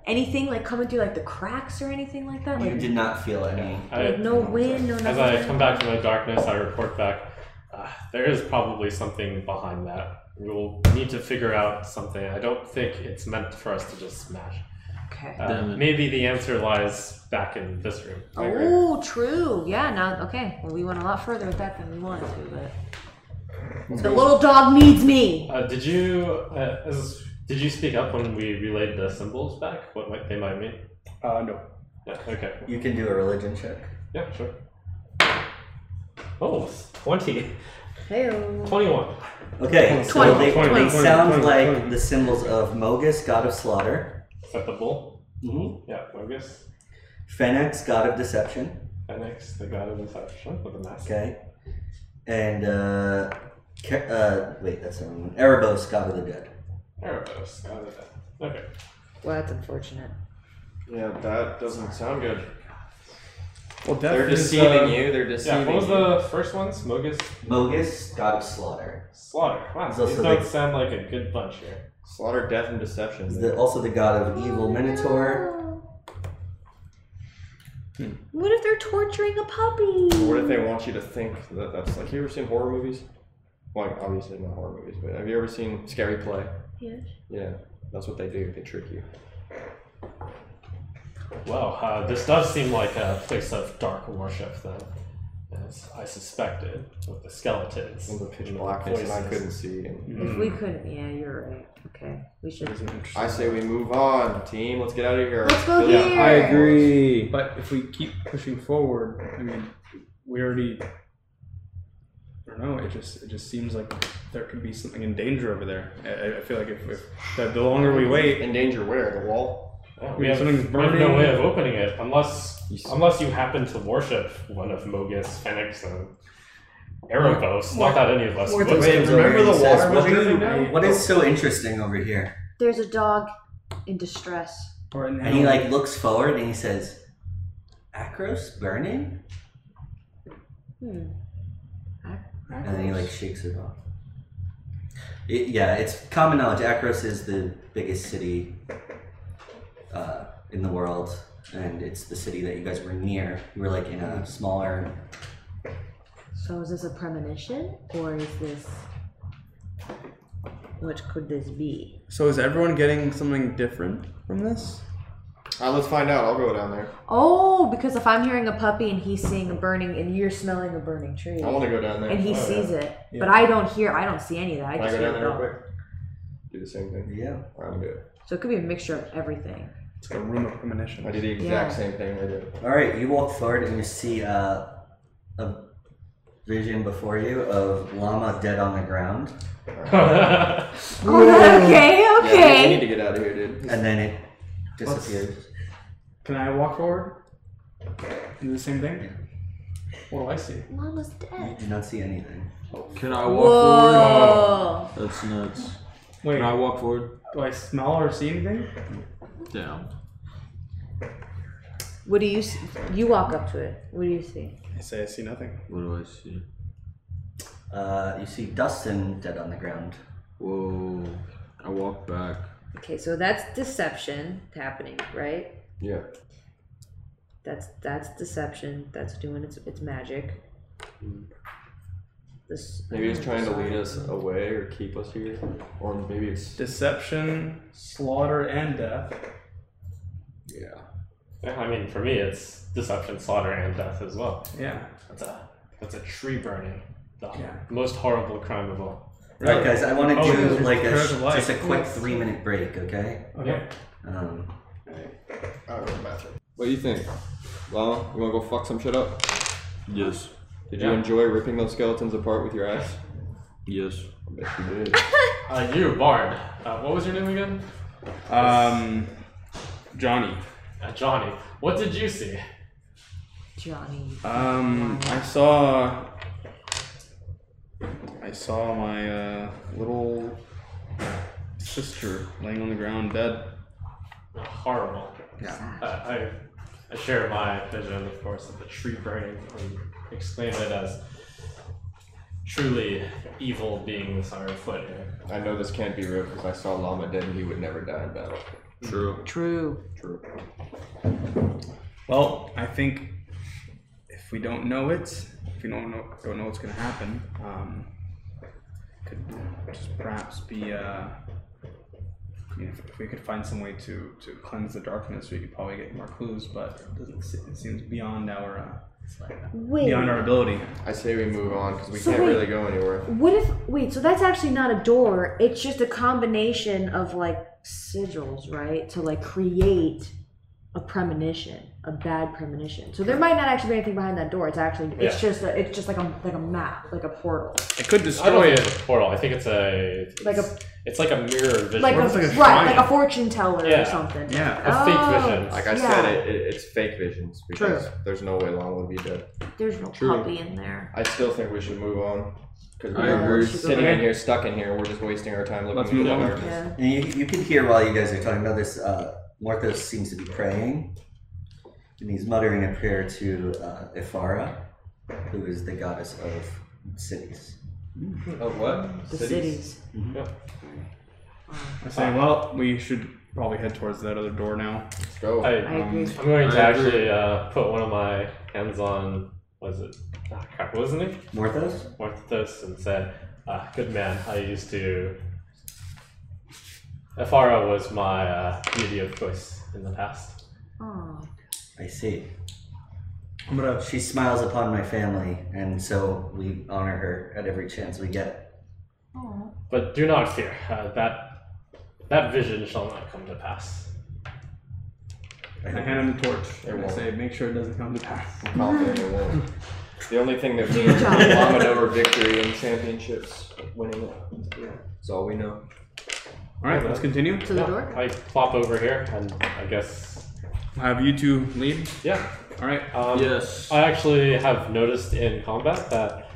S5: Anything like coming through like the cracks or anything like that?
S3: You
S5: Like,
S3: did not feel any.
S5: like
S7: I,
S5: no wind, no nothing.
S7: as I come back to my darkness, I report back. Uh, there is probably something behind that. We'll need to figure out something. I don't think it's meant for us to just smash.
S5: Okay.
S7: Uh,
S6: Damn it.
S7: maybe the answer lies back in this room.
S5: Oh, true. Yeah. Now, okay. Well, we went a lot further with that than we wanted to, but the little dog needs me.
S7: Uh, did you uh, as, did you speak up when we relayed the symbols back? What might they might mean?
S1: Uh, no.
S7: Yeah, okay.
S3: You can do a religion check.
S7: Yeah, sure. Oh, 20.
S5: Hey.
S7: 21.
S3: Okay, so
S5: Twenty,
S3: they,
S5: twenty,
S3: they
S5: twenty,
S3: sound
S1: twenty,
S3: like
S1: twenty.
S3: the symbols of Mogus, god of slaughter,
S7: Is that the bull?
S3: mm-hmm.
S7: Yeah, Mogus.
S3: Fenix, god of deception,
S7: Phoenix, the god of deception with a mask.
S3: okay, and uh, Ke- uh wait, that's the wrong one. Erebos, god of the dead.
S7: Erebos, god of death. Okay.
S5: Well, that's unfortunate.
S2: Yeah, that doesn't sound good.
S1: Well, death
S2: They're
S1: is,
S2: deceiving
S1: uh,
S2: you. They're
S7: Yeah,
S2: deceiving
S7: what was
S2: you.
S7: the first one? Smogus?
S3: Mogus, god of slaughter,
S7: Slaughter. Wow,
S3: It's
S7: these
S3: also
S7: don't
S3: like-
S7: sound like a good bunch here.
S2: Slaughter, death, and deception.
S3: is the, also the god of evil Minotaur.
S7: Hmm.
S5: What if they're torturing a puppy?
S2: What if they want you to think that that's like? You ever seen horror movies? Well, obviously not horror movies, but have you ever seen Scary Play?
S5: Yes.
S2: Yeah, that's what they do. They trick you.
S7: Well, uh, this does seem like a place of dark worship, then. As I suspected, with the skeletons.
S2: In the pitch
S7: and
S2: blackness, and I
S7: voices.
S2: couldn't see. And
S7: Hmm.
S5: If we couldn't, yeah, you're right. Okay, we should.
S2: I say we move on, team. Let's get out of here.
S5: Let's go
S7: Yeah,
S5: here.
S1: I agree. But if we keep pushing forward, I mean, we already. I don't know. It just it just seems like there could be something in danger over there. I- I, I feel like if, if the, the longer we wait,
S2: In danger where? The wall?
S7: Yeah,
S1: We
S7: we,
S1: have
S7: have,
S1: something's
S7: we have no
S1: burning.
S7: way of opening it unless
S2: You s-
S7: unless you happen to worship one of Mogus, Fenix, and Erebos. Not that any of us
S3: Or
S7: would.
S3: the
S2: Wait, remember the water
S3: What,
S2: was
S3: do you-
S2: dripping down?
S3: what is so interesting over here?
S5: There's a dog in distress.
S1: or an
S3: And he like looks forward and he says, "Akros burning,"
S5: Hmm. Ac-
S3: and then he like
S5: acros.
S3: shakes it off. It, yeah, it's common knowledge. Akros is the biggest city uh, in the world, and it's the city that you guys were near. You were like in a smaller.
S5: So is this a premonition or is this? What could this be?
S1: So is everyone getting something different from this?
S2: Alright, Uh, let's find out. I'll go down there.
S5: Oh, because if I'm hearing a puppy and he's seeing a burning and you're smelling a burning tree
S2: I want to go down there.
S5: and he
S2: Oh, yeah.
S5: sees it, but I don't hear, I don't see any of that. I
S2: Can I
S5: just
S2: go
S5: hear
S2: down
S5: a
S2: there real
S5: dog.
S2: quick? Do the same thing.
S3: Yeah.
S2: I'm gonna do it.
S5: So it could be a mixture of everything.
S1: It's like a room of
S2: I
S1: premonition.
S2: do the exact
S5: Yeah.
S2: same thing they do.
S3: All right, you walk forward and you see uh, a vision before you of llama dead on the ground,
S5: Oh, okay,
S2: Yeah, we
S5: okay.
S2: need to get out of here, dude.
S3: and then it disappears.
S1: Can I walk forward? Do the same thing. What do I see?
S5: Mama's
S3: You
S5: dead.
S3: do not see anything.
S6: Can I walk
S5: Whoa.
S6: forward? That's nuts.
S1: Wait,
S6: Can I walk forward?
S1: do I smell or see anything?
S6: Damn.
S5: What do you s You walk up to it. What do you see?
S1: I say I see nothing.
S6: What do I see?
S3: Uh, you see Dustin dead on the ground.
S6: Whoa. I walk back.
S5: Okay, so that's deception happening, right?
S2: Yeah.
S5: That's that's deception. That's doing its its magic. This uh,
S2: Maybe it's trying to lead us away or keep us here. Or maybe it's.
S1: Deception, slaughter, and death.
S2: Yeah.
S7: Yeah, I mean, for me, it's deception, slaughter, and death as well.
S1: Yeah.
S7: That's a that's a tree burning, the
S1: Yeah.
S7: most horrible crime of all.
S3: All right, guys, I want to
S1: Oh,
S3: do
S1: yeah,
S3: like a
S1: curve
S3: sh-
S1: of life.
S3: just a quick three minute break, okay?
S1: Okay.
S3: Um,
S2: I'll go to the bathroom. What do you think? Lama, you wanna go fuck some shit up?
S6: Yes.
S2: Did you enjoy ripping those skeletons apart with your ass?
S6: Yes.
S2: I bet you did.
S7: Uh, you, Bard. Uh, what was your name again?
S1: Um, Johnny.
S7: Uh, Johnny. What did you see?
S5: Johnny.
S1: Um, I saw. I saw my uh, little sister laying on the ground dead.
S7: Horrible. Uh, I, I share my vision, of course, of the tree burning and exclaim it as truly evil being this our foot here.
S2: I know this can't be real because I saw Lama dead and he would never die in battle.
S6: True.
S5: True.
S2: True.
S1: Well, I think if we don't know it, if we don't know, don't know what's going to happen, um, could just perhaps be, uh, you know, if we could find some way to, to cleanse the darkness, we could probably get more clues, but it, doesn't, se- it seems beyond our, uh,
S5: Wait.
S1: beyond our ability.
S2: I say we move on because we
S5: So
S2: can't
S5: wait.
S2: really go anywhere.
S5: What if wait? So that's actually not a door. It's just a combination of like sigils, right? To like create a premonition, a bad premonition. So there might not actually be anything behind that door. It's actually it's just a, it's just like a like a map, like a portal,
S1: It could
S7: I don't
S1: destroy
S7: think
S1: it.
S7: it's a portal. I think it's a it's,
S5: Like a-
S7: it's like a mirror vision.
S5: like a,
S1: it's like a
S5: right,
S1: shrine?
S5: like a fortune teller
S7: Yeah.
S5: or something.
S1: Yeah.
S7: A fake vision.
S5: Oh,
S2: Like I
S5: yeah.
S2: said, it, it, it's fake visions because there's no way Lama would be dead.
S5: There's no
S6: True.
S5: puppy in there.
S2: I still think we should move on because
S6: I
S2: we're
S6: agree.
S2: sitting in here, stuck in here. We're just wasting our time looking
S6: Let's
S2: for
S6: move
S2: the
S6: on.
S2: darkness.
S5: Yeah.
S3: And you, you can hear while you guys are talking about this, uh, Morthos seems to be praying. And he's muttering a prayer to uh, Ifara, who is the goddess of cities.
S2: Oh, what?
S5: The cities.
S1: I say, well, we should probably head towards that other door now.
S2: Let's go.
S7: I,
S5: I agree.
S7: I'm going to
S6: I agree.
S7: actually uh, put one of my hands on. Was it? Ah, crap. What was his name?
S3: Morthos?
S7: Orthos and said, ah, "Good man. I used to." Afara was my uh, deity of choice in the past.
S5: Oh.
S3: I see.
S1: I'm going to
S3: She smiles upon my family, and so we honor her at every chance we get.
S5: Oh.
S7: But do not fear. Uh, that that vision shall not come to pass.
S1: I hand him the torch.
S2: It
S1: and I
S2: won't.
S1: say, make sure it doesn't come to pass.
S2: I'm confident it won't. The only thing that
S5: Do your
S2: means
S5: job.
S2: Lama over victory in championships, winning it. Yeah. That's all we know.
S1: All right, let's continue.
S5: To the
S7: Yeah,
S5: door.
S7: I plop over here, and I guess
S1: Have you two lead.
S7: yeah.
S1: All right.
S7: Um,
S6: Yes.
S7: I actually have noticed in combat that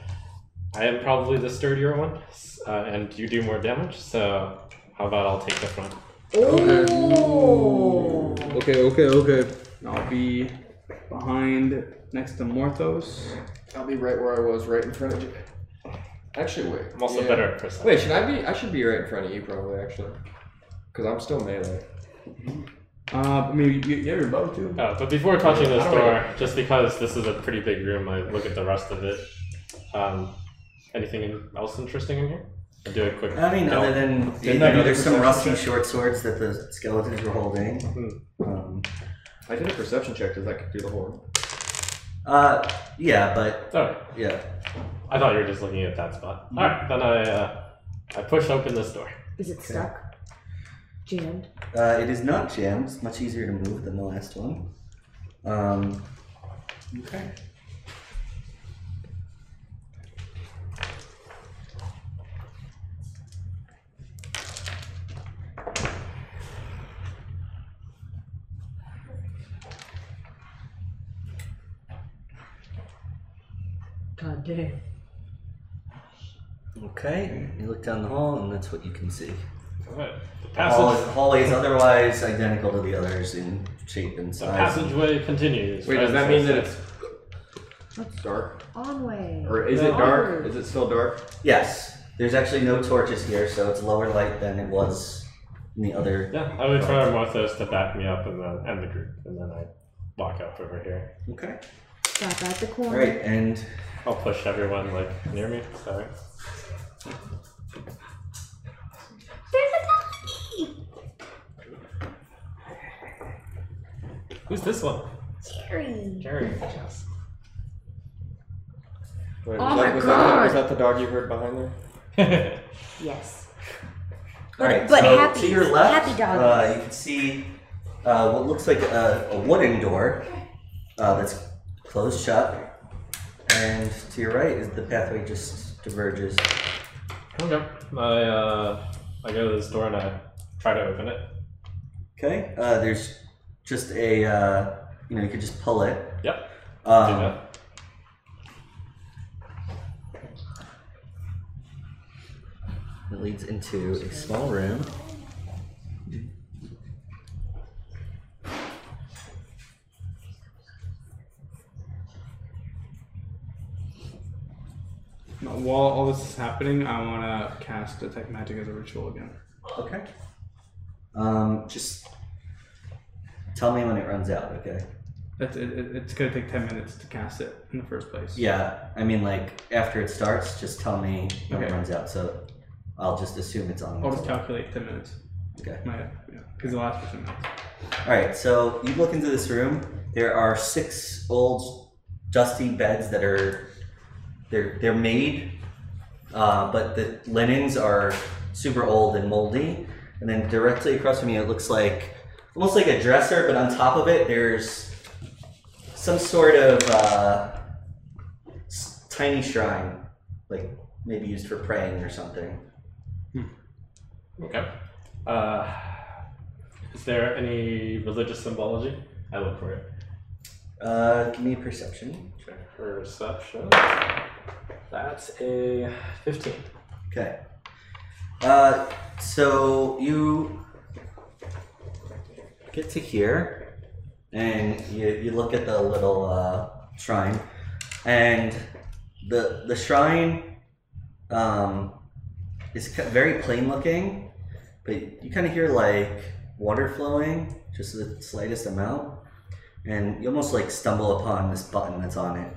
S7: I am probably the sturdier one, s- uh, and you do more damage. So how about I'll take the front?
S5: Oh.
S6: Okay, okay, okay.
S1: I'll be behind next to Morthos.
S2: I'll be right where I was, right in front of you. Actually, wait.
S7: I'm also
S2: Yeah.
S7: better at perception.
S2: Wait, should I be? I should be right in front of you, probably actually, because I'm still melee.
S1: Uh, I mean, you, you have your bow too.
S7: Uh, but before touching this
S2: I don't
S7: door, just because this is a pretty big room, I look at the rest of it. Um, anything in- else interesting in here? I'll do a quick.
S3: I mean,
S7: delve.
S3: other than you
S7: Didn't I
S3: know,
S7: do
S3: there's
S7: the
S3: some rusty
S7: perception check?
S3: short swords that the skeletons were holding.
S1: Hmm.
S3: Um,
S2: I did a perception check. Does that do the whole?
S3: uh, yeah, but
S7: All right.
S3: yeah.
S7: I thought you were just looking at that spot.
S3: Mm-hmm.
S7: All right, then I uh, I push open this door.
S5: Is it stuck? Jammed.
S3: Uh, it is not jammed. It's much easier to move than the last one. Um, okay.
S5: God damn.
S3: Okay. You look down the hall, and that's what you can see.
S7: All right. The
S3: Hall is,
S7: passage.
S3: hall is otherwise identical to the others in shape and
S7: The
S3: size.
S7: passageway continues.
S2: Wait,
S7: right?
S2: does that
S7: So
S2: mean that it's
S5: Let's-
S2: dark,
S5: Onway.
S2: or is it
S5: Oh.
S2: dark? Is it still dark?
S3: Yes. There's actually no torches here, so it's lower light than it was in the other.
S7: Yeah, I would try Morthos to back me up and then and the group, and then I walk up over here.
S3: Okay.
S5: Stop at the
S3: All
S5: corner.
S3: right, and
S7: I'll push everyone like near me. Sorry.
S5: There's a puppy.
S7: Who's this one?
S5: Jerry.
S7: Jerry. Yes.
S2: Wait,
S5: Oh
S2: was
S5: my
S2: that, was That, was
S5: God.
S2: that the dog you heard behind there?
S5: Yes.
S3: all
S5: But,
S3: right.
S5: but
S3: so
S5: happy.
S3: to your left,
S5: happy
S3: Uh,
S5: dog.
S3: you can see uh, what looks like a, a wooden door uh, that's closed shut, and to your right is the pathway just diverges.
S7: Okay. I uh, I go to this door and I try to open it.
S3: Okay. Uh, there's just a uh, you know you could just pull it.
S7: Yep. Do
S3: Um,
S7: that.
S3: It leads into a small room.
S1: No, while all this is happening, I want to cast Detect Magic as a ritual again.
S3: Okay. Um, just tell me when it runs out, okay?
S1: That's it, it, It's gonna take ten minutes to cast it in the first place.
S3: Yeah, I mean, like after it starts, just tell me when it
S1: Okay.
S3: runs out. So I'll just assume it's on.
S1: I'll just calculate ten minutes.
S3: Okay.
S1: My yeah, because it lasts for ten minutes.
S3: All right, so you look into this room. There are six old, dusty beds that are they're they're made, uh, but the linens are super old and moldy. And then directly across from you, it looks like almost like a dresser, but on top of it, there's some sort of uh, s- tiny shrine, like maybe used for praying or something.
S7: Okay. Uh, is there any religious symbology? I look for it.
S3: Uh, give me a perception.
S7: Check perception. That's a 15.
S3: Okay. Uh, so you get to here, and you, you look at the little uh, shrine, and the the shrine um, is ki- very plain looking, but you kind of hear like water flowing, just the slightest amount, and you almost like stumble upon this button that's on it,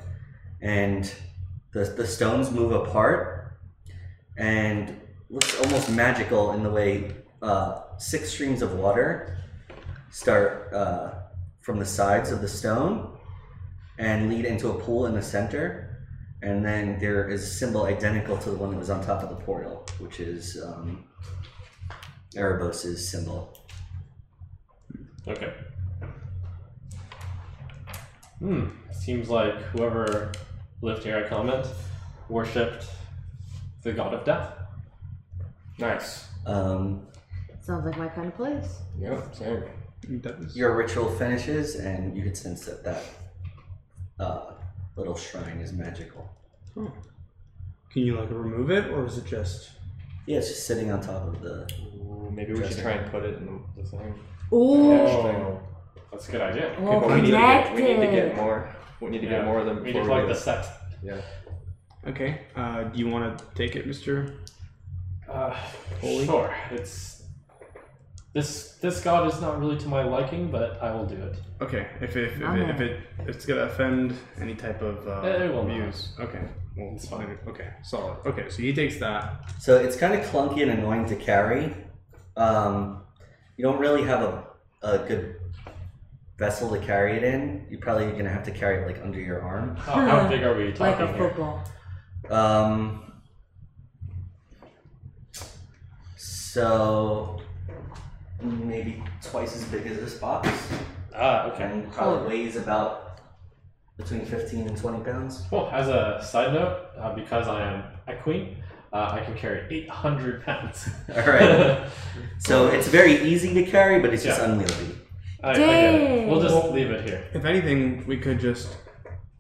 S3: and the the stones move apart and looks almost magical in the way uh, six streams of water start uh, from the sides of the stone and lead into a pool in the center. And then there is a symbol identical to the one that was on top of the portal, which is um, Erebos' symbol.
S7: Okay. Hmm. Seems like whoever lived here at Comment worshipped the god of death.
S2: Nice.
S3: Um,
S5: Sounds like my kind of place.
S2: Yep, same.
S1: That is-
S3: your ritual finishes, and you can sense that that uh, little shrine is magical.
S1: Can you like remove it, or is it just?
S3: Yeah, it's just sitting on top of the
S2: Ooh, maybe we should try and put it in the thing.
S5: Ooh,
S2: Oh.
S7: That's a good idea.
S5: well
S2: we, need to get, we need to get
S5: connected.
S2: more. We need to
S7: Yeah,
S2: get more of them
S7: We need to
S2: before
S7: collect
S2: we
S7: the set.
S1: Okay. Uh, do you want to take it, Mister?
S7: Uh, sure. It's this. This god is not really to my liking, but I will do it.
S1: Okay. If if if,
S5: Mama.
S1: it, if it if it's gonna offend any type of
S7: Eh, it
S1: uh,
S7: will not.
S1: views, okay. Well,
S7: It's fine.
S1: maybe- Okay. Solid. Okay. So he takes that.
S3: So it's kind of clunky and annoying to carry. Um, you don't really have a, a good vessel to carry it in. You're probably going to have to carry it like under your arm.
S7: Oh, how big are we talking
S5: Hmm. Like a
S7: here?
S5: football.
S3: Um, so maybe twice as big as this box
S7: Ah, okay.
S3: and probably weighs about between 15 and 20 pounds.
S7: Well, as a side note, uh, because I am a queen, uh, I can carry 800 pounds.
S3: All right. So it's very easy to carry, but it's just
S7: Yeah.
S3: unwieldy.
S7: I, I get it.
S5: Dang.
S7: We'll just leave it here.
S1: If anything, we could just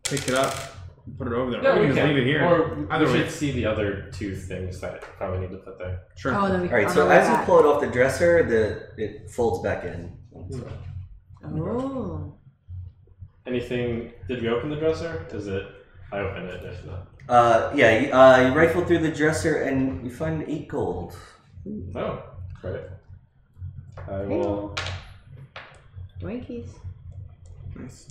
S1: pick it up, and put it over there.
S7: No,
S1: we
S7: we
S1: can just
S7: can.
S1: leave it here.
S7: Or
S1: Either
S7: we
S1: way.
S7: should see the other two things that I probably need to put there.
S1: Sure.
S5: Oh, then we
S3: All right,
S5: oh,
S3: so
S5: no,
S3: as you
S5: that.
S3: pull it off the dresser, the it folds back in.
S5: Oh.
S7: Anything? Did we open the dresser? Does it? I open it. If not,
S3: Uh, yeah, you, uh, you rifle through the dresser and you find eight gold.
S7: no. Great. I will.
S5: Doinkies.
S1: Nice.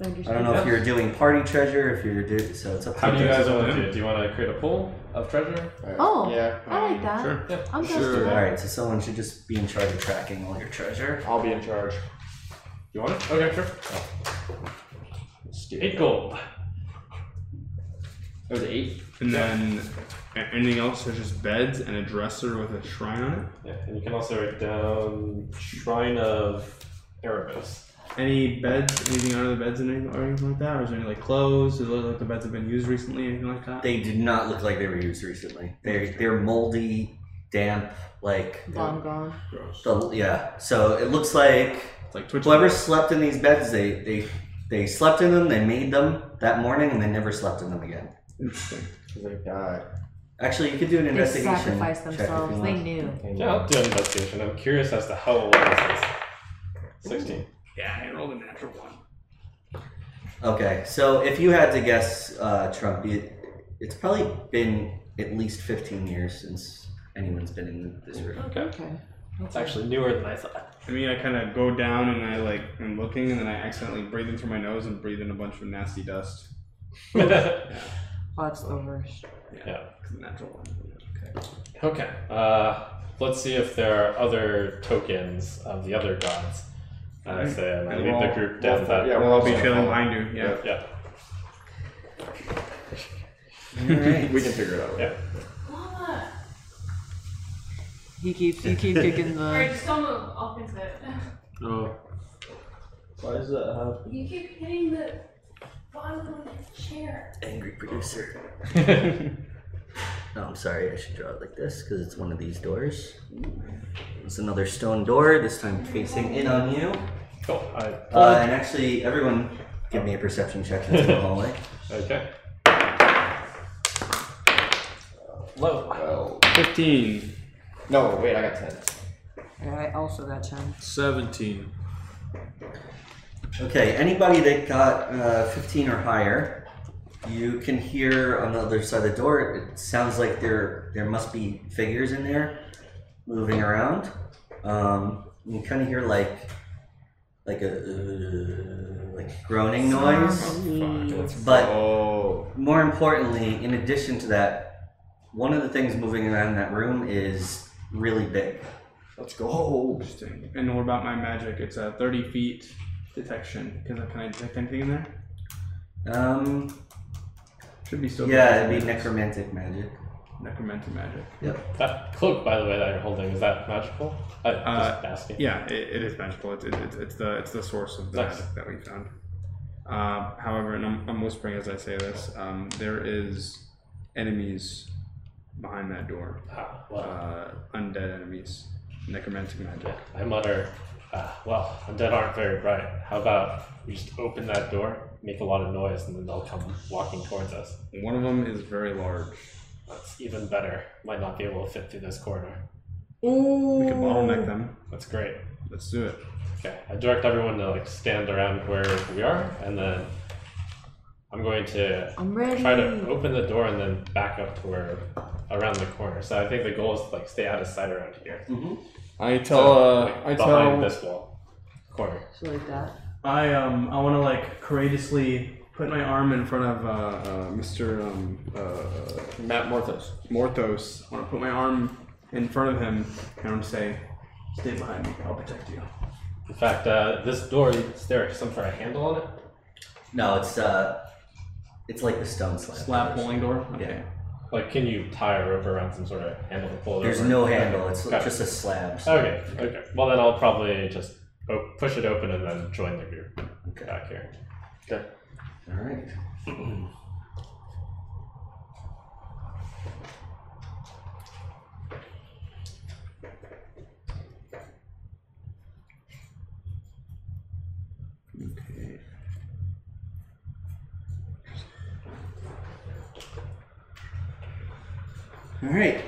S3: I don't know if you're doing party treasure, if you're do so it's up to
S7: How do you
S3: guys.
S7: guys want to do? it? Do you want to create a pool of treasure?
S5: Oh,
S2: Yeah.
S5: I like that.
S1: Um, Sure.
S7: Yeah.
S5: I'm
S2: Sure.
S5: sure.
S3: All right, so someone should just be in charge of tracking all your treasure.
S2: I'll be in charge.
S7: You want it? Okay, sure. Eight gold.
S2: Oh, It was eight.
S1: And then a- anything else? There's just beds and a dresser with a shrine on it.
S7: Yeah, and you can also write down Shrine of Erebus.
S1: Any beds? Anything under the beds and anything, or anything like that? Or is there any like clothes? Does it look like the beds have been used recently? Anything like that?
S3: They did not look like they were used recently. They're they're moldy, damp, like
S5: Long gone.
S1: Gross.
S3: the yeah. So it looks like
S1: It's like Twitch.
S3: whoever slept in these beds, they they they slept in them, they made them that morning, and they never slept in them again.
S1: Interesting.
S2: They died.
S3: Actually, you could do an
S5: They
S3: investigation.
S5: sacrificed
S3: check if you
S5: themselves.
S3: want.
S5: They knew.
S7: Yeah, I'll do an investigation. I'm curious as to how old this is. 16.
S1: Yeah, I rolled a natural one.
S3: Okay, so if you had to guess, uh, Trump, you, It's probably been at least 15 years since anyone's been in this room.
S7: Okay.
S5: Okay.
S7: That's actually newer than I thought.
S1: I mean, I kind of go down and I like am looking, and then I accidentally breathe in through my nose and breathe in a bunch of nasty dust.
S5: Oh, it's the worst.
S7: yeah.
S1: 'Cause the natural one.
S7: Okay. Uh, let's see if there are other tokens of the other gods. And I say, and I
S1: And
S7: lead
S1: we'll-
S7: the group down that.
S2: yeah,
S1: We'll all be
S2: also-
S1: feeling behind you. Yeah.
S7: yeah.
S2: We can figure it out.
S7: Yeah.
S4: Mama,
S9: He keeps you keep kicking
S4: Alright,
S9: the.
S4: just don't move. I'll fix it.
S6: Oh. Why does that happen?
S4: You keep hitting the bottom of the chair.
S3: Angry producer. No, I'm sorry, I should draw it like this because it's one of these doors. It's another stone door, this time facing in on you.
S7: Cool. I,
S3: Uh, and actually, everyone give me a perception check into the hallway.
S7: okay. Low.
S2: Well,
S1: Fifteen.
S2: no, wait, I got 10.
S5: I also got ten.
S6: 17.
S3: Okay, anybody that got uh, 15 or higher, you can hear on the other side of the door. It sounds like there there must be figures in there moving around. Um, you kind of hear like like a uh, like groaning noise. But
S2: Oh.
S3: more importantly, in addition to that, one of the things moving around that room is really big.
S2: Let's go.
S1: Interesting. And what about my magic? It's a thirty feet detection. Can I, can I detect anything in there?
S3: Um,
S1: Should be still.
S3: yeah, it'd be necromantic magic.
S1: necromantic magic.
S7: That cloak, by the way, that you're holding, is that magical? I, just asking.
S1: Yeah, it, it is magical. It's, it's, it's the it's the source of the
S7: Nice.
S1: magic that we found. Uh, however, and I'm, I'm whispering as I say this, um, there is enemies behind that door.
S7: Ah, well,
S1: Uh, undead enemies, necromantic magic.
S7: yeah. I mutter, ah, well, undead aren't very bright. How about we just open that door, make a lot of noise, and then they'll come walking towards us.
S1: One of them is very large.
S7: That's even better. Might not be able to fit through this corridor.
S5: Ooh.
S1: We can bottleneck them.
S7: That's great.
S1: Let's do it.
S7: Okay, I direct everyone to like stand around where we are, and then I'm going to
S5: I'm ready.
S7: try to Oh. open the door and then back up to where around the corner. So I think the goal is to like stay out of sight around here.
S3: Mm-hmm.
S8: I
S7: So,
S8: tell. Uh,
S7: like,
S8: I
S7: behind
S8: tell.
S7: this wall corner.
S5: So like that.
S1: I um I want to like courageously put my arm in front of uh, uh, Mr. Um, uh,
S2: Matt Morthos.
S1: Morthos. I want to put my arm in front of him and I'm say, "Stay behind me. I'll protect you."
S7: In fact, uh, this door is there some sort of handle on it.
S3: No, it's uh, it's like the stone slab.
S1: Slab pulling door.
S3: Yeah.
S7: Like, can you tie a rope around some sort of handle to pull it
S3: There's
S7: over?
S3: no handle. It's
S7: Okay.
S3: just a slab. so-
S7: Okay. Okay. Well, then I'll probably just o- push it open and then join the group
S3: Okay.
S7: back here.
S3: All right. All right.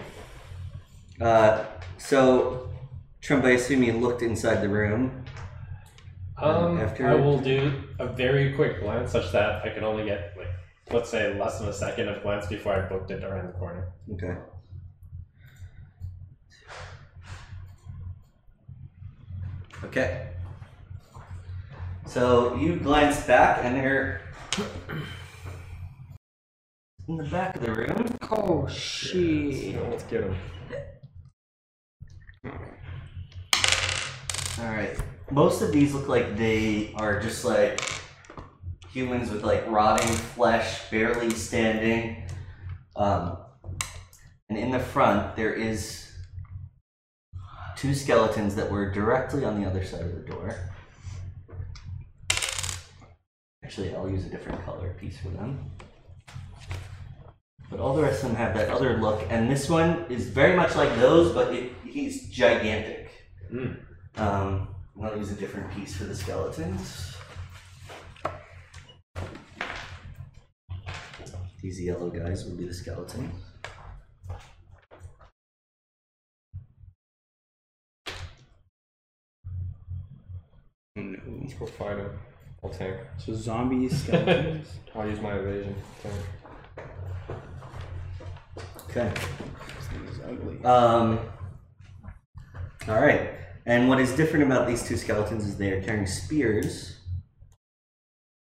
S3: Uh, so, Trump, I assume you looked inside the room.
S7: Um,
S3: After-
S7: I will do a very quick glance, such that I can only get like, let's say, less than a second of glance before I booked it around the corner.
S3: Okay. Okay. So you glance back, and there, in the back of the room,
S9: Oh shit.
S2: Let's get him.
S3: All right. Most of these look like they are just like humans with like rotting flesh, barely standing. Um, and in the front, there is two skeletons that were directly on the other side of the door. Actually, I'll use a different color piece for them. But all the rest of them have that other look, and this one is very much like those, but it, he's gigantic. Um, I'm gonna use a different piece for the skeletons. These yellow guys will be the skeleton.
S2: Let's go find him. I'll tank.
S1: So zombie skeletons.
S2: I'll use my evasion. Tank.
S3: Okay.
S1: This thing is ugly.
S3: Um, all right. And what is different about these two skeletons is they are carrying spears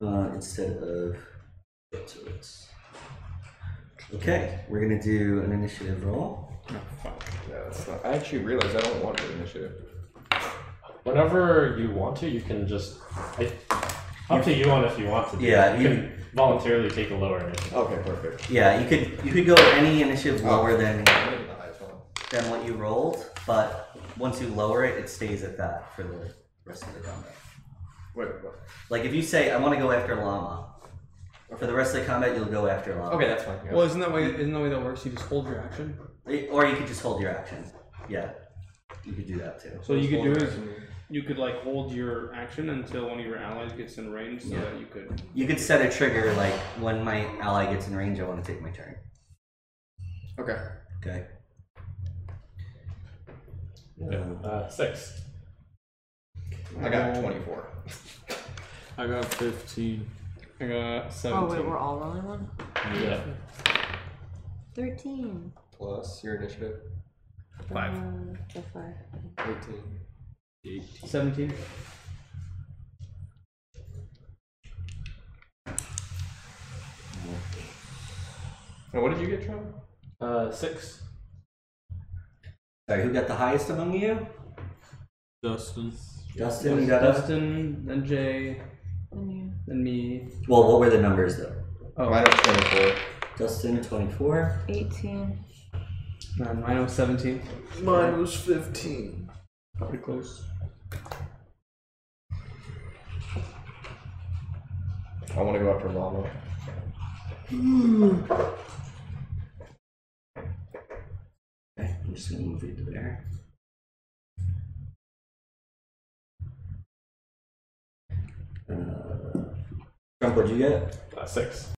S3: uh, instead of turrets. Okay, we're gonna do an initiative roll.
S2: Yeah, that's not, I actually realized I don't want the initiative.
S7: Whenever you want to, you can just. I, up to you on if you want to. do
S3: Yeah,
S7: it.
S3: you-
S7: you can voluntarily take a lower initiative.
S2: Okay, perfect.
S3: Yeah, you could you could go any initiative lower than
S2: I'm gonna get the highest one.
S3: than what you rolled, but once you lower it, it stays at that for the rest of the combat.
S2: Wait, what?
S3: Like if you say I want to go after llama, for the rest of the combat you'll go after llama.
S2: Okay, that's fine. yeah.
S1: Well, isn't that way? Isn't that way that works? You just hold your action.
S3: Or you could just hold your action. Yeah, you could do that too.
S1: So you could do is you could like hold your action until one of your allies gets in range, so
S3: Yeah.
S1: that you could.
S3: You could set a trigger like when my ally gets in range, I want to take my turn.
S2: Okay.
S3: Okay.
S7: Yeah. Uh, six.
S2: I got 24.
S6: I got 15.
S1: I got
S9: Oh
S1: seventeen.
S9: wait, we're all rolling one.
S7: Yeah.
S5: Thirteen.
S2: Plus your initiative,
S1: Five.
S5: Uh, so far.
S2: 18.
S1: Seventeen.
S2: And what did you get, Tron?
S7: Uh, six.
S3: Sorry, who got the highest among you?
S6: Dustin.
S3: Dustin. you got Dustin.
S1: Dustin, then Jay, then me.
S3: Well, what were the numbers though?
S1: Oh,
S2: Mine was 24.
S3: Dustin, twenty-four.
S9: Eighteen.
S1: uh, mine was seventeen.
S6: Mine was 15.
S1: Pretty close.
S2: I want to go after Llama.
S3: Okay, I'm just gonna move you to there. Uh, Trump, what'd you get?
S7: Uh, six.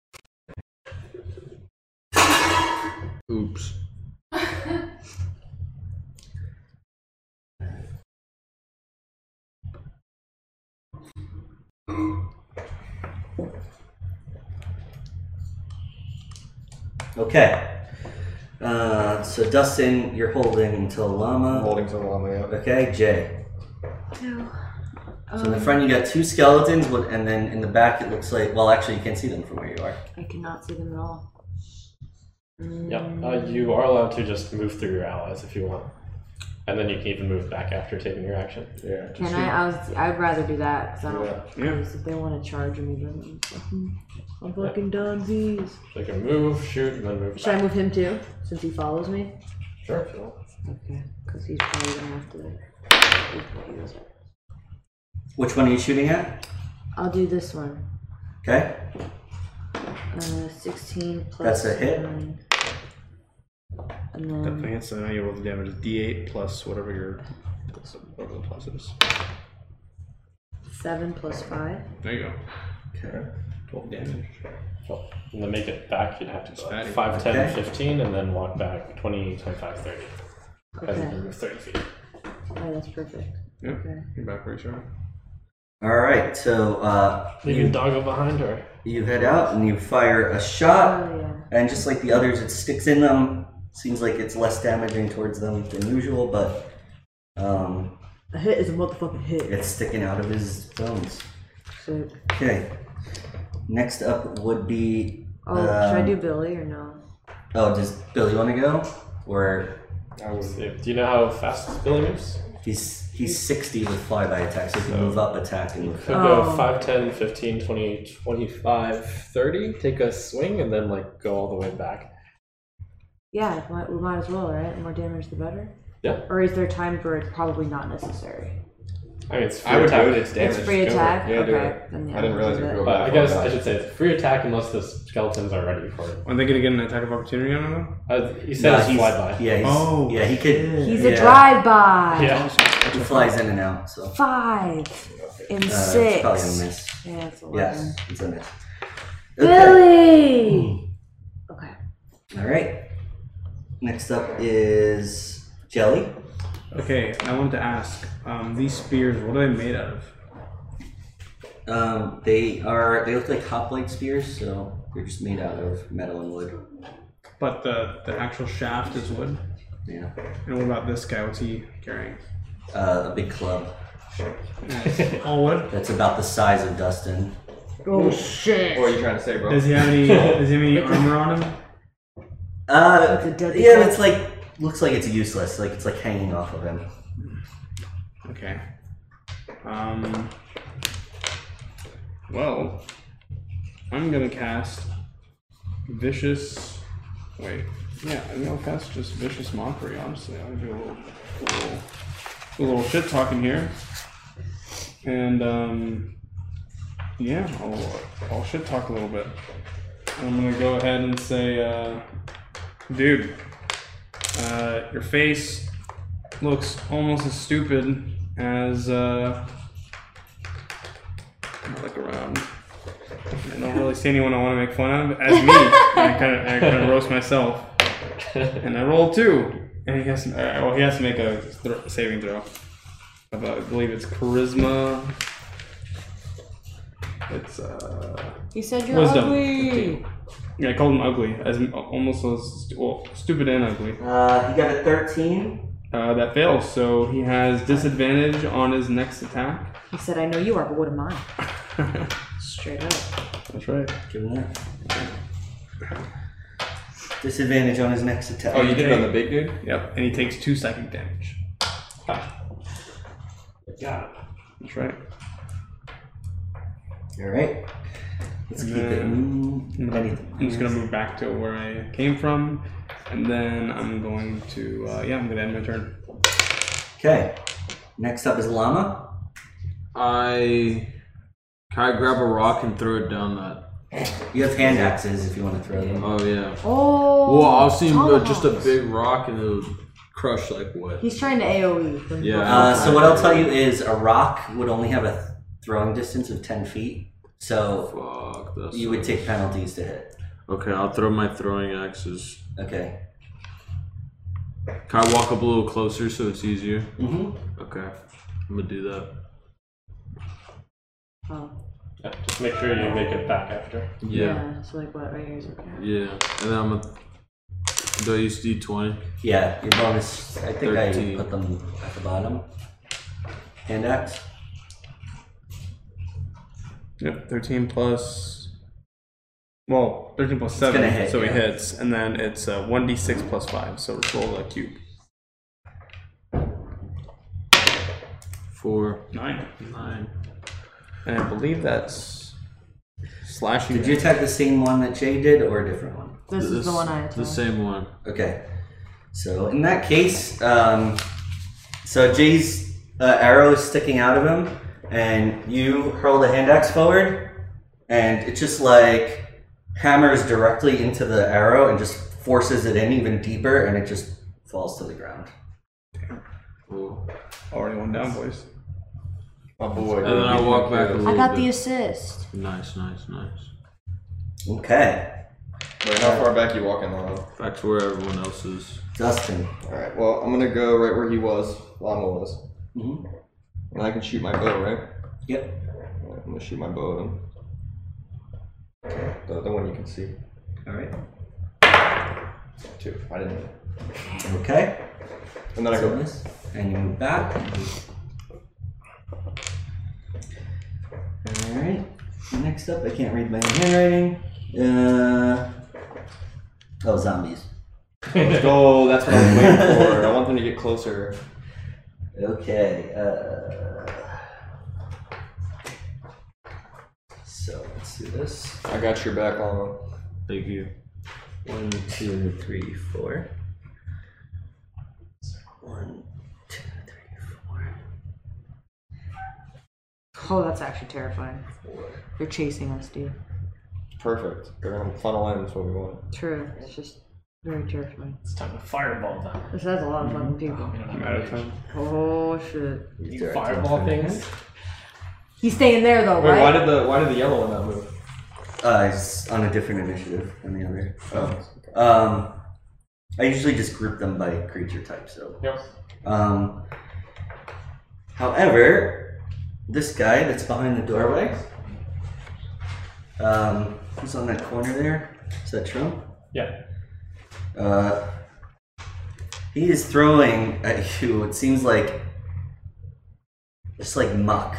S6: Oops.
S3: Okay. Uh, so Dustin, you're holding until
S2: I'm
S3: llama.
S2: holding to Llama, yeah.
S3: Okay, Jay.
S9: Two.
S3: So in the
S9: Um,
S3: front you got two skeletons, with- and then in the back it looks like well, actually you can't see them from where you are.
S9: I cannot see them at all.
S7: Yeah. Uh, you are allowed to just move through your allies if you want. And then you can even move back after taking your action.
S2: Yeah.
S5: Can I? I was, I'd rather do that because I don't.
S2: Yeah.
S5: Because if they want to charge me, then I'm fucking, I'm fucking done. These.
S7: They can move, shoot, and then move
S5: Should I
S7: back.
S5: move him too, since he follows me?
S2: Sure. if you want.
S5: Okay. Because he's probably gonna have to.
S3: Which one are you shooting at?
S5: I'll do this one.
S3: Okay.
S5: Uh, 16 plus.
S3: That's a hit.
S5: nine. And
S1: That
S5: then
S1: plant, so now you roll the damage. D8 plus whatever your whatever the plus is.
S5: seven plus five.
S1: There you go.
S3: Okay.
S1: Twelve damage.
S7: And then make it back, you'd have to uh, go like
S1: Spatty.
S7: 5, 10,
S3: Okay.
S7: 15, and then walk back 20, 25, 30. As you
S5: Okay.
S7: can move 30 feet.
S5: Oh, that's perfect.
S1: Yep.
S5: Okay.
S1: You're back pretty sure.
S3: All right. So uh,
S7: Leaving
S3: you,
S7: Doggo behind, or?
S3: you head out and you fire a shot,
S5: Oh yeah.
S3: and just like the others, it sticks in them. Seems like it's less damaging towards them than usual, but um,
S5: A hit is a motherfucking hit.
S3: it's sticking out of his bones.
S5: So,
S3: Okay. Next up would be
S5: oh, should I
S3: Um,
S5: do Billy or no?
S3: oh, does Billy want to go or
S7: I would say- Do you know how fast Billy moves?
S3: He's he's 60 with flyby attack, so Oh. he can move up, attack, and move.
S7: Could go
S5: Oh.
S7: 5, 10, 15, 20, 25, 30, take a swing, and then like go all the way back.
S5: Yeah, if might- we might as well, right? The more damage, the better.
S7: Yeah.
S5: Or is there time for it? Probably not necessary.
S7: I mean, it's free
S2: I would
S7: attack.
S2: do it. It's damage.
S5: it's free
S2: Go for it.
S5: attack.
S2: Yeah,
S5: okay.
S2: do it.
S5: Then, yeah,
S2: I didn't realize
S5: do
S2: it would
S5: that.
S2: go
S7: But
S2: that
S7: I
S2: far
S7: guess I
S2: back.
S7: should say it's free attack unless the skeletons are ready for it.
S1: Aren't they gonna get an attack of opportunity on him?
S7: Uh, he says
S3: he's-
S7: fly by.
S3: Yeah, he's,
S1: Oh,
S3: yeah, he could.
S5: He's
S3: yeah,
S5: a drive-by.
S7: Yeah.
S3: He flies in and out, so uh,
S5: Five and
S3: it's
S5: six.
S3: probably a miss.
S5: Yeah, it's eleven.
S3: Yes, it's a miss. Okay.
S5: Billy. Okay.
S3: All right. Next up is Jelly.
S1: Okay, I wanted to ask, um, these spears, what are they made out of?
S3: Um, they are they look like hoplite spears, so they're just made out of metal and wood.
S1: But the, the actual shaft is wood.
S3: Yeah.
S1: And what about this guy? What's he carrying?
S3: Uh, a big club
S1: All wood.
S3: that's about the size of Dustin.
S5: Oh
S2: What are
S5: shit!
S2: you trying to say, bro?
S1: Does he have any? does he have any armor on him?
S3: Uh,
S5: It's a dead-
S3: yeah, but it's like looks like it's useless. Like it's like hanging off of him.
S1: Okay. Um. Well, I'm gonna cast vicious. Wait, yeah, I think I'll cast just vicious mockery. Honestly, I'm gonna do a little, a little, a little shit talking here, and um, yeah, I'll, I'll shit talk a little bit. I'm gonna go ahead and say, uh, dude, uh, your face looks almost as stupid as uh I look around. I don't really see anyone I want to make fun of as me. I kind of I kind of roast myself, and I roll two. And he has to, uh, well, he has to make a thro- saving throw. Of, uh, I believe it's charisma. It's uh
S9: He said you're
S1: Wisdom.
S9: ugly.
S1: yeah, I called him ugly as almost as stu- well, stupid and ugly.
S3: Uh, he got a thirteen.
S1: Uh, that fails, so he has disadvantage on his next attack.
S5: He said, "I know you are, but what am I?" Straight up.
S1: That's right.
S3: Give him that. Disadvantage on his next attack.
S2: oh, you did it on the big dude?
S1: Yep, and he takes two psychic damage. That's right.
S3: All right. Let's keep it.
S2: Uh,
S1: And
S3: Mm,
S1: then I'm just gonna move back to where I came from, and then I'm going to uh, yeah, I'm gonna end my turn.
S3: Okay. Next up is llama.
S6: I can I grab a rock and throw it down that?
S3: You have hand axes if you want to throw them.
S6: Oh yeah.
S9: Oh.
S6: Well, I've seen uh, just a
S9: tomahawks.
S6: big rock and it'll crush like what?
S5: He's trying to E. AOE. them.
S6: Yeah.
S3: Uh,
S5: Oh.
S3: so what I'll tell you is a rock would only have a throwing distance of ten feet, so
S6: Fuck. That's
S3: you would take penalties to hit.
S6: Okay, I'll throw my throwing axes.
S3: Okay.
S6: Can I walk up a little closer so it's easier?
S3: hmm
S6: Okay, I'm gonna do that.
S5: Oh,
S7: Yeah, just make sure you make it back after.
S5: yeah.
S6: Yeah,
S5: So like, what right here is okay.
S6: yeah. And then I'm gonna. Do I use D20?
S3: Yeah, your bonus. I think I
S6: 13.
S3: put them at the bottom. Hand axe.
S1: Yep, thirteen plus. Well, thirteen plus seven,
S3: gonna hit,
S1: so he
S3: yeah.
S1: hits, and then it's uh, one d six plus five, so roll a cube.
S6: Four,
S1: Nine,
S6: nine.
S1: and I believe that's slashing.
S3: Did you attack the same one that Jay did, or a different one?
S9: This, is the one I attacked.
S6: The same one.
S3: Okay. So in that case, um, so Jay's uh, arrow is sticking out of him, and you hurl the hand axe forward, and it just like hammers directly into the arrow and just forces it in even deeper, and it just falls to the ground.
S6: Cool.
S1: already one down, boys?
S2: My boy.
S6: And then I walk back a little
S5: I got the
S6: bit.
S5: assist.
S6: Nice, nice, nice.
S3: Okay,
S2: Wait, how far back you walking, Llama?
S6: Back to where everyone else is.
S3: Dustin.
S2: Alright, well, I'm gonna go right where he was, Llama was.
S3: hmm
S2: And I can shoot my bow, right?
S3: Yep.
S2: Alright, I'm gonna shoot my bow at him. The, the one you can see.
S3: All right.
S2: Two. I didn't know.
S3: Okay.
S2: And then I
S3: So
S2: go.
S3: this, and you move back. All right. Next up, I can't read my own handwriting. Uh, oh, zombies.
S2: Oh, that's what I'm waiting for. I want them to get closer.
S3: Okay. Uh, so let's do this.
S2: I got your back, Llama.
S6: Thank you.
S3: One, two, three, four. One, two, three, four.
S5: Oh, that's actually terrifying. They're chasing us, dude.
S2: Perfect. They're gonna funnel in. That's what we want.
S5: True. It's just very terrifying.
S7: It's time to fireball them.
S5: This has a lot of fucking people.
S7: We don't have
S1: I'm out of time.
S5: Oh shit.
S7: You
S3: They're at
S7: fireball
S3: 10,
S7: things?
S5: He's staying there though,
S2: Wait,
S5: right?
S2: why did the why did the yellow one not move?
S3: Uh, it's on a different initiative than the other.
S2: Oh.
S3: Um, I usually just group them by creature type. So.
S7: Yep.
S3: Um, however, this guy that's behind the doorway, um, who's on that corner there? Is that Trump?
S7: Yeah.
S3: Uh, he is throwing at you what seems like just like muck.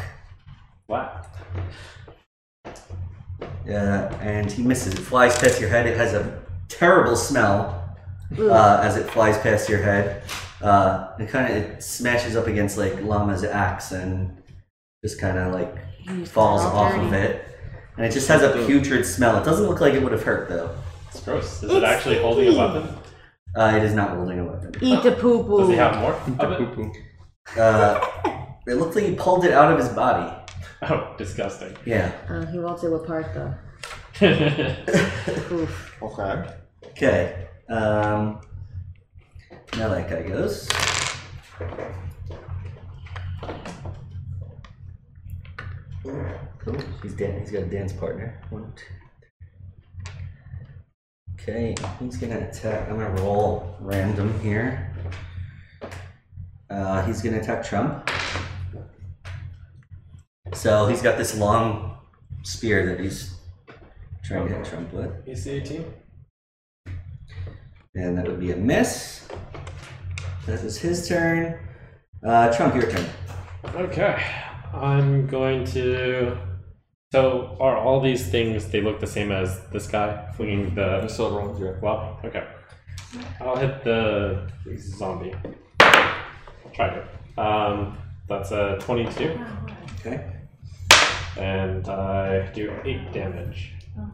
S7: What?
S3: Yeah, Uh, and he misses. It flies past your head. It has a terrible smell uh, as it flies past your head. Uh, it kind of it smashes up against like Lama's axe and just kind of like
S5: He's
S3: falls
S5: all
S3: off
S5: dirty.
S3: of it. And it just has a putrid smell. It doesn't look like it would have hurt though.
S7: It's gross. Is it
S5: It's
S7: actually holding a
S5: stinky.
S7: weapon?
S3: Uh, it is not holding a weapon.
S5: Eat the poo poo.
S7: Does he have more of it?
S3: Uh, it looked like he pulled it out of his body.
S7: Oh, disgusting.
S3: Yeah.
S5: Uh, he won't say what part though. Oof.
S2: Okay.
S3: Okay. Um, now that guy goes. Cool. He's dan- He's got a dance partner. One, two. Okay. He's gonna attack. I'm gonna roll random here. Uh, he's gonna attack Trump. So he's got this long spear that he's trying to hit Trump with.
S7: AC 18?
S3: And that would be a miss. That is his turn. Uh, Trump, your turn.
S7: Okay. I'm going to. So, are all these things, they look the same as this guy flinging the
S2: I'm still rolling through.
S7: Well, okay. I'll hit the zombie. Try it. Um, that's a 22,
S3: Okay.
S7: and I do 8 damage.
S4: Oh,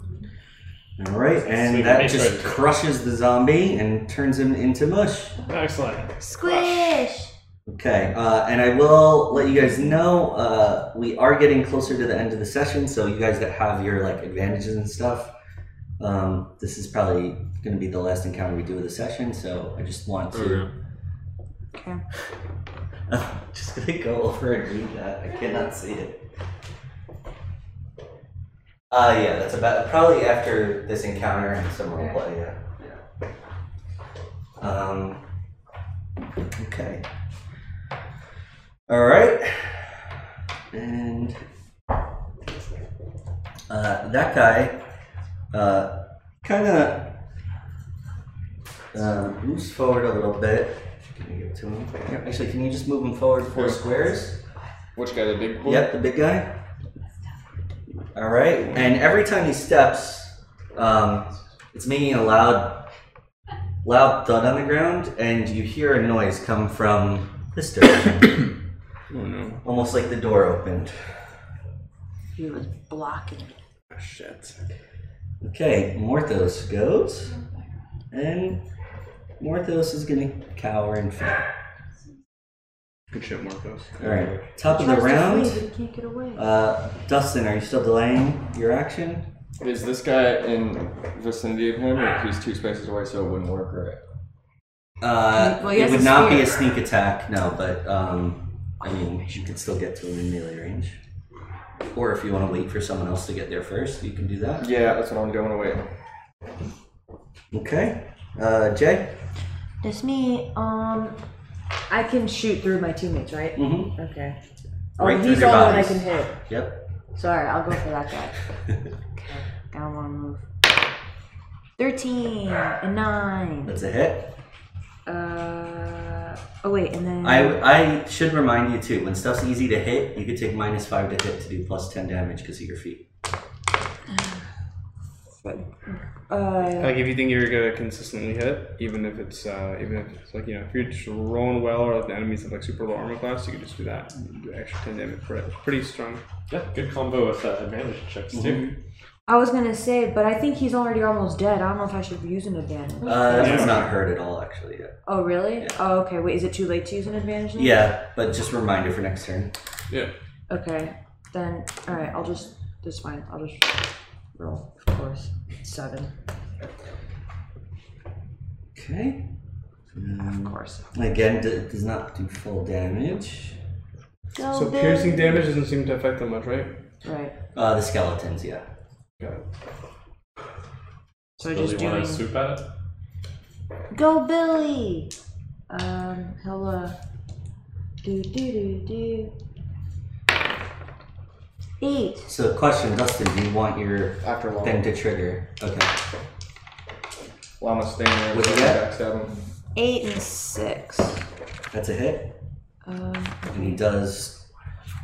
S3: All right, and
S7: Sweet,
S3: that
S7: nice
S3: just
S7: turn.
S3: crushes the zombie and turns him into mush.
S7: Excellent.
S5: Squish.
S3: Okay, uh, and I will let you guys know uh, we are getting closer to the end of the session, so you guys that have your like advantages and stuff, um, this is probably going to be the last encounter we do of the session. So I just want to.
S5: Okay.
S3: I'm just gonna go over and read that. I cannot see it. Uh, yeah, that's about probably after this encounter and some roleplay. Yeah. yeah. Um. Okay. All right. And uh, that guy uh, kind of uh, moves forward a little bit. Can you give it to him? Here, Actually, can you just move him forward four squares?
S2: Which guy, the big boy?
S3: Yep, the big guy. All right, and every time he steps, um, it's making a loud, loud thud on the ground, and you hear a noise come from this direction,
S8: Oh no.
S3: almost like the door opened.
S5: He was blocking.
S8: Shit.
S3: Okay, Morthos goes, and Morthos is gonna cower and fail.
S8: Good shit, Marcos.
S3: All right, top of the
S5: Tries to flee,
S3: round.
S5: but he can't get away.
S3: Uh, Dustin, are you still delaying your action?
S2: Is this guy in vicinity of him, or he's two spaces away, so it wouldn't work, right?
S3: Uh,
S5: Well, he
S3: it
S5: has
S3: would
S5: a
S3: not be a
S5: spear.
S3: sneak attack, no, but um, I mean, you could still get to him in melee range. Or if you want to wait for someone else to get there first, you can do that.
S2: Yeah, that's what I'm doing. Wait.
S3: Okay. Uh, Jay?
S5: That's me. Um, I can shoot through my teammates, right?
S3: Mm-hmm.
S5: Okay. Oh,
S3: Right through
S5: he's the
S3: their
S5: only one I
S3: bodies.
S5: can hit.
S3: Yep.
S5: Sorry, I'll go for that guy. okay, I don't want to move. Thirteen and nine.
S3: That's a hit.
S5: Uh, oh wait, and then
S3: I, I should remind you, too, when stuff's easy to hit, you could take minus 5 to hit to do plus 10 damage because of your feet.
S5: uh,
S8: Like if you think you're gonna consistently hit, even if it's uh, even if it's like you know if you're just rolling well or if the enemies have like super low armor class, you can just do that. and Do extra ten damage for it. Pretty strong.
S7: Yeah, good combo with uh, advantage checks, too.
S5: I was gonna say, but I think he's already almost dead. I don't know if I should use an advantage.
S3: Uh, that one's not hurt at all, actually, yet.
S5: Oh really? Oh okay. Wait, is it too late to use an advantage? Now?
S3: Yeah, but just reminder for next turn.
S5: Okay, then all right. I'll just. That's fine. I'll just roll. Of course, seven.
S3: Okay.
S5: Of
S3: Um,
S5: course.
S3: again, d- does not do full damage.
S5: Oh,
S8: So piercing damage doesn't seem to affect them much, right?
S5: Right.
S3: Uh, the skeletons, yeah.
S5: So
S7: Does
S5: just
S7: he want to
S5: doing.
S7: swoop at it?
S5: Go Billy! Um, hello. Do do do do. Eight.
S3: So, question, Dustin, do you want your
S2: After long.
S3: thing to trigger? Okay.
S2: Llama staying there.
S3: What'd you get?
S2: Backstab him.
S5: Eight and six.
S3: That's a hit.
S5: Um,
S3: And he does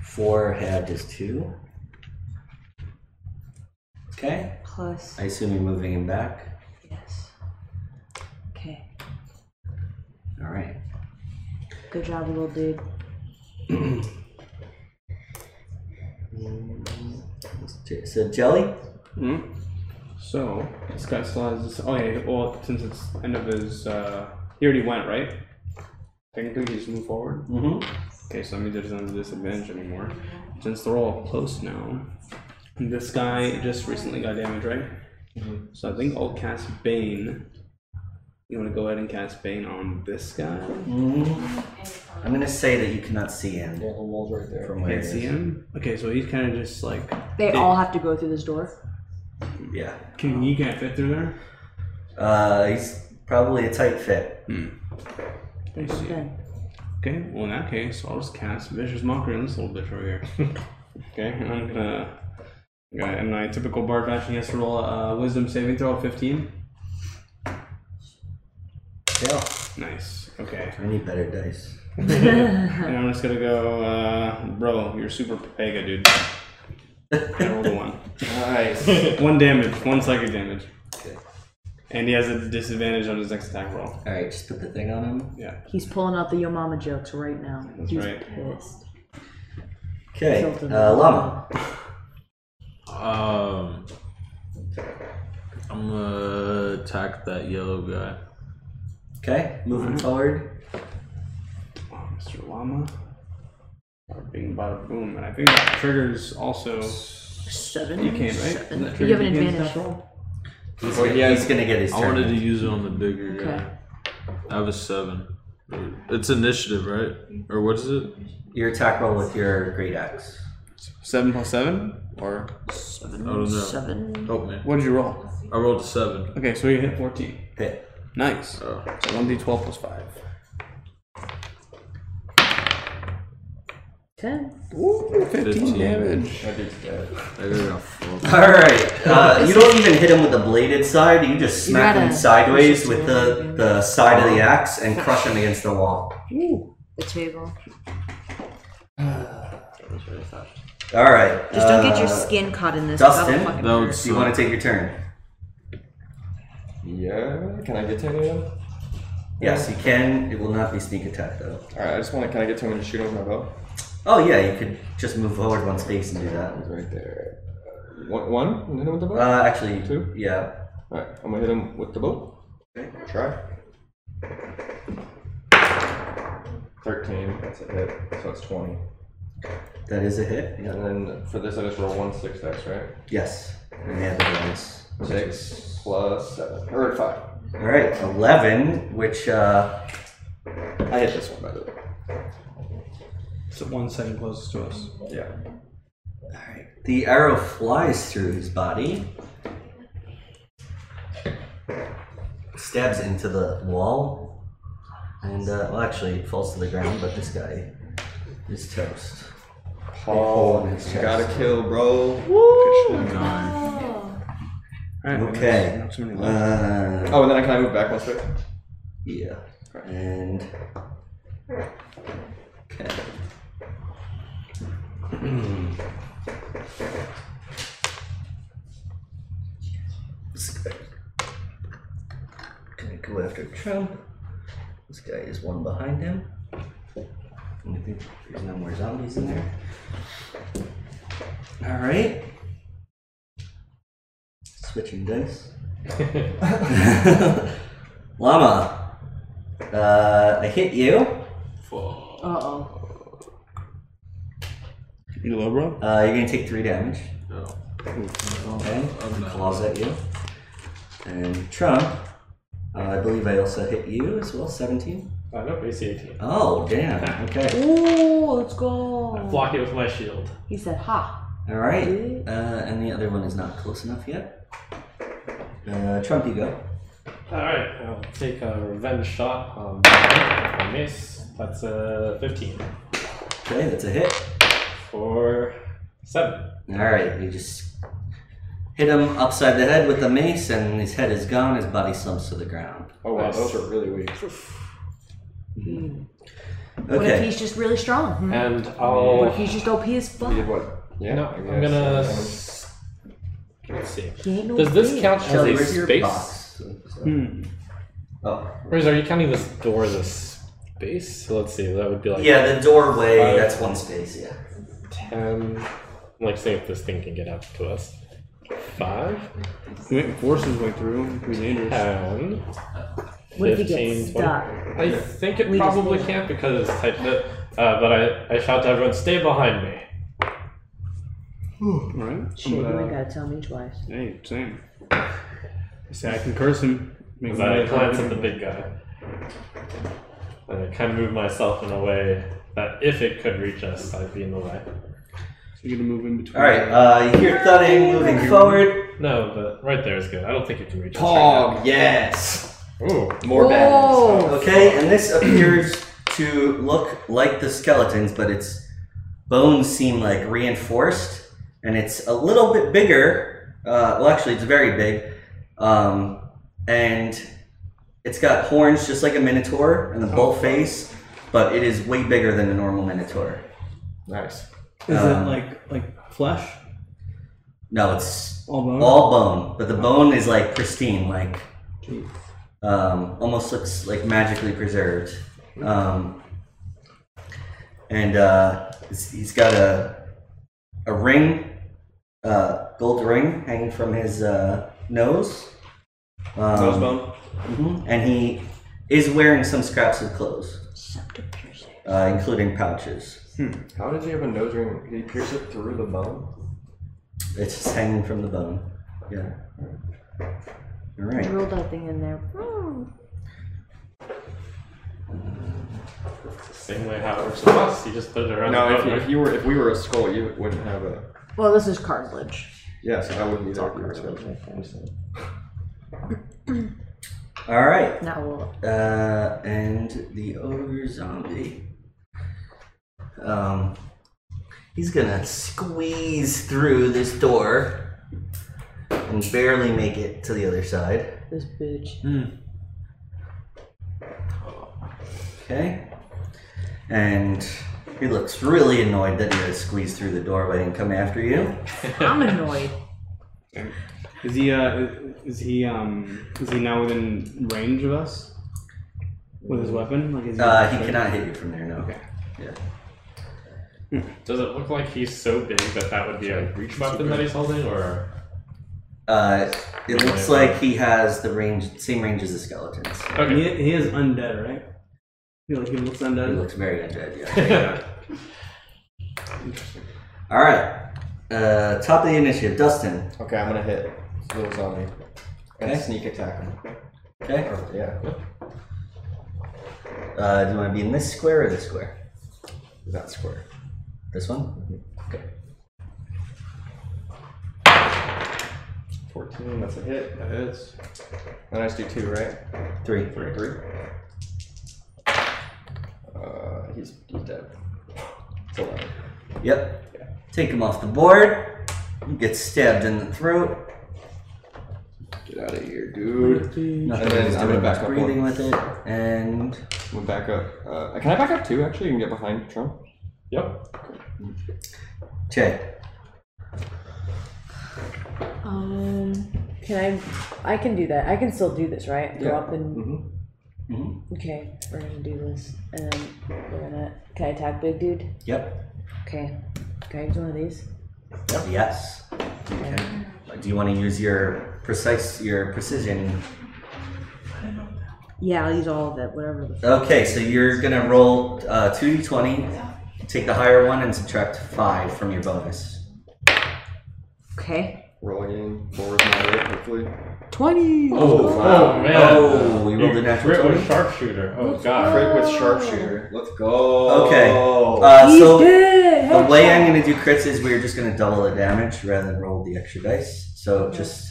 S3: four, head is two. Okay.
S5: plus
S3: I assume you're moving him back.
S5: yes. Okay.
S3: All right.
S5: Good job, little dude.
S3: J- So Jelly,
S8: Hmm?
S1: So this guy still has this. Oh yeah. Well, since it's end of his, uh, he already went right. Technically, he just moved forward.
S3: Mhm.
S1: Okay, so that means there's no disadvantage anymore. Since they're all close now, and this guy just recently got damage, right? So I think I'll cast Bane. You want to go ahead and cast Bane on this guy?
S3: Mm-hmm. I'm gonna say that you cannot see him
S2: Yeah, the wall's right there.
S3: from where
S1: Can't
S3: he
S1: see
S3: is.
S1: him. Okay, so he's kind of just like.
S5: They all have to go through this door.
S3: Yeah.
S1: Can you can't fit through there?
S3: Uh, he's probably a tight fit.
S1: I see.
S5: Then
S1: Okay, well in that case, I'll just cast Vicious Mockery on this little bitch over here. okay, and I'm gonna. Okay, and my typical bard fashion, he has to roll a uh, Wisdom saving throw of 15.
S3: Yeah.
S1: Nice. Okay.
S3: I need better dice.
S1: And I'm just gonna go, uh, bro, you're super pega, dude. I rolled a one.
S2: Nice.
S1: One damage, one psychic damage.
S3: Okay.
S1: And he has a disadvantage on his next attack roll.
S3: All right, just put the thing on him.
S5: he's pulling out the yo mama jokes right now.
S1: That's
S5: he's
S1: right.
S5: pissed.
S3: Okay.
S5: Tilted.
S3: Uh, Llama.
S6: Um, I'm gonna attack that yellow guy.
S3: Okay, moving forward.
S1: Oh, Mr. Llama. Bada bing, bada boom. And I think that triggers also.
S5: Seven.
S1: You can, right?
S5: Seven.
S1: Doesn't that
S5: You
S1: trigger
S5: have an
S1: Deacon's
S5: advantage.
S1: death roll?
S3: He's,
S2: Well,
S3: gonna-
S2: he has-
S3: he's gonna get his
S6: I
S3: turn.
S6: wanted to use it on the bigger
S5: Okay.
S6: guy. I have a seven. It's initiative, right? Or what is it?
S3: Your attack roll with your great axe.
S1: Seven plus seven, or
S6: I don't know.
S5: Seven. Seven.
S6: Help me.
S1: what did you roll?
S6: I rolled a seven.
S1: Okay, so you hit fourteen.
S3: Hit.
S1: Nice.
S6: Oh.
S1: So one d twelve plus five.
S5: Ten.
S1: Ooh, 15,
S6: 15.
S1: damage.
S2: That dude's dead.
S6: I got a four.
S3: All right. Uh, you don't even hit him with the bladed side. You just
S5: You
S3: smack
S5: gotta
S3: him sideways
S5: push it
S3: with the, the side of the axe and crush him against the wall.
S5: The table.
S3: All right.
S5: Just don't get
S3: uh,
S5: your skin caught in this.
S3: Dustin?
S5: fucking
S6: That would
S5: hurt.
S3: Do you want to take your turn?
S2: Yeah. Can I get to him? again?
S3: Yes, you can. It will not be sneak attack though.
S2: All right. I just want to. Can I get to him and just shoot him with my bow?
S3: Oh yeah, you could just move forward one space and do that.
S2: He's right there. Uh, One. One. And hit him with the bow.
S3: Uh, actually,
S2: Two?
S3: yeah.
S2: All right. I'm gonna hit him with the bow.
S3: Okay.
S2: Try. Thirteen. That's a hit. So it's twenty.
S3: That is a hit. Yeah.
S2: And then for this, I just roll one six dice, right?
S3: Yes. And the other ones.
S2: Six plus seven or five.
S3: All right, eleven, which uh,
S2: I hit this one by the way.
S1: It's the one second closest to us.
S2: Yeah.
S3: the arrow flies through his body, stabs into the wall, and uh, well, actually, it falls to the ground. But this guy is toast.
S2: Paul,
S3: hole in his chest.
S2: gotta kill, bro.
S6: Nine.
S5: Oh.
S1: Alright,
S3: Okay.
S1: Not too many left.
S3: Uh,
S2: Oh, and then I can I move back one straight?
S3: yeah, and okay. This guy gonna go after Trump. This guy is one behind him. And I think there's no more zombies in there. All right. Switching dice. Llama, uh, I hit you.
S9: Uh oh.
S1: You low, bro?
S3: Uh, you're gonna take three damage.
S6: No.
S3: Okay.
S6: I'm not.
S3: Claws at you. And Trump, uh, I believe I also hit you as well, 17.
S7: I know, AC 18.
S3: Oh, damn. Okay.
S5: Ooh, let's
S7: I
S5: go.
S7: block it with my shield.
S5: He said, "Ha."
S3: All right. Uh, and the other one is not close enough yet. Uh, Trump, you go.
S7: Alright, I'll take a revenge shot on my miss. That's uh, a 15
S3: Okay, that's a hit.
S7: for 7.
S3: All right, you just hit him upside the head with a mace, and his head is gone. His body slumps to the ground.
S2: Oh wow, those are really weak.
S5: What if
S3: Okay.
S5: he's just really strong? hmm?
S7: And
S5: What if
S7: I'll.
S5: he's just OP as
S2: We did
S5: fuck?
S2: what? Yeah,
S7: No,
S2: I
S7: I'm
S2: guess.
S7: gonna. uh, s- Let's see.
S5: He ain't no
S7: Does this
S5: bitch.
S7: count as
S3: Charlie,
S7: a
S3: where's your
S7: space?
S3: box? Oh.
S7: Or is, are you counting this door as a space? So let's see. That would be like
S3: Yeah, the doorway.
S7: Five.
S3: that's one space. Yeah.
S7: ten. Like, see if this thing can get up to us. Five,
S8: He went and forced his way through. It could be dangerous.
S7: ten,
S5: What if he
S7: fifteen,
S5: gets
S7: twenty.
S5: stuck?
S7: I think it
S5: We just
S7: probably
S5: need-
S7: can't because it's tight knit. Uh, but I, I shout to everyone, stay behind me.
S8: All right.
S5: Shit,
S8: I'm
S5: you
S8: gonna-
S5: ain't gotta tell me twice.
S8: Hey, same. I say I can curse him. Make
S7: As
S8: him
S7: I
S8: really
S7: glance at
S8: hungry.
S7: the big guy. And I kind of move myself in a way that if it could reach us, I'd be in the way.
S8: So you're gonna move in between.
S3: All right. Uh, you hear thudding moving forward.
S7: No, but right there is good. I don't think it can reach
S3: Pog. Yes.
S7: us. Right now. Ooh.
S1: Oh.
S2: More bad.
S5: Whoa.
S3: Okay, and this appears to look like the skeletons, but its bones seem like reinforced, and it's a little bit bigger. Uh, well, actually, it's very big, um, and it's got horns just like a minotaur and a bull face, but it is way bigger than a normal minotaur.
S2: Nice.
S8: Is
S3: Um,
S8: it like like flesh?
S3: No, it's
S8: All bone.
S3: all bone, but the bone is like pristine, like um, almost looks like magically preserved. Um, and uh, it's- he's got a a ring, uh, gold ring hanging from his uh, nose. Um,
S2: Nosebone.
S3: mhm, And he is wearing some scraps of clothes, uh, including pouches.
S2: How did you have a nose ring? Did he pierce it through the bone?
S3: It's just hanging from the bone. Yeah. All right.
S5: Drilled that thing in there. Hmm.
S7: Same way how it works with us. You just put it around
S2: No,
S7: the
S2: if you,
S7: motor.
S2: if you were if we were a skull, you wouldn't have a.
S5: Well, this is cartilage.
S2: Yeah, so I wouldn't either. if you were a skull.
S3: All right.
S5: Not wool.
S3: Uh, and the ogre zombie. Um, he's gonna squeeze through this door and barely make it to the other side.
S5: This bitch.
S3: Okay. And he looks really annoyed that he had to squeeze through the doorway and come after you.
S5: I'm annoyed.
S8: Is he uh is- is he um is he now within range of us with his weapon? Like is
S3: Uh, he cannot hit you from there, no.
S7: Does it look like he's so big that that would be a reach weapon that he's holding, or
S3: Uh, it looks like he has the range, same range as the skeletons.
S7: okay?
S8: He, he is undead, right? He, like, he looks
S3: He
S8: undead.
S3: looks very undead, yeah. All right. Uh, top of the initiative, Dustin.
S2: Okay, I'm gonna hit little zombie and
S3: Okay.
S2: sneak attack him.
S3: Okay.
S2: Or- yeah,
S3: Uh, do you want to be in this square or this square?
S2: that square.
S3: This one? Okay.
S2: Fourteen. That's a hit.
S8: That is.
S2: And I just do two, right?
S3: Three.
S2: Three. Uh, he's he's dead. It's alive.
S3: Yep. Take him off the board. You get stabbed in the throat.
S2: Get out of here, dude.
S3: Nothing
S2: And then
S3: he's
S2: I'm gonna
S3: doing
S2: back
S3: much
S2: up
S3: breathing with it. And
S2: I'm gonna back up. Uh, can I back up too? Actually, you can get behind Trump.
S7: Yep.
S3: Che.
S5: Um, can I? I can do that. I can still do this, right? Go
S2: Yeah.
S5: up and.
S2: Mm-hmm.
S5: Okay, we're gonna do this, and then we're gonna. Can I attack big dude?
S3: Yep.
S5: Okay. Can I use one of these?
S3: Yep. Yes. Okay. Do you want to use your precise your precision?
S5: Yeah, I'll use all of it. Whatever. The
S3: Okay, so you're gonna roll uh, two d twenty. Take the higher one and subtract five from your bonus.
S5: Okay.
S2: Rolling in. Four is my rate, hopefully.
S5: Twenty.
S2: Oh,
S7: Oh man.
S3: Oh, you rolled a
S7: You
S3: natural
S7: crit with
S3: twenty.
S7: sharpshooter. Oh
S5: Let's
S7: god.
S5: go.
S2: Crit with sharpshooter. Let's go.
S3: Okay. Uh,
S5: He's
S3: so
S5: good.
S3: The way I'm
S5: headshot.
S3: gonna do crits is we're just gonna double the damage rather than roll the extra dice. So just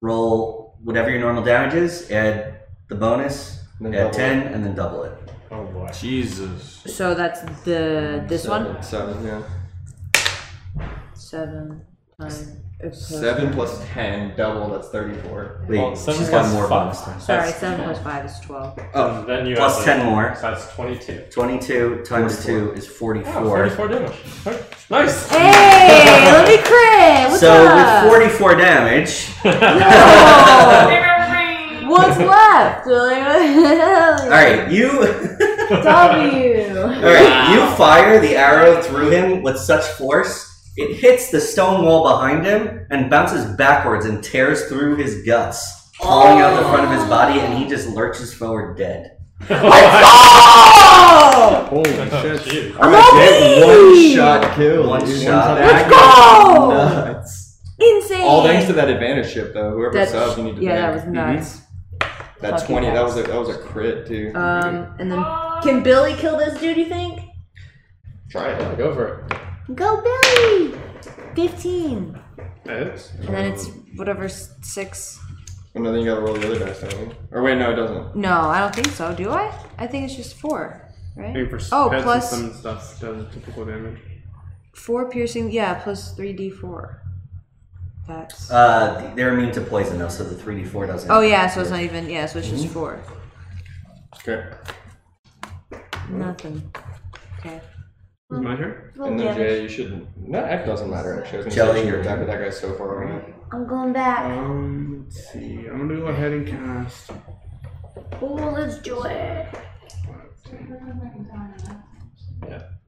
S3: roll whatever your normal damage is, add the bonus,
S2: Then
S3: add
S2: double
S3: ten, and then double it.
S7: Oh boy.
S6: Jesus.
S5: So that's the this
S2: Seven,
S5: one
S2: Seven. Yeah.
S5: seven Fine. Opposed.
S2: Seven plus ten, double. That's thirty-four.
S3: Wait,
S7: Well, seven
S3: she's got
S7: plus
S3: more
S7: five.
S3: bonus time.
S5: Sorry,
S7: That's-
S5: seven plus five is twelve.
S3: Oh,
S7: Then you
S3: plus
S7: have,
S3: 10 more.
S7: So that's 22.
S3: 22 times 2 is
S7: Yeah,
S3: 44.
S7: 44 damage. Right. Nice!
S5: Hey, let me
S7: Oh,
S5: crit. What's
S3: so
S5: up?
S3: with 44 damage.
S5: Yo,
S4: Favorite ring.
S5: what's left? Alright.
S3: Alright, you.
S5: W.
S3: All right, you fire the arrow through him with such force, it hits the stone wall behind him and bounces backwards and tears through his guts, falling out the front of his body, and he just lurches forward dead.
S5: Oh!
S6: Holy
S7: Oh,
S6: shit.
S7: jeez.
S2: I'm gonna get
S5: Lovely!
S2: one shot kill.
S3: One
S2: dude.
S3: shot.
S2: That
S5: Let's
S2: is
S5: go!
S2: Nuts.
S5: Insane.
S2: All thanks to that advantage ship, though. Whoever
S5: That's-
S2: subbed, you need to
S5: yeah, that
S2: thank.
S5: was nuts.
S2: That
S5: fucking
S2: twenty. That
S5: nuts.
S2: was a that was a crit too.
S5: Um, and then
S4: Oh,
S5: can Billy kill this dude? You think?
S7: Try it. Go for
S5: Go Billy. Fifteen.
S7: it. That is.
S5: And then it's whatever s- six.
S2: And then you gotta roll the other dice, don't you? Or wait, no, it doesn't.
S5: No, I don't think so. Do I? I think it's just four, right?
S1: Maybe for s-
S5: oh,
S1: pets
S5: plus
S1: and some stuff does typical damage.
S5: four piercing. Yeah, plus three d four. That's.
S3: Uh, they're immune to poison, though, so the 3d4 doesn't.
S5: oh yeah, so it's not even. Yeah, so it's just four.
S2: Okay.
S5: Nothing. Okay.
S1: Is it my turn?
S5: Little
S2: And then
S5: damage.
S2: Jay, you should. No, it doesn't matter actually. I was
S3: Jelly,
S2: gonna say you
S3: your
S2: attack
S3: turn.
S2: with that guy so far. Right?
S5: I'm going back.
S1: Um, let's see. I'm gonna go ahead and cast.
S5: Oh, let's do it.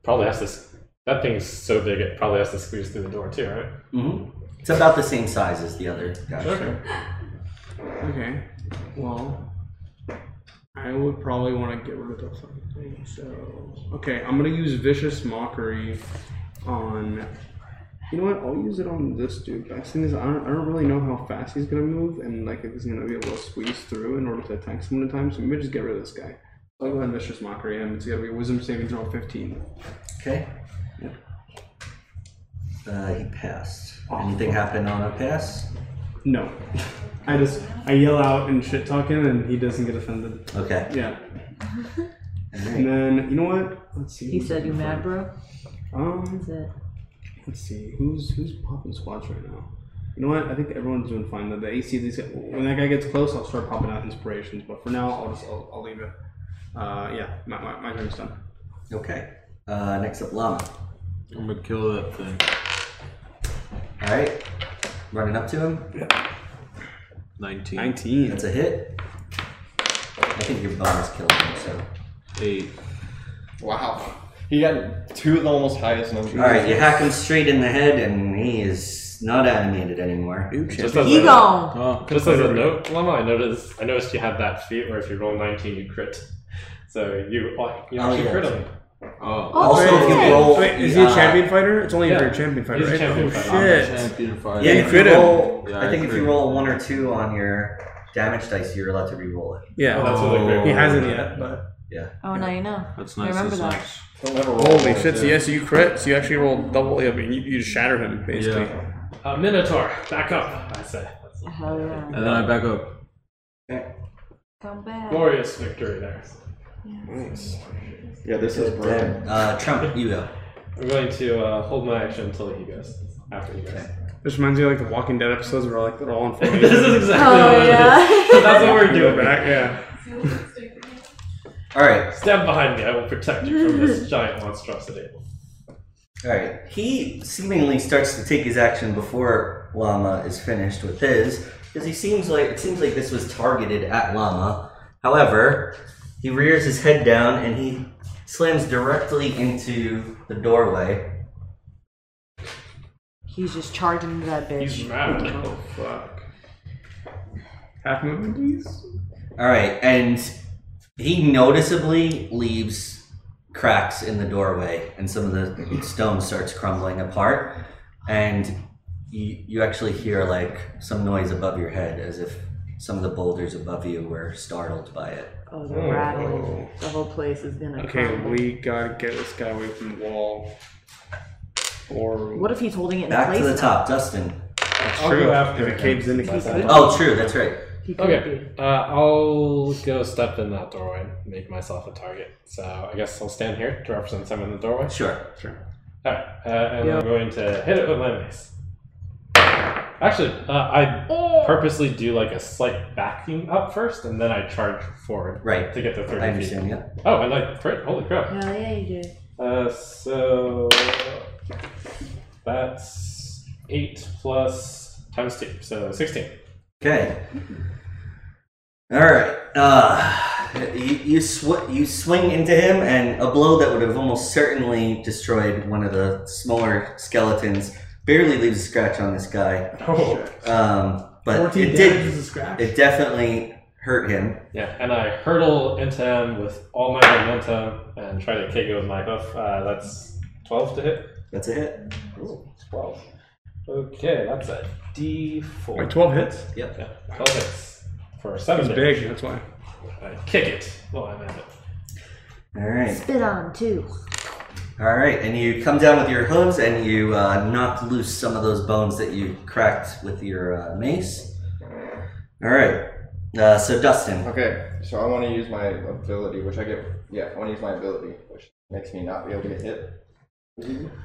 S7: Probably has to. s- That thing's so big, it probably has to squeeze through the door, too, right?
S3: hmm It's about the same size as the other guy.
S1: Okay. Well, I would probably want to get rid of something. So, okay, I'm gonna use vicious mockery on. You know what? I'll use it on this dude. The thing is, I don't, I don't really know how fast he's gonna move, and like if he's gonna be able to squeeze through in order to attack someone at a time. So maybe just get rid of this guy. I'll go ahead and vicious mockery him. It's gonna be wisdom saving throw 15.
S3: Okay. Uh, he passed. Anything happen on a pass?
S1: No, I just I yell out and shit talk him, and he doesn't get offended.
S3: Okay.
S1: Yeah. And
S3: Alright.
S1: then you know what? Let's see.
S5: He said, "You mad, bro?"
S1: Um,
S5: Is it?
S1: Let's see, who's who's popping squats right now? You know what? I think everyone's doing fine. The, the AC, these guys, when that guy gets close, I'll start popping out inspirations. But for now, I'll just I'll, I'll leave it. Uh, yeah, my, my, my turn's done.
S3: Okay. Uh, next up, Llama.
S6: I'm gonna kill that thing.
S3: Alright. Running up to him.
S6: 19.
S1: Nineteen.
S3: That's a hit. I think your bonus killed him, so.
S6: 8.
S2: Wow. He got two of the almost highest numbers.
S3: Alright, you hack him straight in the head, and he is not animated anymore.
S7: Just as,
S5: He
S7: a,
S5: gone.
S6: Oh,
S7: just as a note, Lemma, I noticed, I noticed you had that feat where if you roll 19, you crit. So you, oh, you
S3: Oh,
S7: actually
S3: yeah,
S7: crit him.
S6: oh.
S3: Also, if
S5: Okay.
S3: you roll.
S1: Wait, is he a
S3: uh,
S1: champion fighter? It's only
S7: yeah.
S1: if you're a champion fighter,
S7: He's a
S1: right?
S7: champion
S1: oh,
S7: fighter.
S1: shit.
S6: Champion fighter.
S3: Yeah,
S1: You
S3: if
S1: crit
S3: you
S1: him.
S3: roll.
S6: Yeah,
S3: I
S6: I
S3: think if
S6: crit
S3: you
S6: him.
S3: roll a one or two on your damage dice, you're allowed to re-roll it.
S1: Yeah.
S7: That's really great.
S1: He hasn't yet, but
S5: Oh, now you know.
S6: That's
S5: I
S6: nice.
S5: remember
S6: that's
S5: that.
S6: nice.
S2: Don't ever roll.
S1: holy shit! So yeah, so you crit, so you actually roll double. I mean, you, you just shatter him basically.
S6: Yeah.
S7: Uh, Minotaur, back up, I say.
S5: Hell yeah.
S6: And then I back up.
S5: Come back.
S7: Glorious victory there.
S2: Yeah, this is broken.
S3: Uh, Trump, you go.
S7: I'm going to uh, hold my action until he goes. After he goes.
S1: This reminds me of like the Walking Dead episodes where like they're all in
S7: this is exactly
S5: Oh,
S7: what it
S5: yeah.
S7: is. That's what we're
S1: Go
S7: doing.
S1: back, yeah.
S3: All right,
S7: Stand behind me. I will protect you from this giant monstrosity.
S3: all right. He seemingly starts to take his action before Llama is finished with his, because he seems like it seems like this was targeted at Llama. However, he rears his head down and he slams directly into the doorway.
S5: He's just charging into that
S7: He's
S5: bitch.
S7: mad.
S1: Oh fuck. Half movement, please.
S3: All right, and he noticeably leaves cracks in the doorway, and some of the stone starts crumbling apart, and you, you actually hear like some noise above your head, as if some of the boulders above you were startled by it.
S5: Oh, the rattling. The whole place is gonna.
S1: Okay,
S5: crumble.
S1: we gotta get this guy away from the wall. Or
S5: What if he's holding it in
S3: Back
S5: place?
S3: to the top, Dustin.
S1: that's
S7: I'll
S1: true.
S7: go after
S1: if it
S7: him.
S1: caves in, it
S5: He
S1: caves
S5: could
S1: in.
S3: Oh, true, that's right.
S5: He could
S7: Okay, uh, I'll go step in that doorway and make myself a target. So I guess I'll stand here to represent someone in the doorway.
S3: Sure.
S7: Alright, uh, and I'm going to hit it with my mace. Actually, uh, I
S5: Oh.
S7: purposely do like a slight backing up first, and then I charge forward
S3: Right.
S7: to get the
S3: I
S7: 30 feet.
S3: understand. Yeah.
S7: Oh, I like crit. Holy crap.
S5: Hell yeah, you do.
S7: Uh, so that's 8 plus times 2, so 16.
S3: Okay. All right. Uh, you you, sw- you swing into him, and a blow that would have almost certainly destroyed one of the smaller skeletons barely leaves a scratch on this guy.
S7: Oh.
S3: Um, but it
S1: damage
S3: did.
S1: is a scratch.
S3: It definitely hurt him.
S7: Yeah, and I hurdle into him with all my momentum and try to kick it with my hoof. Uh, that's 12 to hit.
S3: That's a hit.
S7: Ooh, 12. Okay, that's a d4.
S1: Wait, twelve hits.
S7: Yeah, 12 hits for
S1: That
S7: 7
S1: was
S7: damage.
S1: big. That's why.
S7: I kick it. Well, I'm at it.
S3: All right.
S5: Spit on too.
S3: All right, and you come down with your hooves and you uh, knock loose some of those bones that you cracked with your uh, mace. All right, uh, so Dustin,
S2: Okay, so I want to use my ability, which I get. Yeah, I want to use my ability, which makes me not be able to get hit.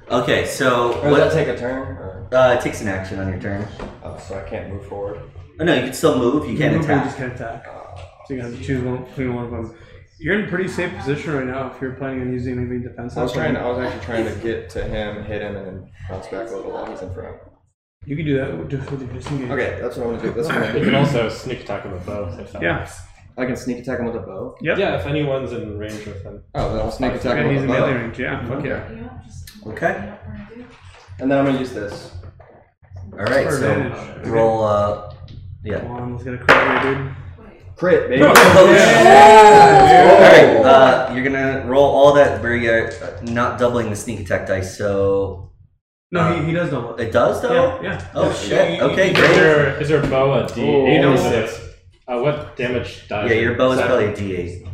S3: okay, so
S2: Or does
S3: what,
S2: that take a turn? Or,
S3: uh, it takes an action on your turn.
S2: oh, so I can't move forward. Uh,
S3: Oh no, you can still move. You can
S1: Remember, you
S3: attack.
S1: just can't attack. So you have to choose one, between one of them. You're in a pretty safe position right now if you're planning on using anything defensive.
S2: I was trying. I was actually trying to get to him, hit him, and then bounce back a little while he's in front.
S1: You can do that with just with your disengage.
S2: Okay, that's what I'm gonna do. That's what I'm
S7: You
S2: gonna do.
S7: can also sneak attack with a bow. If that
S1: Yeah.
S7: works.
S2: I can sneak attack him with a bow.
S1: Yep.
S7: Yeah, if anyone's in range with him.
S2: Oh, then I'll sneak attack
S1: Yeah,
S2: him
S1: he's
S2: with a
S1: in melee
S2: bow.
S1: range. Yeah. Fuck yeah.
S4: You know, just.
S3: Okay.
S2: And then I'm gonna use this.
S3: All right,
S1: For
S3: so
S1: advantage.
S3: roll. Uh, yeah.
S1: Come on, let's get a crit here, dude.
S2: Crit, baby.
S3: Oh,
S2: Yeah.
S3: shit. All right, uh, you're gonna roll all that. Where you're uh, not doubling the sneak attack dice, so
S1: No, he, he does double.
S3: it does though.
S1: Yeah, yeah.
S3: Oh shit. Okay,
S7: Is
S3: great. Oh.
S7: there, is there a bow a d8
S1: Ooh.
S7: or six? Uh, what damage does
S3: Yeah, your bow is
S7: Seven.
S3: probably a D8.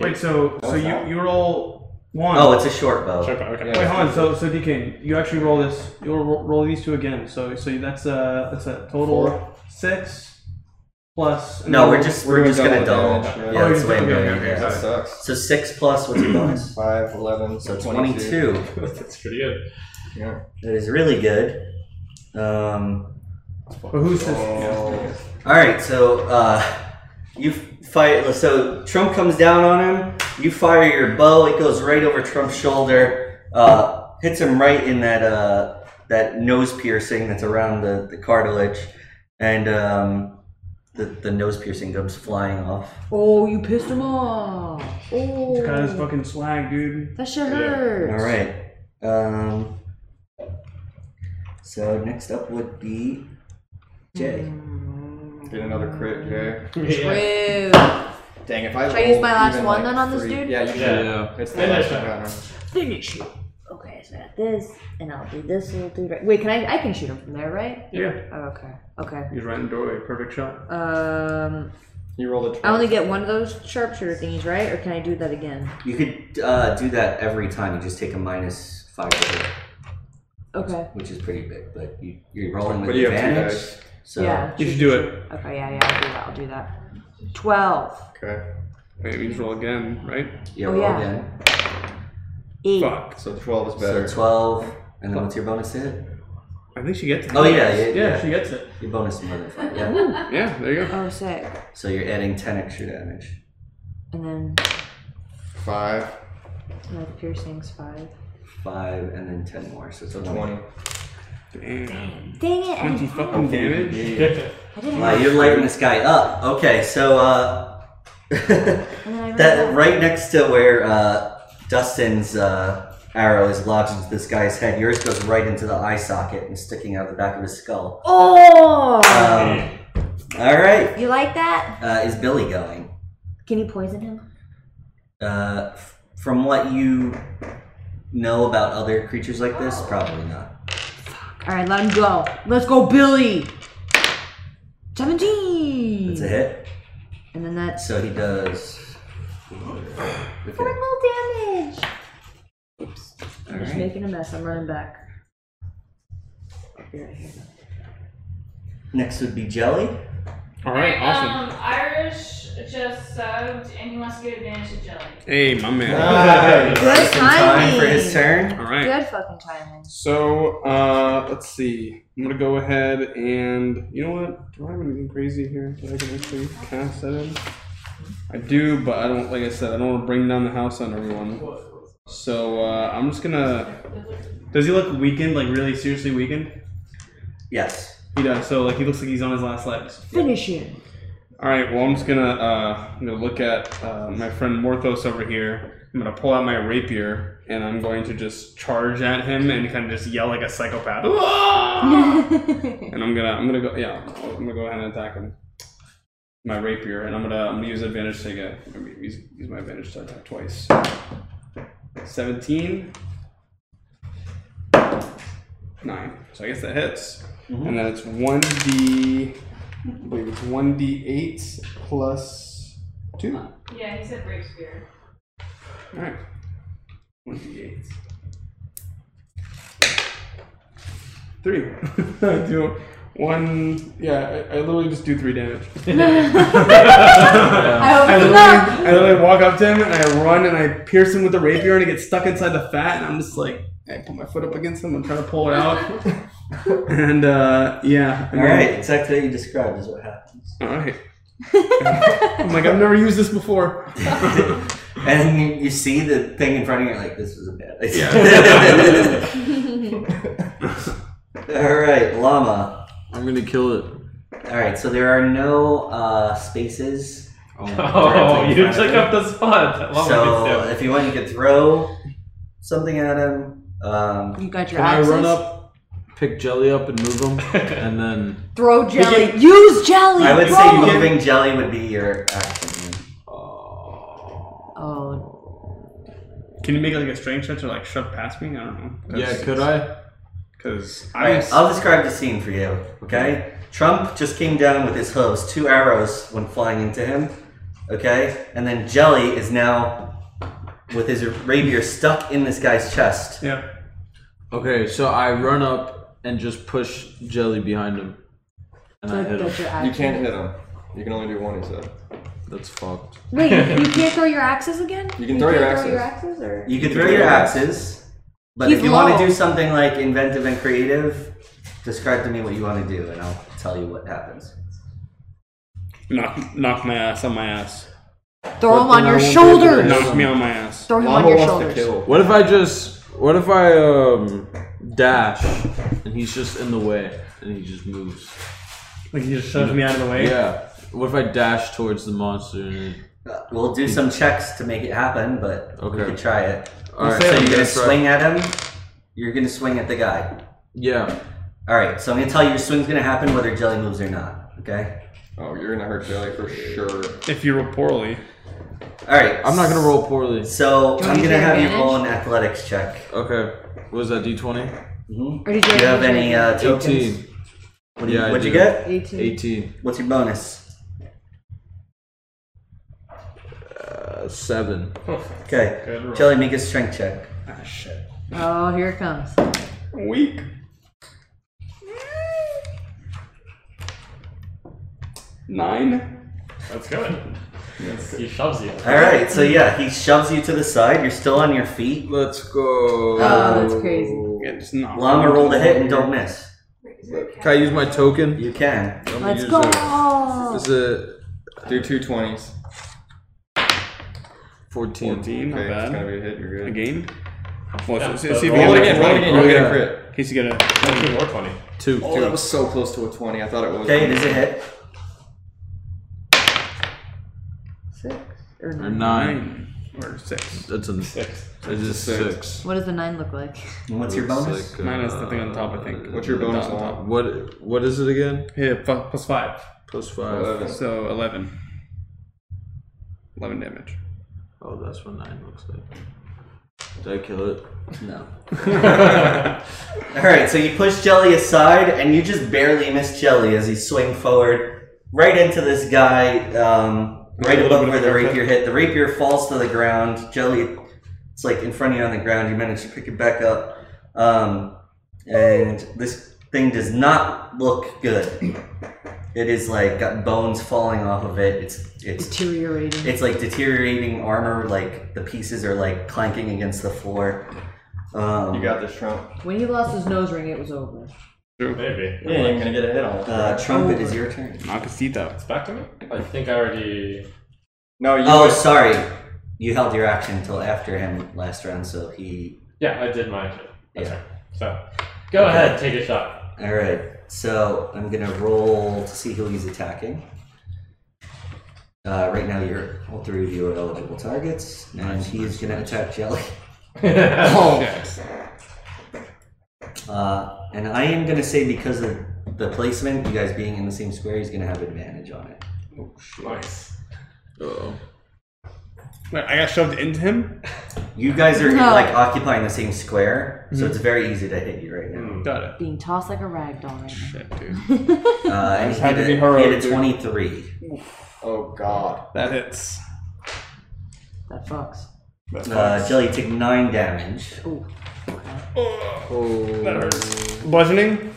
S1: Wait, so so you, you roll one.
S3: Oh, it's a short bow.
S7: Sure, bow, okay.
S1: Wait,
S2: Yeah.
S1: hold on. So, so DK, you actually roll this. You'll roll, roll these two again. So, so that's a that's a total
S2: Four.
S1: six plus.
S3: No, we're just we're,
S2: We're
S3: just gonna
S2: gonna
S3: double.
S2: double
S3: Yeah,
S2: damage.
S1: Oh,
S3: that's
S1: you
S3: the way I'm
S1: double,
S3: doing
S1: okay,
S3: it
S1: okay,
S2: That
S3: here.
S1: got
S2: sucks.
S3: So six plus what's your bonus?
S2: 5, 11, so
S3: So twenty-two.
S7: That's pretty good.
S2: Yeah.
S3: That is really good. Um.
S1: But who's this?
S2: Oh.
S3: All right, so uh, you fight. So Trump comes down on him. You fire your bow. It goes right over Trump's shoulder. Uh, hits him right in that uh that nose piercing that's around the the cartilage, and um, the the nose piercing goes flying off.
S5: Oh, you pissed him off. Oh,
S1: He's got his fucking swag, dude.
S5: that shit hurts.
S3: All right. Um, so next up would be Jay.
S2: Get another crit, Jay.
S7: Yeah.
S5: True.
S2: Dang, if I
S5: Should I use
S2: rolled
S5: my last
S2: even,
S5: one
S2: like,
S5: then on this
S2: three-
S5: dude?
S2: Yeah, you should.
S7: Yeah.
S2: It's the last
S7: Finish him.
S2: one.
S5: Finish you. Okay, so I got this, and I'll do this little dude right. Wait, can I? I can shoot him from there, right?
S1: Yeah,
S5: Oh, okay. Okay.
S1: he's right in the doorway. Perfect shot.
S5: Um,
S2: You rolled a
S5: I only get one of those sharpshooter thingies, right? Or can I do that again?
S3: You could uh, do that every time. You just take a minus five, to hit,
S5: Okay.
S3: which is pretty big, but you, you're rolling with
S2: But you have two
S3: advantage.
S2: dice.
S3: So
S5: yeah.
S1: You
S5: shoot,
S1: should do
S5: shoot,
S1: it.
S5: shoot. Okay. Yeah. Yeah. I'll do that. I'll do that. Twelve.
S2: Okay.
S1: Wait, we just roll again, right?
S3: you
S5: Oh,
S3: roll
S5: yeah.
S3: again.
S5: Eight.
S1: Fuck.
S2: So 12 is better.
S3: So twelve, and then what's your bonus to hit?
S1: I think she gets it.
S3: Oh, yeah, yeah,
S1: yeah,
S3: yeah.
S1: she gets it.
S3: Your bonus is more than five. Yeah.
S1: Yeah, there you go.
S5: Oh, sick.
S3: so you're adding ten extra damage.
S5: And then
S2: 5,
S5: no, the piercings five.
S3: Five and then ten more, so it's a
S2: 20.
S1: Damn.
S5: Dang it! I
S1: Twenty
S5: had it.
S1: fucking damage.
S5: I didn't
S3: Wow,
S5: have it.
S3: you're lighting this guy up. Okay, so uh,
S5: And then I
S3: That
S5: rolled
S3: right next to where uh, Dustin's uh, arrow is lodged into this guy's head, yours goes right into the eye socket and sticking out the back of his skull.
S5: Oh.
S3: Um, all right,
S5: you like that?
S3: uh, is Billy going?
S5: Can you poison him?
S3: Uh, f- from what you know about other creatures like this, probably not.
S5: All right, let him go. Let's go, Billy. Seventeen.
S3: It's a hit,
S5: And then that's
S3: so he does. Look at-
S5: little damage. Oops. I'm
S3: All
S5: just
S3: right.
S5: making a mess. I'm running back. I'll be right here.
S3: Next would be Jelly.
S1: All right, awesome.
S4: Um, Irish just subbed, and he wants to get advantage of jelly.
S1: Hey, my man.
S2: Nice.
S5: Good
S3: In time for
S5: timing.
S3: his turn.
S1: All right.
S5: Good fucking timing.
S1: So, uh, let's see. I'm gonna go ahead and you know what? Do I have anything crazy here that I can actually cast that in? I do, but I don't. Like I said, I don't want to bring down the house on everyone. So uh, I'm just gonna. Does he look weakened? Like really seriously weakened?
S3: Yes.
S1: He does. So like he looks like he's on his last legs.
S5: Finish him.
S1: All right. Well, I'm just gonna uh, I'm gonna look at uh, my friend Morthos over here. I'm gonna pull out my rapier and I'm going to just charge at him and kind of just yell like a psychopath. Ah! and I'm gonna I'm gonna go yeah I'm gonna go ahead and attack him. My rapier and I'm gonna I'm gonna use advantage to get I'm gonna use, use my advantage to attack twice. Seventeen. Nine. So I guess that hits. And then it's one D I believe it's one D eight plus two. All
S4: Yeah, he said break spirit.
S1: right. One D eight. Three. I do one. Yeah, I, I literally just do three damage.
S5: I hope
S1: I
S5: it's
S1: literally,
S5: enough.
S1: I literally walk up to him and I run and I pierce him with the rapier and it gets stuck inside the fat and I'm just like I put my foot up against him and try to pull it out. and uh, yeah. and
S3: All
S1: then-
S3: right. Exactly what you described is what happens.
S1: All right. I'm like I've never used this before.
S3: And you, you see the thing in front of you, you're like, this was a bad idea. All right, llama.
S6: I'm gonna kill it.
S3: All right, so there are no uh, spaces.
S6: Um,
S7: Oh,
S3: directly in
S7: you
S3: front of
S7: took
S3: him.
S7: up the spot. That Lama
S3: So
S7: gets
S3: if you want, you could throw something at him. Um,
S5: You got your
S6: Can I
S5: axes.
S6: run up, pick Jelly up, and move him,
S7: to.
S6: and then
S5: Throw jelly. Use jelly.
S3: I would
S5: Throw
S3: say
S5: them.
S3: moving jelly would be your action.
S5: Oh,
S1: Can you make like a strength check or like shove past me? I don't know.
S6: yeah, could I?
S1: Because
S3: All right, I'll describe the scene for you. Okay, Trump just came down with his hooves, two arrows went flying into him. Okay, and then Jelly is now with his rapier stuck in this guy's chest.
S1: yeah.
S6: Okay, so I run up and just push Jelly behind him, and I
S5: so
S6: hit
S5: that's
S6: him.
S5: your
S2: You
S5: axes.
S2: can't hit him. You can only do one, he said.
S6: That's fucked.
S5: Wait, you can't throw your axes again?
S2: You can throw your
S5: can't
S2: axes.
S5: axes, or
S3: You could throw your axes, but if
S5: He's
S3: you want
S5: low.
S3: to do something like inventive and creative, describe to me what you want to do, and I'll tell you what happens.
S1: Knock knock my ass on my ass.
S5: throw him
S6: But
S5: on
S6: then
S5: your
S6: I won't be able to
S5: shoulders.
S6: hit
S1: Knock me on my ass.
S5: Throw him on
S2: Llama
S5: your
S2: wants
S5: shoulders.
S2: to kill.
S6: What if I just? What if I um dash, and he's just in the way, and he just moves?
S1: Like you just shove me out of the way.
S6: Yeah. What if I dash towards the monster? And
S3: Uh, We'll do some checks to make it happen, but we
S6: Okay.
S3: could try it.
S6: all right,
S3: so
S6: I'm
S3: you're gonna
S6: gonna try-
S3: swing at him. You're gonna swing at the guy.
S6: Yeah.
S3: All right, so I'm gonna tell you your swing's gonna happen whether Jelly moves or not. Okay.
S2: Oh, you're gonna hurt Jelly for sure.
S1: If you roll poorly.
S3: All right.
S6: I'm not gonna roll poorly.
S3: So
S5: Do you
S3: I'm
S5: need
S3: gonna
S5: your
S3: have you
S5: advantage?
S3: roll an athletics check.
S6: Okay. What is that? D20.
S3: Mm-hmm.
S5: Or did
S3: Do you have any uh, tokens?
S6: 18.
S3: What do you,
S6: Yeah, I
S3: what'd you
S6: do.
S3: get?
S5: 18.
S6: 18.
S3: What's your bonus?
S6: Uh, seven.
S3: Okay. Jelly, make a strength check.
S1: Ah shit.
S5: Oh, here it comes.
S1: Weak. Nine.
S7: That's good. He shoves you.
S3: All right. So yeah, he shoves you to the side. You're still on your feet.
S6: Let's go.
S3: Uh,
S5: Ah, Oh, that's crazy.
S1: Yeah, just knock.
S3: Llama rolled a hit and don't miss.
S6: Can I use my token?
S3: You can.
S6: I'm gonna
S5: Let's
S6: use
S5: go.
S6: A, is it
S2: Do two 20s.
S6: 14?
S1: Fourteen. Not
S2: Okay, it's gonna
S1: bad.
S2: be a hit, you're
S1: A
S2: good.
S1: game. Well,
S7: Yeah,
S1: so-
S7: but
S1: see if you
S7: roll
S1: get
S2: Roll
S1: a
S2: it
S1: natural
S2: again, roll
S1: 20.
S2: it again, you'll get
S6: Yeah.
S2: a crit.
S1: In case you get a.
S7: 19 or 20.
S6: Two.
S2: Oh, that was so close to a 20. I thought it was.
S3: Okay, it is a hit.
S5: Six or
S6: Or
S5: nine.
S6: nine.
S1: Or six.
S6: That's a,
S7: Six.
S6: that's a six.
S5: What does the nine look like?
S3: And what's your
S6: It's
S3: bonus?
S6: like, uh,
S1: Minus the thing on top, I think.
S2: What's your bonus on top?
S6: What, what is it again?
S1: Yeah, fu- plus five.
S6: Plus five.
S2: Eleven.
S1: So eleven. Eleven damage.
S6: Oh, that's what nine looks like. Did I kill it?
S3: No. All right, so you push Jelly aside, and you just barely miss Jelly as you swing forward right into this guy, um, right above where the rapier hit. The rapier falls to the ground. Jelly, it's like in front of you on the ground. You manage to pick it back up, um, and this thing does not look good. It is like got bones falling off of it. It's it's
S9: Deteriorating.
S3: it's like deteriorating armor. Like the pieces are like clanking against the floor. Um,
S2: You got this, Trump.
S5: When he lost his nose ring, it was over.
S7: Maybe.
S2: You ain't gonna get a hit on it.
S3: uh, Trump. It is your turn.
S1: Nakasita.
S7: It's back to me? I think I already.
S2: No, you.
S3: Oh, sorry. You held your action until after him last round, so he.
S7: Yeah, I did my. That's
S3: Yeah.
S7: right. So, go
S3: Okay.
S7: ahead, take a shot.
S3: All right. So I'm gonna roll to see who he's attacking. Uh, right now, you're all three of you are eligible targets, and he is gonna attack Jelly.
S1: Oh,
S3: Uh, and I am gonna say because of the placement, you guys being in the same square, he's gonna have advantage on it.
S7: nice.
S6: Oh.
S1: Wait, I got shoved into him.
S3: You guys are
S5: No.
S3: like occupying the same square,
S2: Mm-hmm.
S3: so it's very easy to hit you right now.
S2: Mm.
S1: Got it.
S5: Being tossed like a rag doll right now.
S1: Shit, dude.
S3: Uh, and he
S2: had to
S3: hit
S2: be
S3: a,
S2: heroic,
S3: hit a
S2: dude.
S3: 23.
S2: Oh God.
S1: That hits.
S5: That fucks.
S3: Uh, Jelly took 9 damage.
S5: Ooh. Okay.
S1: That hurts. Bludgeoning.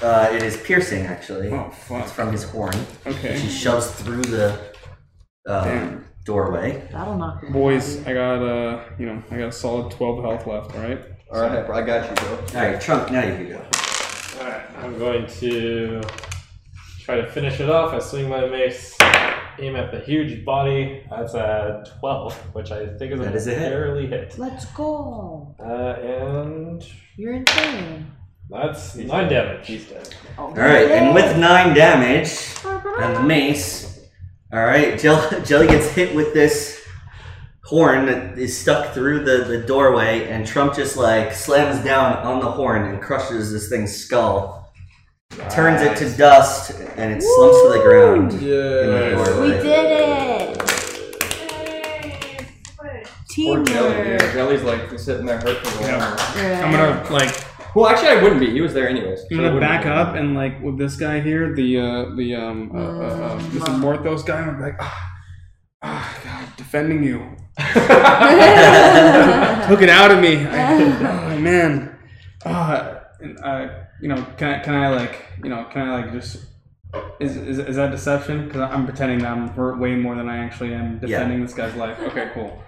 S3: Uh, it is piercing, actually.
S1: Oh
S3: It's
S1: fuck.
S3: from his horn.
S1: Okay.
S3: She shoves through the um,
S1: Damn.
S3: doorway.
S5: That'll knock him.
S1: Boys, I got uh, you know, I got a solid twelve health left. All right.
S2: All right, bro, I got you, bro.
S3: Alright, Trump, now you can go.
S7: Alright, I'm going to try to finish it off. I swing my mace, aim at the huge body. That's a 12, which I think is
S3: That is a hit.
S7: barely hit.
S5: Let's go.
S7: Uh, and
S5: You're insane.
S7: that's 9 damage.
S3: Alright, and with 9 damage and the mace, alright, Jelly, Jelly gets hit with this horn that is stuck through the, the doorway, and Trump just like slams down on the horn and crushes this thing's skull, turns it to dust, and it slumps to the ground. in the
S6: Yeah.
S5: We
S3: doorway.
S5: did it.
S4: Yay! Good.
S2: Poor Jelly, dude.
S5: Teamwork.
S2: Jelly's like sitting there hurt for the
S1: Yeah.
S5: Right.
S1: I'm gonna like,
S2: Well, actually, I wouldn't be. He was there anyways.
S1: I'm
S2: So it
S1: gonna
S2: wouldn't
S1: back
S2: be.
S1: up and like with this guy here, the uh, the um, uh, uh, uh, Mr. Morthos guy. I'm like, ah, ah, God, defending you. took it out of me. I, oh man. Ah, and, uh, you know, can I, can I like, you know, can I like just? Is, is, is that deception? Because I'm pretending that I'm hurt way more than I actually am
S3: Yeah.
S1: defending this guy's life. Okay, cool.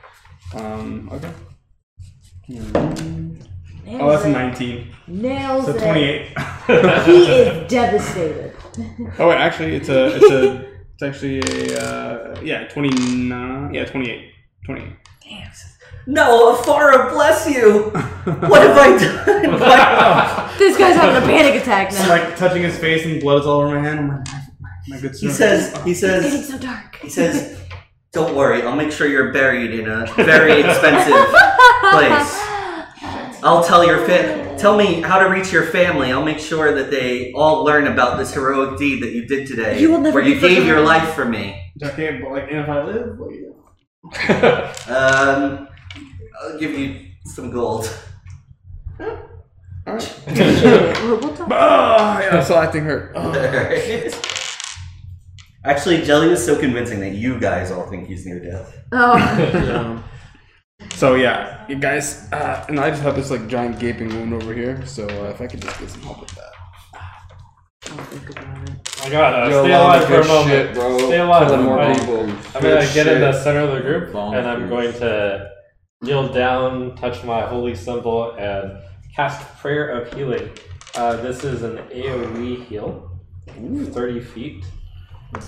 S1: Um, okay. Hmm.
S5: Nails
S1: Oh, that's a
S5: it.
S1: 19.
S5: Nails
S1: So
S5: it.
S1: 28.
S5: He is devastated.
S1: Oh wait, actually, it's a it's a it's actually a uh, yeah twenty nine yeah 28. 28.
S3: No, Afara, bless you! What have I done? Why-
S5: This guy's having a panic attack now.
S1: like touching his face and blood is all over my hand. I'm like, my, my good sir.
S3: he says, he
S5: it's
S3: says,
S5: getting so dark.
S3: he says, don't worry, I'll make sure you're buried in a very expensive place. I'll tell your fa- tell me how to reach your family. I'll make sure that they all learn about this heroic deed that you did today,
S5: You will never
S3: where
S5: be
S3: you gave your
S5: forgotten."
S3: life for me.
S1: Okay, but like, and if I live, what do you
S3: Um, I'll give you some gold.
S5: We'll, we'll talk.
S1: Oh, yeah, that's all I think hurt. Oh.
S3: Actually, Jelly was so convincing that you guys all think he's near death.
S5: Oh,
S1: So yeah, you guys, uh, and I just have this like giant gaping wound over here. So uh, if I could just get some help with that.
S5: I'll think about it.
S7: I got uh,
S2: Yo,
S7: stay
S2: love
S7: alive
S2: the
S7: for a
S2: good
S7: moment.
S2: shit, bro.
S7: Stay alive
S2: Killing
S7: for a
S2: more
S7: moment.
S2: people.
S7: I'm
S2: Good
S7: gonna get in the
S2: shit.
S7: center of the group, and
S6: Volunteers.
S7: I'm going to kneel down, touch my holy symbol, and cast prayer of healing. Uh, this is an AOE heal, 30 feet.
S5: I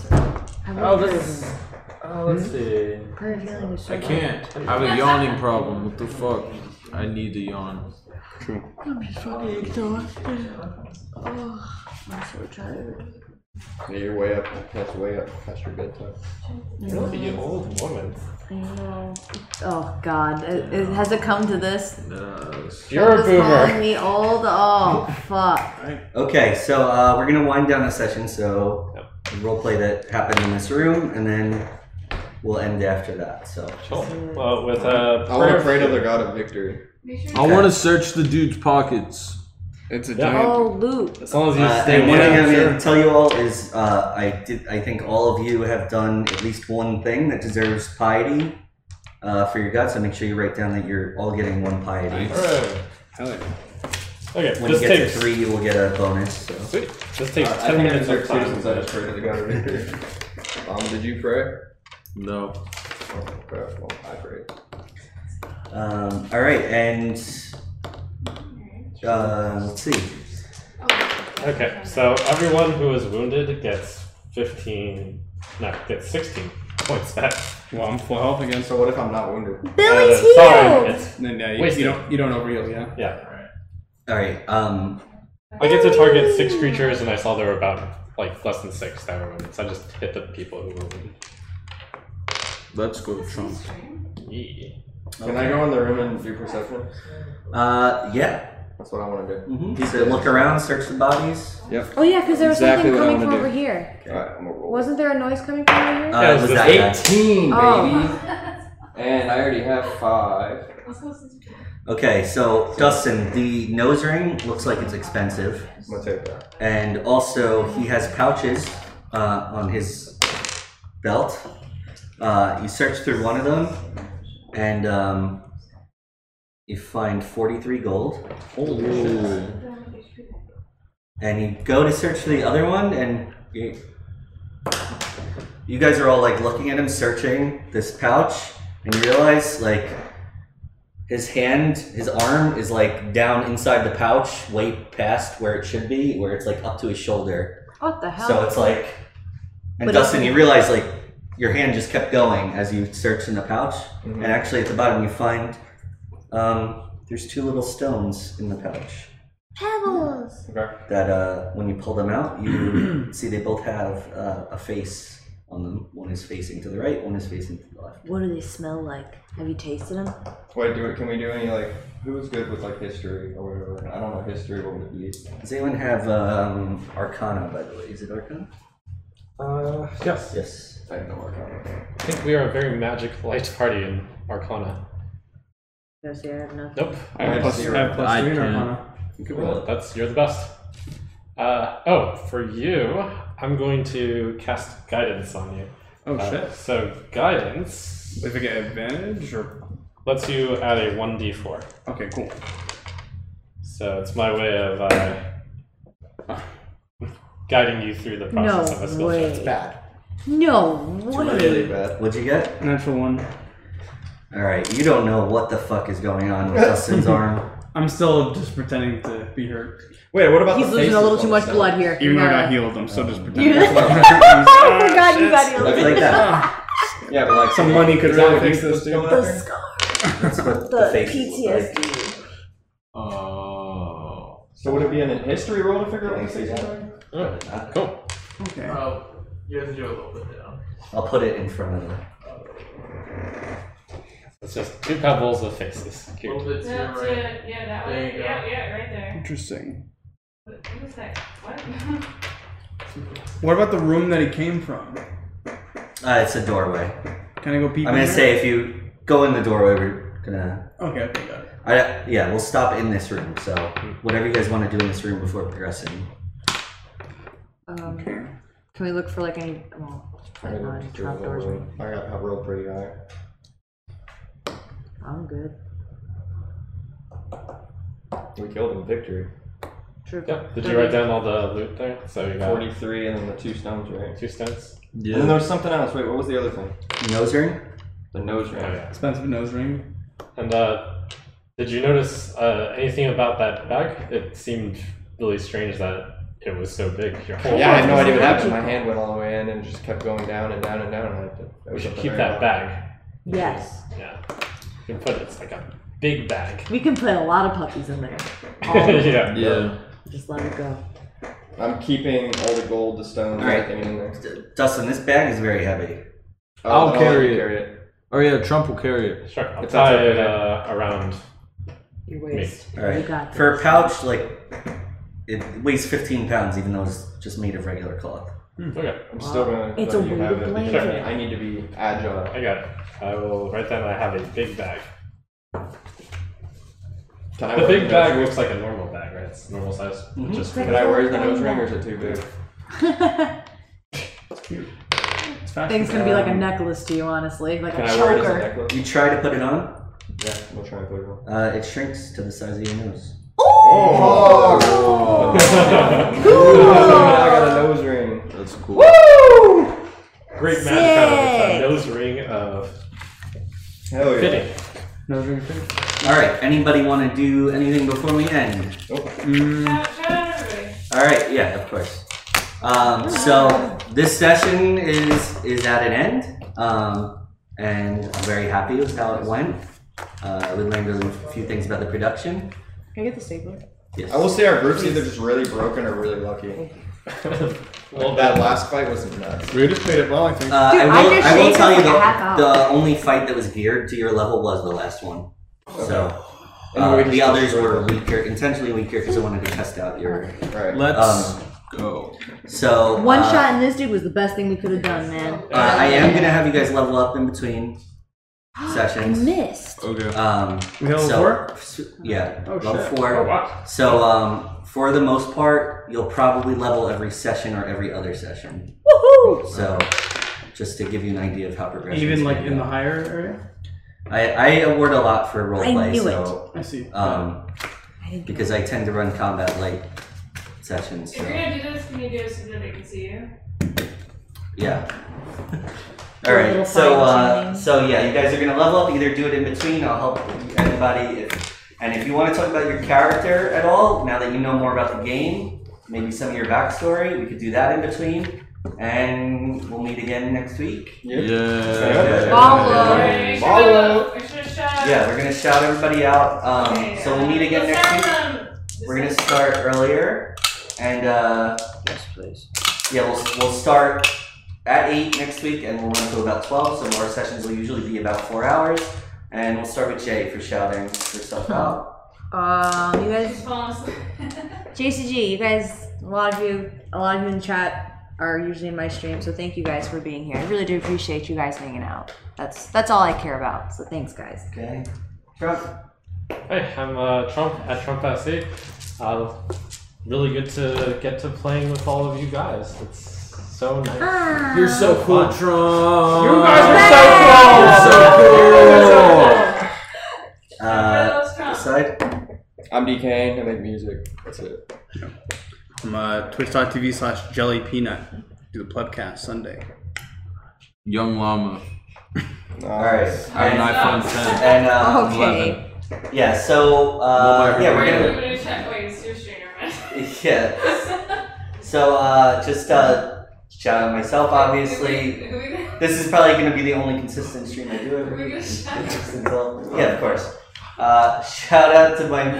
S7: Oh,
S5: want
S7: this is. Oh, let's see.
S5: prayer of healing is so
S6: I can't. I have a yawning problem. What the fuck? I need to yawn.
S5: Oh, I'm so tired.
S2: Yeah, you're way up. That's way up past your bedtime.
S7: You're the old woman.
S5: I know. Oh God, it, it, has it come to this?
S6: Yes.
S7: You're a
S5: Just calling
S7: boomer.
S5: Me old. Oh fuck.
S3: Okay, so uh, we're gonna wind down the session. So the role play that happened in this room, and then we'll end after that. So
S7: Oh, well, with a
S2: I want
S7: prayer
S2: to pray to the God of Victory.
S4: Make sure you
S6: I want to search the dude's pockets.
S1: It's a
S7: Yeah.
S1: giant.
S5: Oh loot.
S7: As long as you
S3: uh,
S7: stay
S3: and one
S7: away,
S3: thing I'm
S7: sure.
S3: gonna tell you all is uh, I did. I think all of you have done at least one thing that deserves piety uh, for your god. So make sure you write down that you're all getting one piety.
S7: Alright.
S1: Hell yeah.
S7: Okay,
S3: When
S7: this
S3: you get
S7: takes
S3: to three, you will get a bonus. So.
S7: Sweet. This takes
S2: Uh, I
S7: ten
S2: think I
S7: minutes of
S2: deserve two
S7: classes.
S2: since I just prayed to the God of victory. Mom, did you pray?
S6: No.
S2: Oh, crap. Well, I prayed.
S3: Um, all right, and uh, let's see.
S7: Okay,
S4: Oh,
S7: so everyone who is wounded gets fifteen. No, gets sixteen points back.
S1: Well, I'm full health again, so
S2: So what if I'm not wounded?
S5: Billy's
S7: Uh, sorry,
S5: healed.
S7: it's-
S1: then yeah, you,
S7: Wasted.
S1: you don't you don't know real, yeah.
S7: yeah,
S3: All right. Um,
S7: I get to target six creatures, and I saw there were about like less than six that were wounded, so I just hit the people who were wounded.
S6: Let's go, Trump.
S7: Yeah.
S2: Can I go in the room and do perception?
S3: uh, yeah.
S2: That's what I want to do.
S3: Mm-hmm. So look around, search the bodies.
S5: Oh yeah, because there was
S2: Exactly
S5: something
S2: what I
S5: coming from
S2: wanna
S5: over
S2: do.
S5: here.
S2: Alright, I'm gonna roll.
S5: Wasn't there a noise coming from over here?
S3: Uh,
S7: Yeah, it was
S3: was
S7: the
S3: that guy.
S2: 18,
S5: Oh.
S2: baby! And I already have five.
S3: Okay, so Dustin, the nose ring looks like it's expensive,
S2: I'm gonna take that.
S3: and also he has pouches uh, on his belt. Uh, you search through one of them, and um, you find forty-three gold. and you go to search for the other one, and you, you guys are all like looking at him, searching this pouch, and you realize like his hand, his arm is like down inside the pouch, way past where it should be, where it's like up to his shoulder.
S5: What the hell?
S3: So it's like, and
S5: But
S3: Dustin,
S5: it's-
S3: you realize like your hand just kept going as you searched in the pouch,
S5: Mm-hmm.
S3: and
S2: Mm-hmm.
S3: actually at the bottom you find um, there's two little stones in the pouch
S5: Pebbles.
S3: that uh, when you pull them out, you see they both have uh, a face on them. One is facing to the right, one is facing to the left.
S5: What do they smell like? Have you tasted them?
S2: Wait, do it. Can we do any like who's good with like history or whatever? I don't know history. What would it be?
S3: Does anyone have um, Arcana, by the way? Is it Arcana?
S7: Uh, yes.
S3: Yes.
S2: I have no arcana.
S7: I think we are a very magic light party in Arcana.
S5: No, see, I have nothing.
S7: Nope.
S1: I have plus, I have plus
S6: I
S1: three in
S6: can't.
S1: Arcana.
S2: You could roll
S7: Well,
S2: it.
S7: that's you're the best. Uh, oh, for you, I'm going to cast guidance on you.
S1: Oh
S7: Uh,
S1: shit!
S7: So guidance
S1: If I get advantage or
S7: lets you add a one d4.
S1: okay, cool.
S7: So it's my way of uh, guiding you through the process of a
S5: No
S7: skill check.
S5: way.
S2: Bad.
S5: No
S2: It's
S5: way.
S2: really bad.
S3: What'd you get?
S1: Natural one.
S3: All right, you don't know what the fuck is going on with Dustin's arm.
S1: I'm still just pretending to be hurt,
S2: Wait, what about
S5: He's
S2: the
S5: losing a
S2: faces
S5: little
S2: on
S5: too
S2: the
S5: much
S2: side?
S5: blood here.
S1: even though I
S5: Yeah.
S1: got healed. I'm still just
S5: You-
S1: pretending.
S5: oh my god, you got
S3: It's
S5: healed.
S3: like that.
S2: Yeah, but like
S1: Some money could
S2: Is that
S1: really
S2: what
S1: fix
S2: you-
S1: this, dude.
S2: what's going
S5: The
S2: on
S5: scar.
S3: That's what the,
S5: The
S3: faces look like.
S5: PTSD.
S2: Oh. So would it be in a history roll to figure out what these are?
S7: Cool.
S1: Okay.
S10: Oh, you have to do a little bit down.
S3: I'll put it in front of them.
S7: It's just two pebbles with faces.
S10: A
S7: Cute.
S10: little bit to your
S4: That's
S10: right.
S4: it, yeah, that one,
S10: There you go.
S4: yeah, yeah, right there.
S1: Interesting.
S4: What what was that? What?
S1: What about the room that he came from?
S3: Uh, it's a doorway.
S1: Can I go peek?
S3: I'm
S1: in
S3: gonna
S1: there?
S3: say if you go in the doorway, we're gonna
S1: Okay, okay, got it.
S3: I, yeah, we'll stop in this room. So whatever you guys want to do in this room before progressing.
S5: Um, can we look for like any? Well, it's probably not any trapdoors. or-
S2: I got a real pretty eye.
S5: I'm good.
S2: We killed him. Victory.
S5: True.
S7: Yep. Did you write down all the loot there? So you got
S2: Forty-three, and then the two stones, right?
S7: two stones.
S2: And then
S6: Yeah.
S2: there was something else. Wait, what was the other thing?
S3: Nose ring.
S2: The nose ring.
S7: Oh, yeah.
S1: Expensive nose ring.
S7: And uh, did you notice uh, anything about that bag? It seemed really strange that it was so big. Your whole
S2: Yeah, I had
S7: arm
S2: no
S7: was
S2: idea what
S7: big.
S2: happened. My hand went all the way in and it just kept going down and down and down. And I had to, I
S7: We
S2: was
S7: should
S2: at the
S7: keep
S2: very
S7: that
S2: bottom.
S7: bag.
S5: Yes.
S7: Yeah. You can put it. It's like a big bag.
S5: We can put a lot of puppies in there. All of them.
S7: yeah.
S6: Yeah.
S5: Just let it go.
S2: I'm keeping all the gold, the stones,
S3: All right.
S2: everything in there.
S3: D- Dustin, this bag is very heavy.
S6: I'll
S2: then
S6: carry
S2: let you
S6: it.
S2: Carry it.
S6: Oh yeah, Trump will carry it.
S7: Sure. I'll
S2: It's
S7: tie
S2: outside
S7: it
S2: the
S7: uh, around.
S5: Your waist.
S3: All right.
S5: You got
S3: For
S5: this.
S3: a pouch, like it weighs 15 pounds, even though it's just made of regular cloth.
S2: Hmm.
S7: Okay.
S2: I'm still gonna.
S5: It's
S2: let
S5: a
S2: you have
S5: weighted
S2: it because
S5: blanket.
S2: I need to be agile.
S7: I got it. I will write down I have a big bag.
S2: Can I
S7: The
S2: wear
S7: big
S2: nose
S7: bag Mm-hmm.
S2: ring?
S7: looks like a normal bag, right? It's normal size. Just
S2: Can I wear the nose ring or is it too big?
S1: It's fashion.
S5: Thing's gonna be like a
S2: Um,
S5: necklace to you, honestly, like
S2: Can
S5: a
S2: I wear it as a
S5: choker.
S2: necklace?
S3: You try to put it on,
S2: Yeah, we'll try and put it on.
S3: uh, it shrinks to the size of your nose.
S5: Ooh!
S6: Oh,
S2: I got a nose ring.
S6: that's cool.
S7: Great magic out of it. A nose ring of
S2: Hell yeah.
S7: fitting.
S2: Nose ring fitting.
S3: All right. Anybody want to do anything before we end?
S2: Oh,
S1: Mm.
S4: Shout, shout out everybody.
S3: All right. Yeah, of course. Um, so this session is is at an end, um, and I'm very happy with how it went. Uh, we learned a few things about the production.
S9: Can I get the stapler?
S3: Yes.
S2: I will say our group's either just really broken or really lucky.
S7: Well,
S2: that last fight was nuts.
S8: We just played it well, I think.
S3: Uh,
S5: Dude,
S3: I
S5: I
S3: will,
S5: just
S3: I will
S5: shaved
S3: tell
S5: it
S3: you
S5: like a half hour.
S3: the, the only fight that was geared to your level was the last one. So
S2: And
S3: uh,
S2: we
S3: the
S2: just-
S3: others were weaker, intentionally weaker, because I wanted to test out your.
S2: Right.
S6: Let's
S3: Um,
S6: go.
S3: so
S5: One
S3: uh,
S5: shot in this dude was the best thing we could have done, man.
S3: Uh, I am gonna have you guys level up in between sessions.
S5: I missed.
S6: Okay.
S3: Um,
S8: level
S3: so,
S8: four?
S3: s- Yeah,
S8: Oh,
S3: level
S8: shit.
S3: four.
S7: Oh, wow.
S3: So um, for the most part, you'll probably level every session or every other session.
S5: Woohoo!
S3: So just to give you an idea of how progression. is
S8: Even like
S3: gonna
S8: in the
S3: go.
S8: higher area?
S3: I, I award a lot for
S5: I
S3: roleplay,
S5: knew
S3: so
S8: I see.
S3: um,
S5: I didn't
S3: because I tend to run combat light sessions.
S4: If you're
S3: So,
S4: gonna do this, can you do it so that they can see you?
S3: yeah. All
S5: Do a little
S3: right. So uh,
S5: fine-tuning.
S3: so yeah, you guys are gonna level up. Either do it in between. I'll help anybody. If, and if you want to talk about your character at all, now that you know more about the game, maybe some of your backstory, we could do that in between. And we'll meet again next week.
S2: Yeah.
S6: Yeah.
S5: Follow.
S4: Alright, we should
S2: Follow.
S4: have- We should have shot.
S3: Yeah, we're gonna shout everybody out. Um, so we'll meet again
S4: Let's
S3: next
S4: have,
S3: week.
S4: um,
S3: We're
S4: this
S3: gonna start earlier, and uh,
S5: Yes, please.
S3: yeah, we'll, we'll start at eight next week, and we'll run to about twelve. So our sessions will usually be about four hours, and we'll start with Jay for shouting yourself
S5: Hmm.
S3: out.
S5: Um, you
S4: is-
S5: guys,
S4: she's falling
S3: Uh,
S4: asleep.
S5: JCG, you guys, a lot of you, a lot of you in chat are usually in my stream, so thank you guys for being here. I really do appreciate you guys hanging out. That's that's all I care about. So thanks, guys.
S3: Okay. Trump.
S7: Hi, I'm uh, Trump at Trump SC. Uh, really good to get to playing with all of you guys. It's so nice.
S6: You're so cool, Trump. You
S7: guys
S6: are so cool.
S3: Uh,
S4: Rose Trump.
S3: side.
S2: I'm D Kane. I make music. That's it.
S1: From uh, twitch.tv slash jelly peanut. Do the plebcast Sunday.
S6: Young llama.
S3: All right.
S6: I'm
S3: And,
S6: not fun ten.
S3: and uh,
S5: Okay.
S3: yeah, so uh,
S6: Well, my-
S3: yeah, we're
S4: Wait,
S3: gonna
S4: we're gonna check. Wait, it's your stream,
S3: yeah.
S4: right?
S3: So uh, just uh, shout out myself, obviously.
S4: Are we gonna-
S3: This is probably going to be the only consistent stream I do
S4: are
S3: every
S4: we
S3: week.
S4: gonna check?
S3: Since I'll- yeah, of course. Uh, shout out to my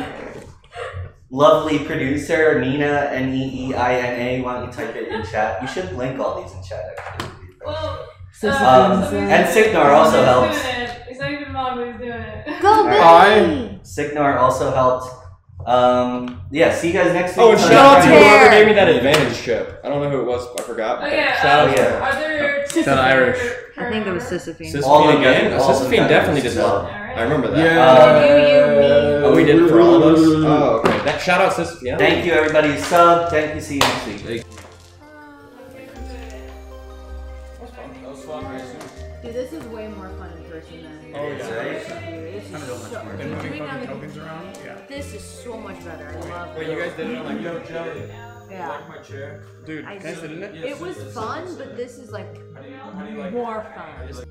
S3: lovely producer, Nina, N E E I N A. Why don't you type it in chat? You should link all these in chat, actually.
S4: Well,
S9: So
S3: Um,
S9: something's, uh,
S3: and Signar also helps.
S4: He's not even mom, he's doing it.
S5: Go, Billy.
S6: Bye.
S3: Signar also helped. Um, yeah, see you guys next week.
S2: Oh, and shout out to
S5: Hair.
S2: whoever gave me that advantage chip. I don't know who it was. I forgot.
S4: Oh
S2: but
S4: yeah.
S2: Shout out
S4: um,
S2: to
S3: yeah.
S4: Are there
S9: Shout
S1: out Irish.
S5: I think it was Sisyphine.
S2: Sisyphine
S3: All of
S2: again?
S3: them-
S2: Oh,
S3: all of
S2: Sisyphine
S3: them
S2: definitely
S3: got
S2: did
S3: those.
S2: that. I remember that.
S5: Yeah.
S2: Oh, we did it for all of us?
S6: Uh,
S2: Oh, okay. That, shout out Sisyphine.
S3: Thank you, everybody who subbed. Thank you. See you next week.
S9: Dude, this is way more fun in person than.
S8: Oh,
S3: Right?
S9: This is so-
S8: And
S9: Doing
S8: moving fucking
S9: everything-
S8: tokens around? Yeah.
S5: This is so much better. I love
S2: Wait, you guys did it on like no joke.
S5: Yeah.
S2: my chair.
S8: Dude,
S5: I
S8: can I
S5: see.
S8: sit in it?
S5: It was fun, but this is like
S2: How do you, how do you like?
S5: more fun.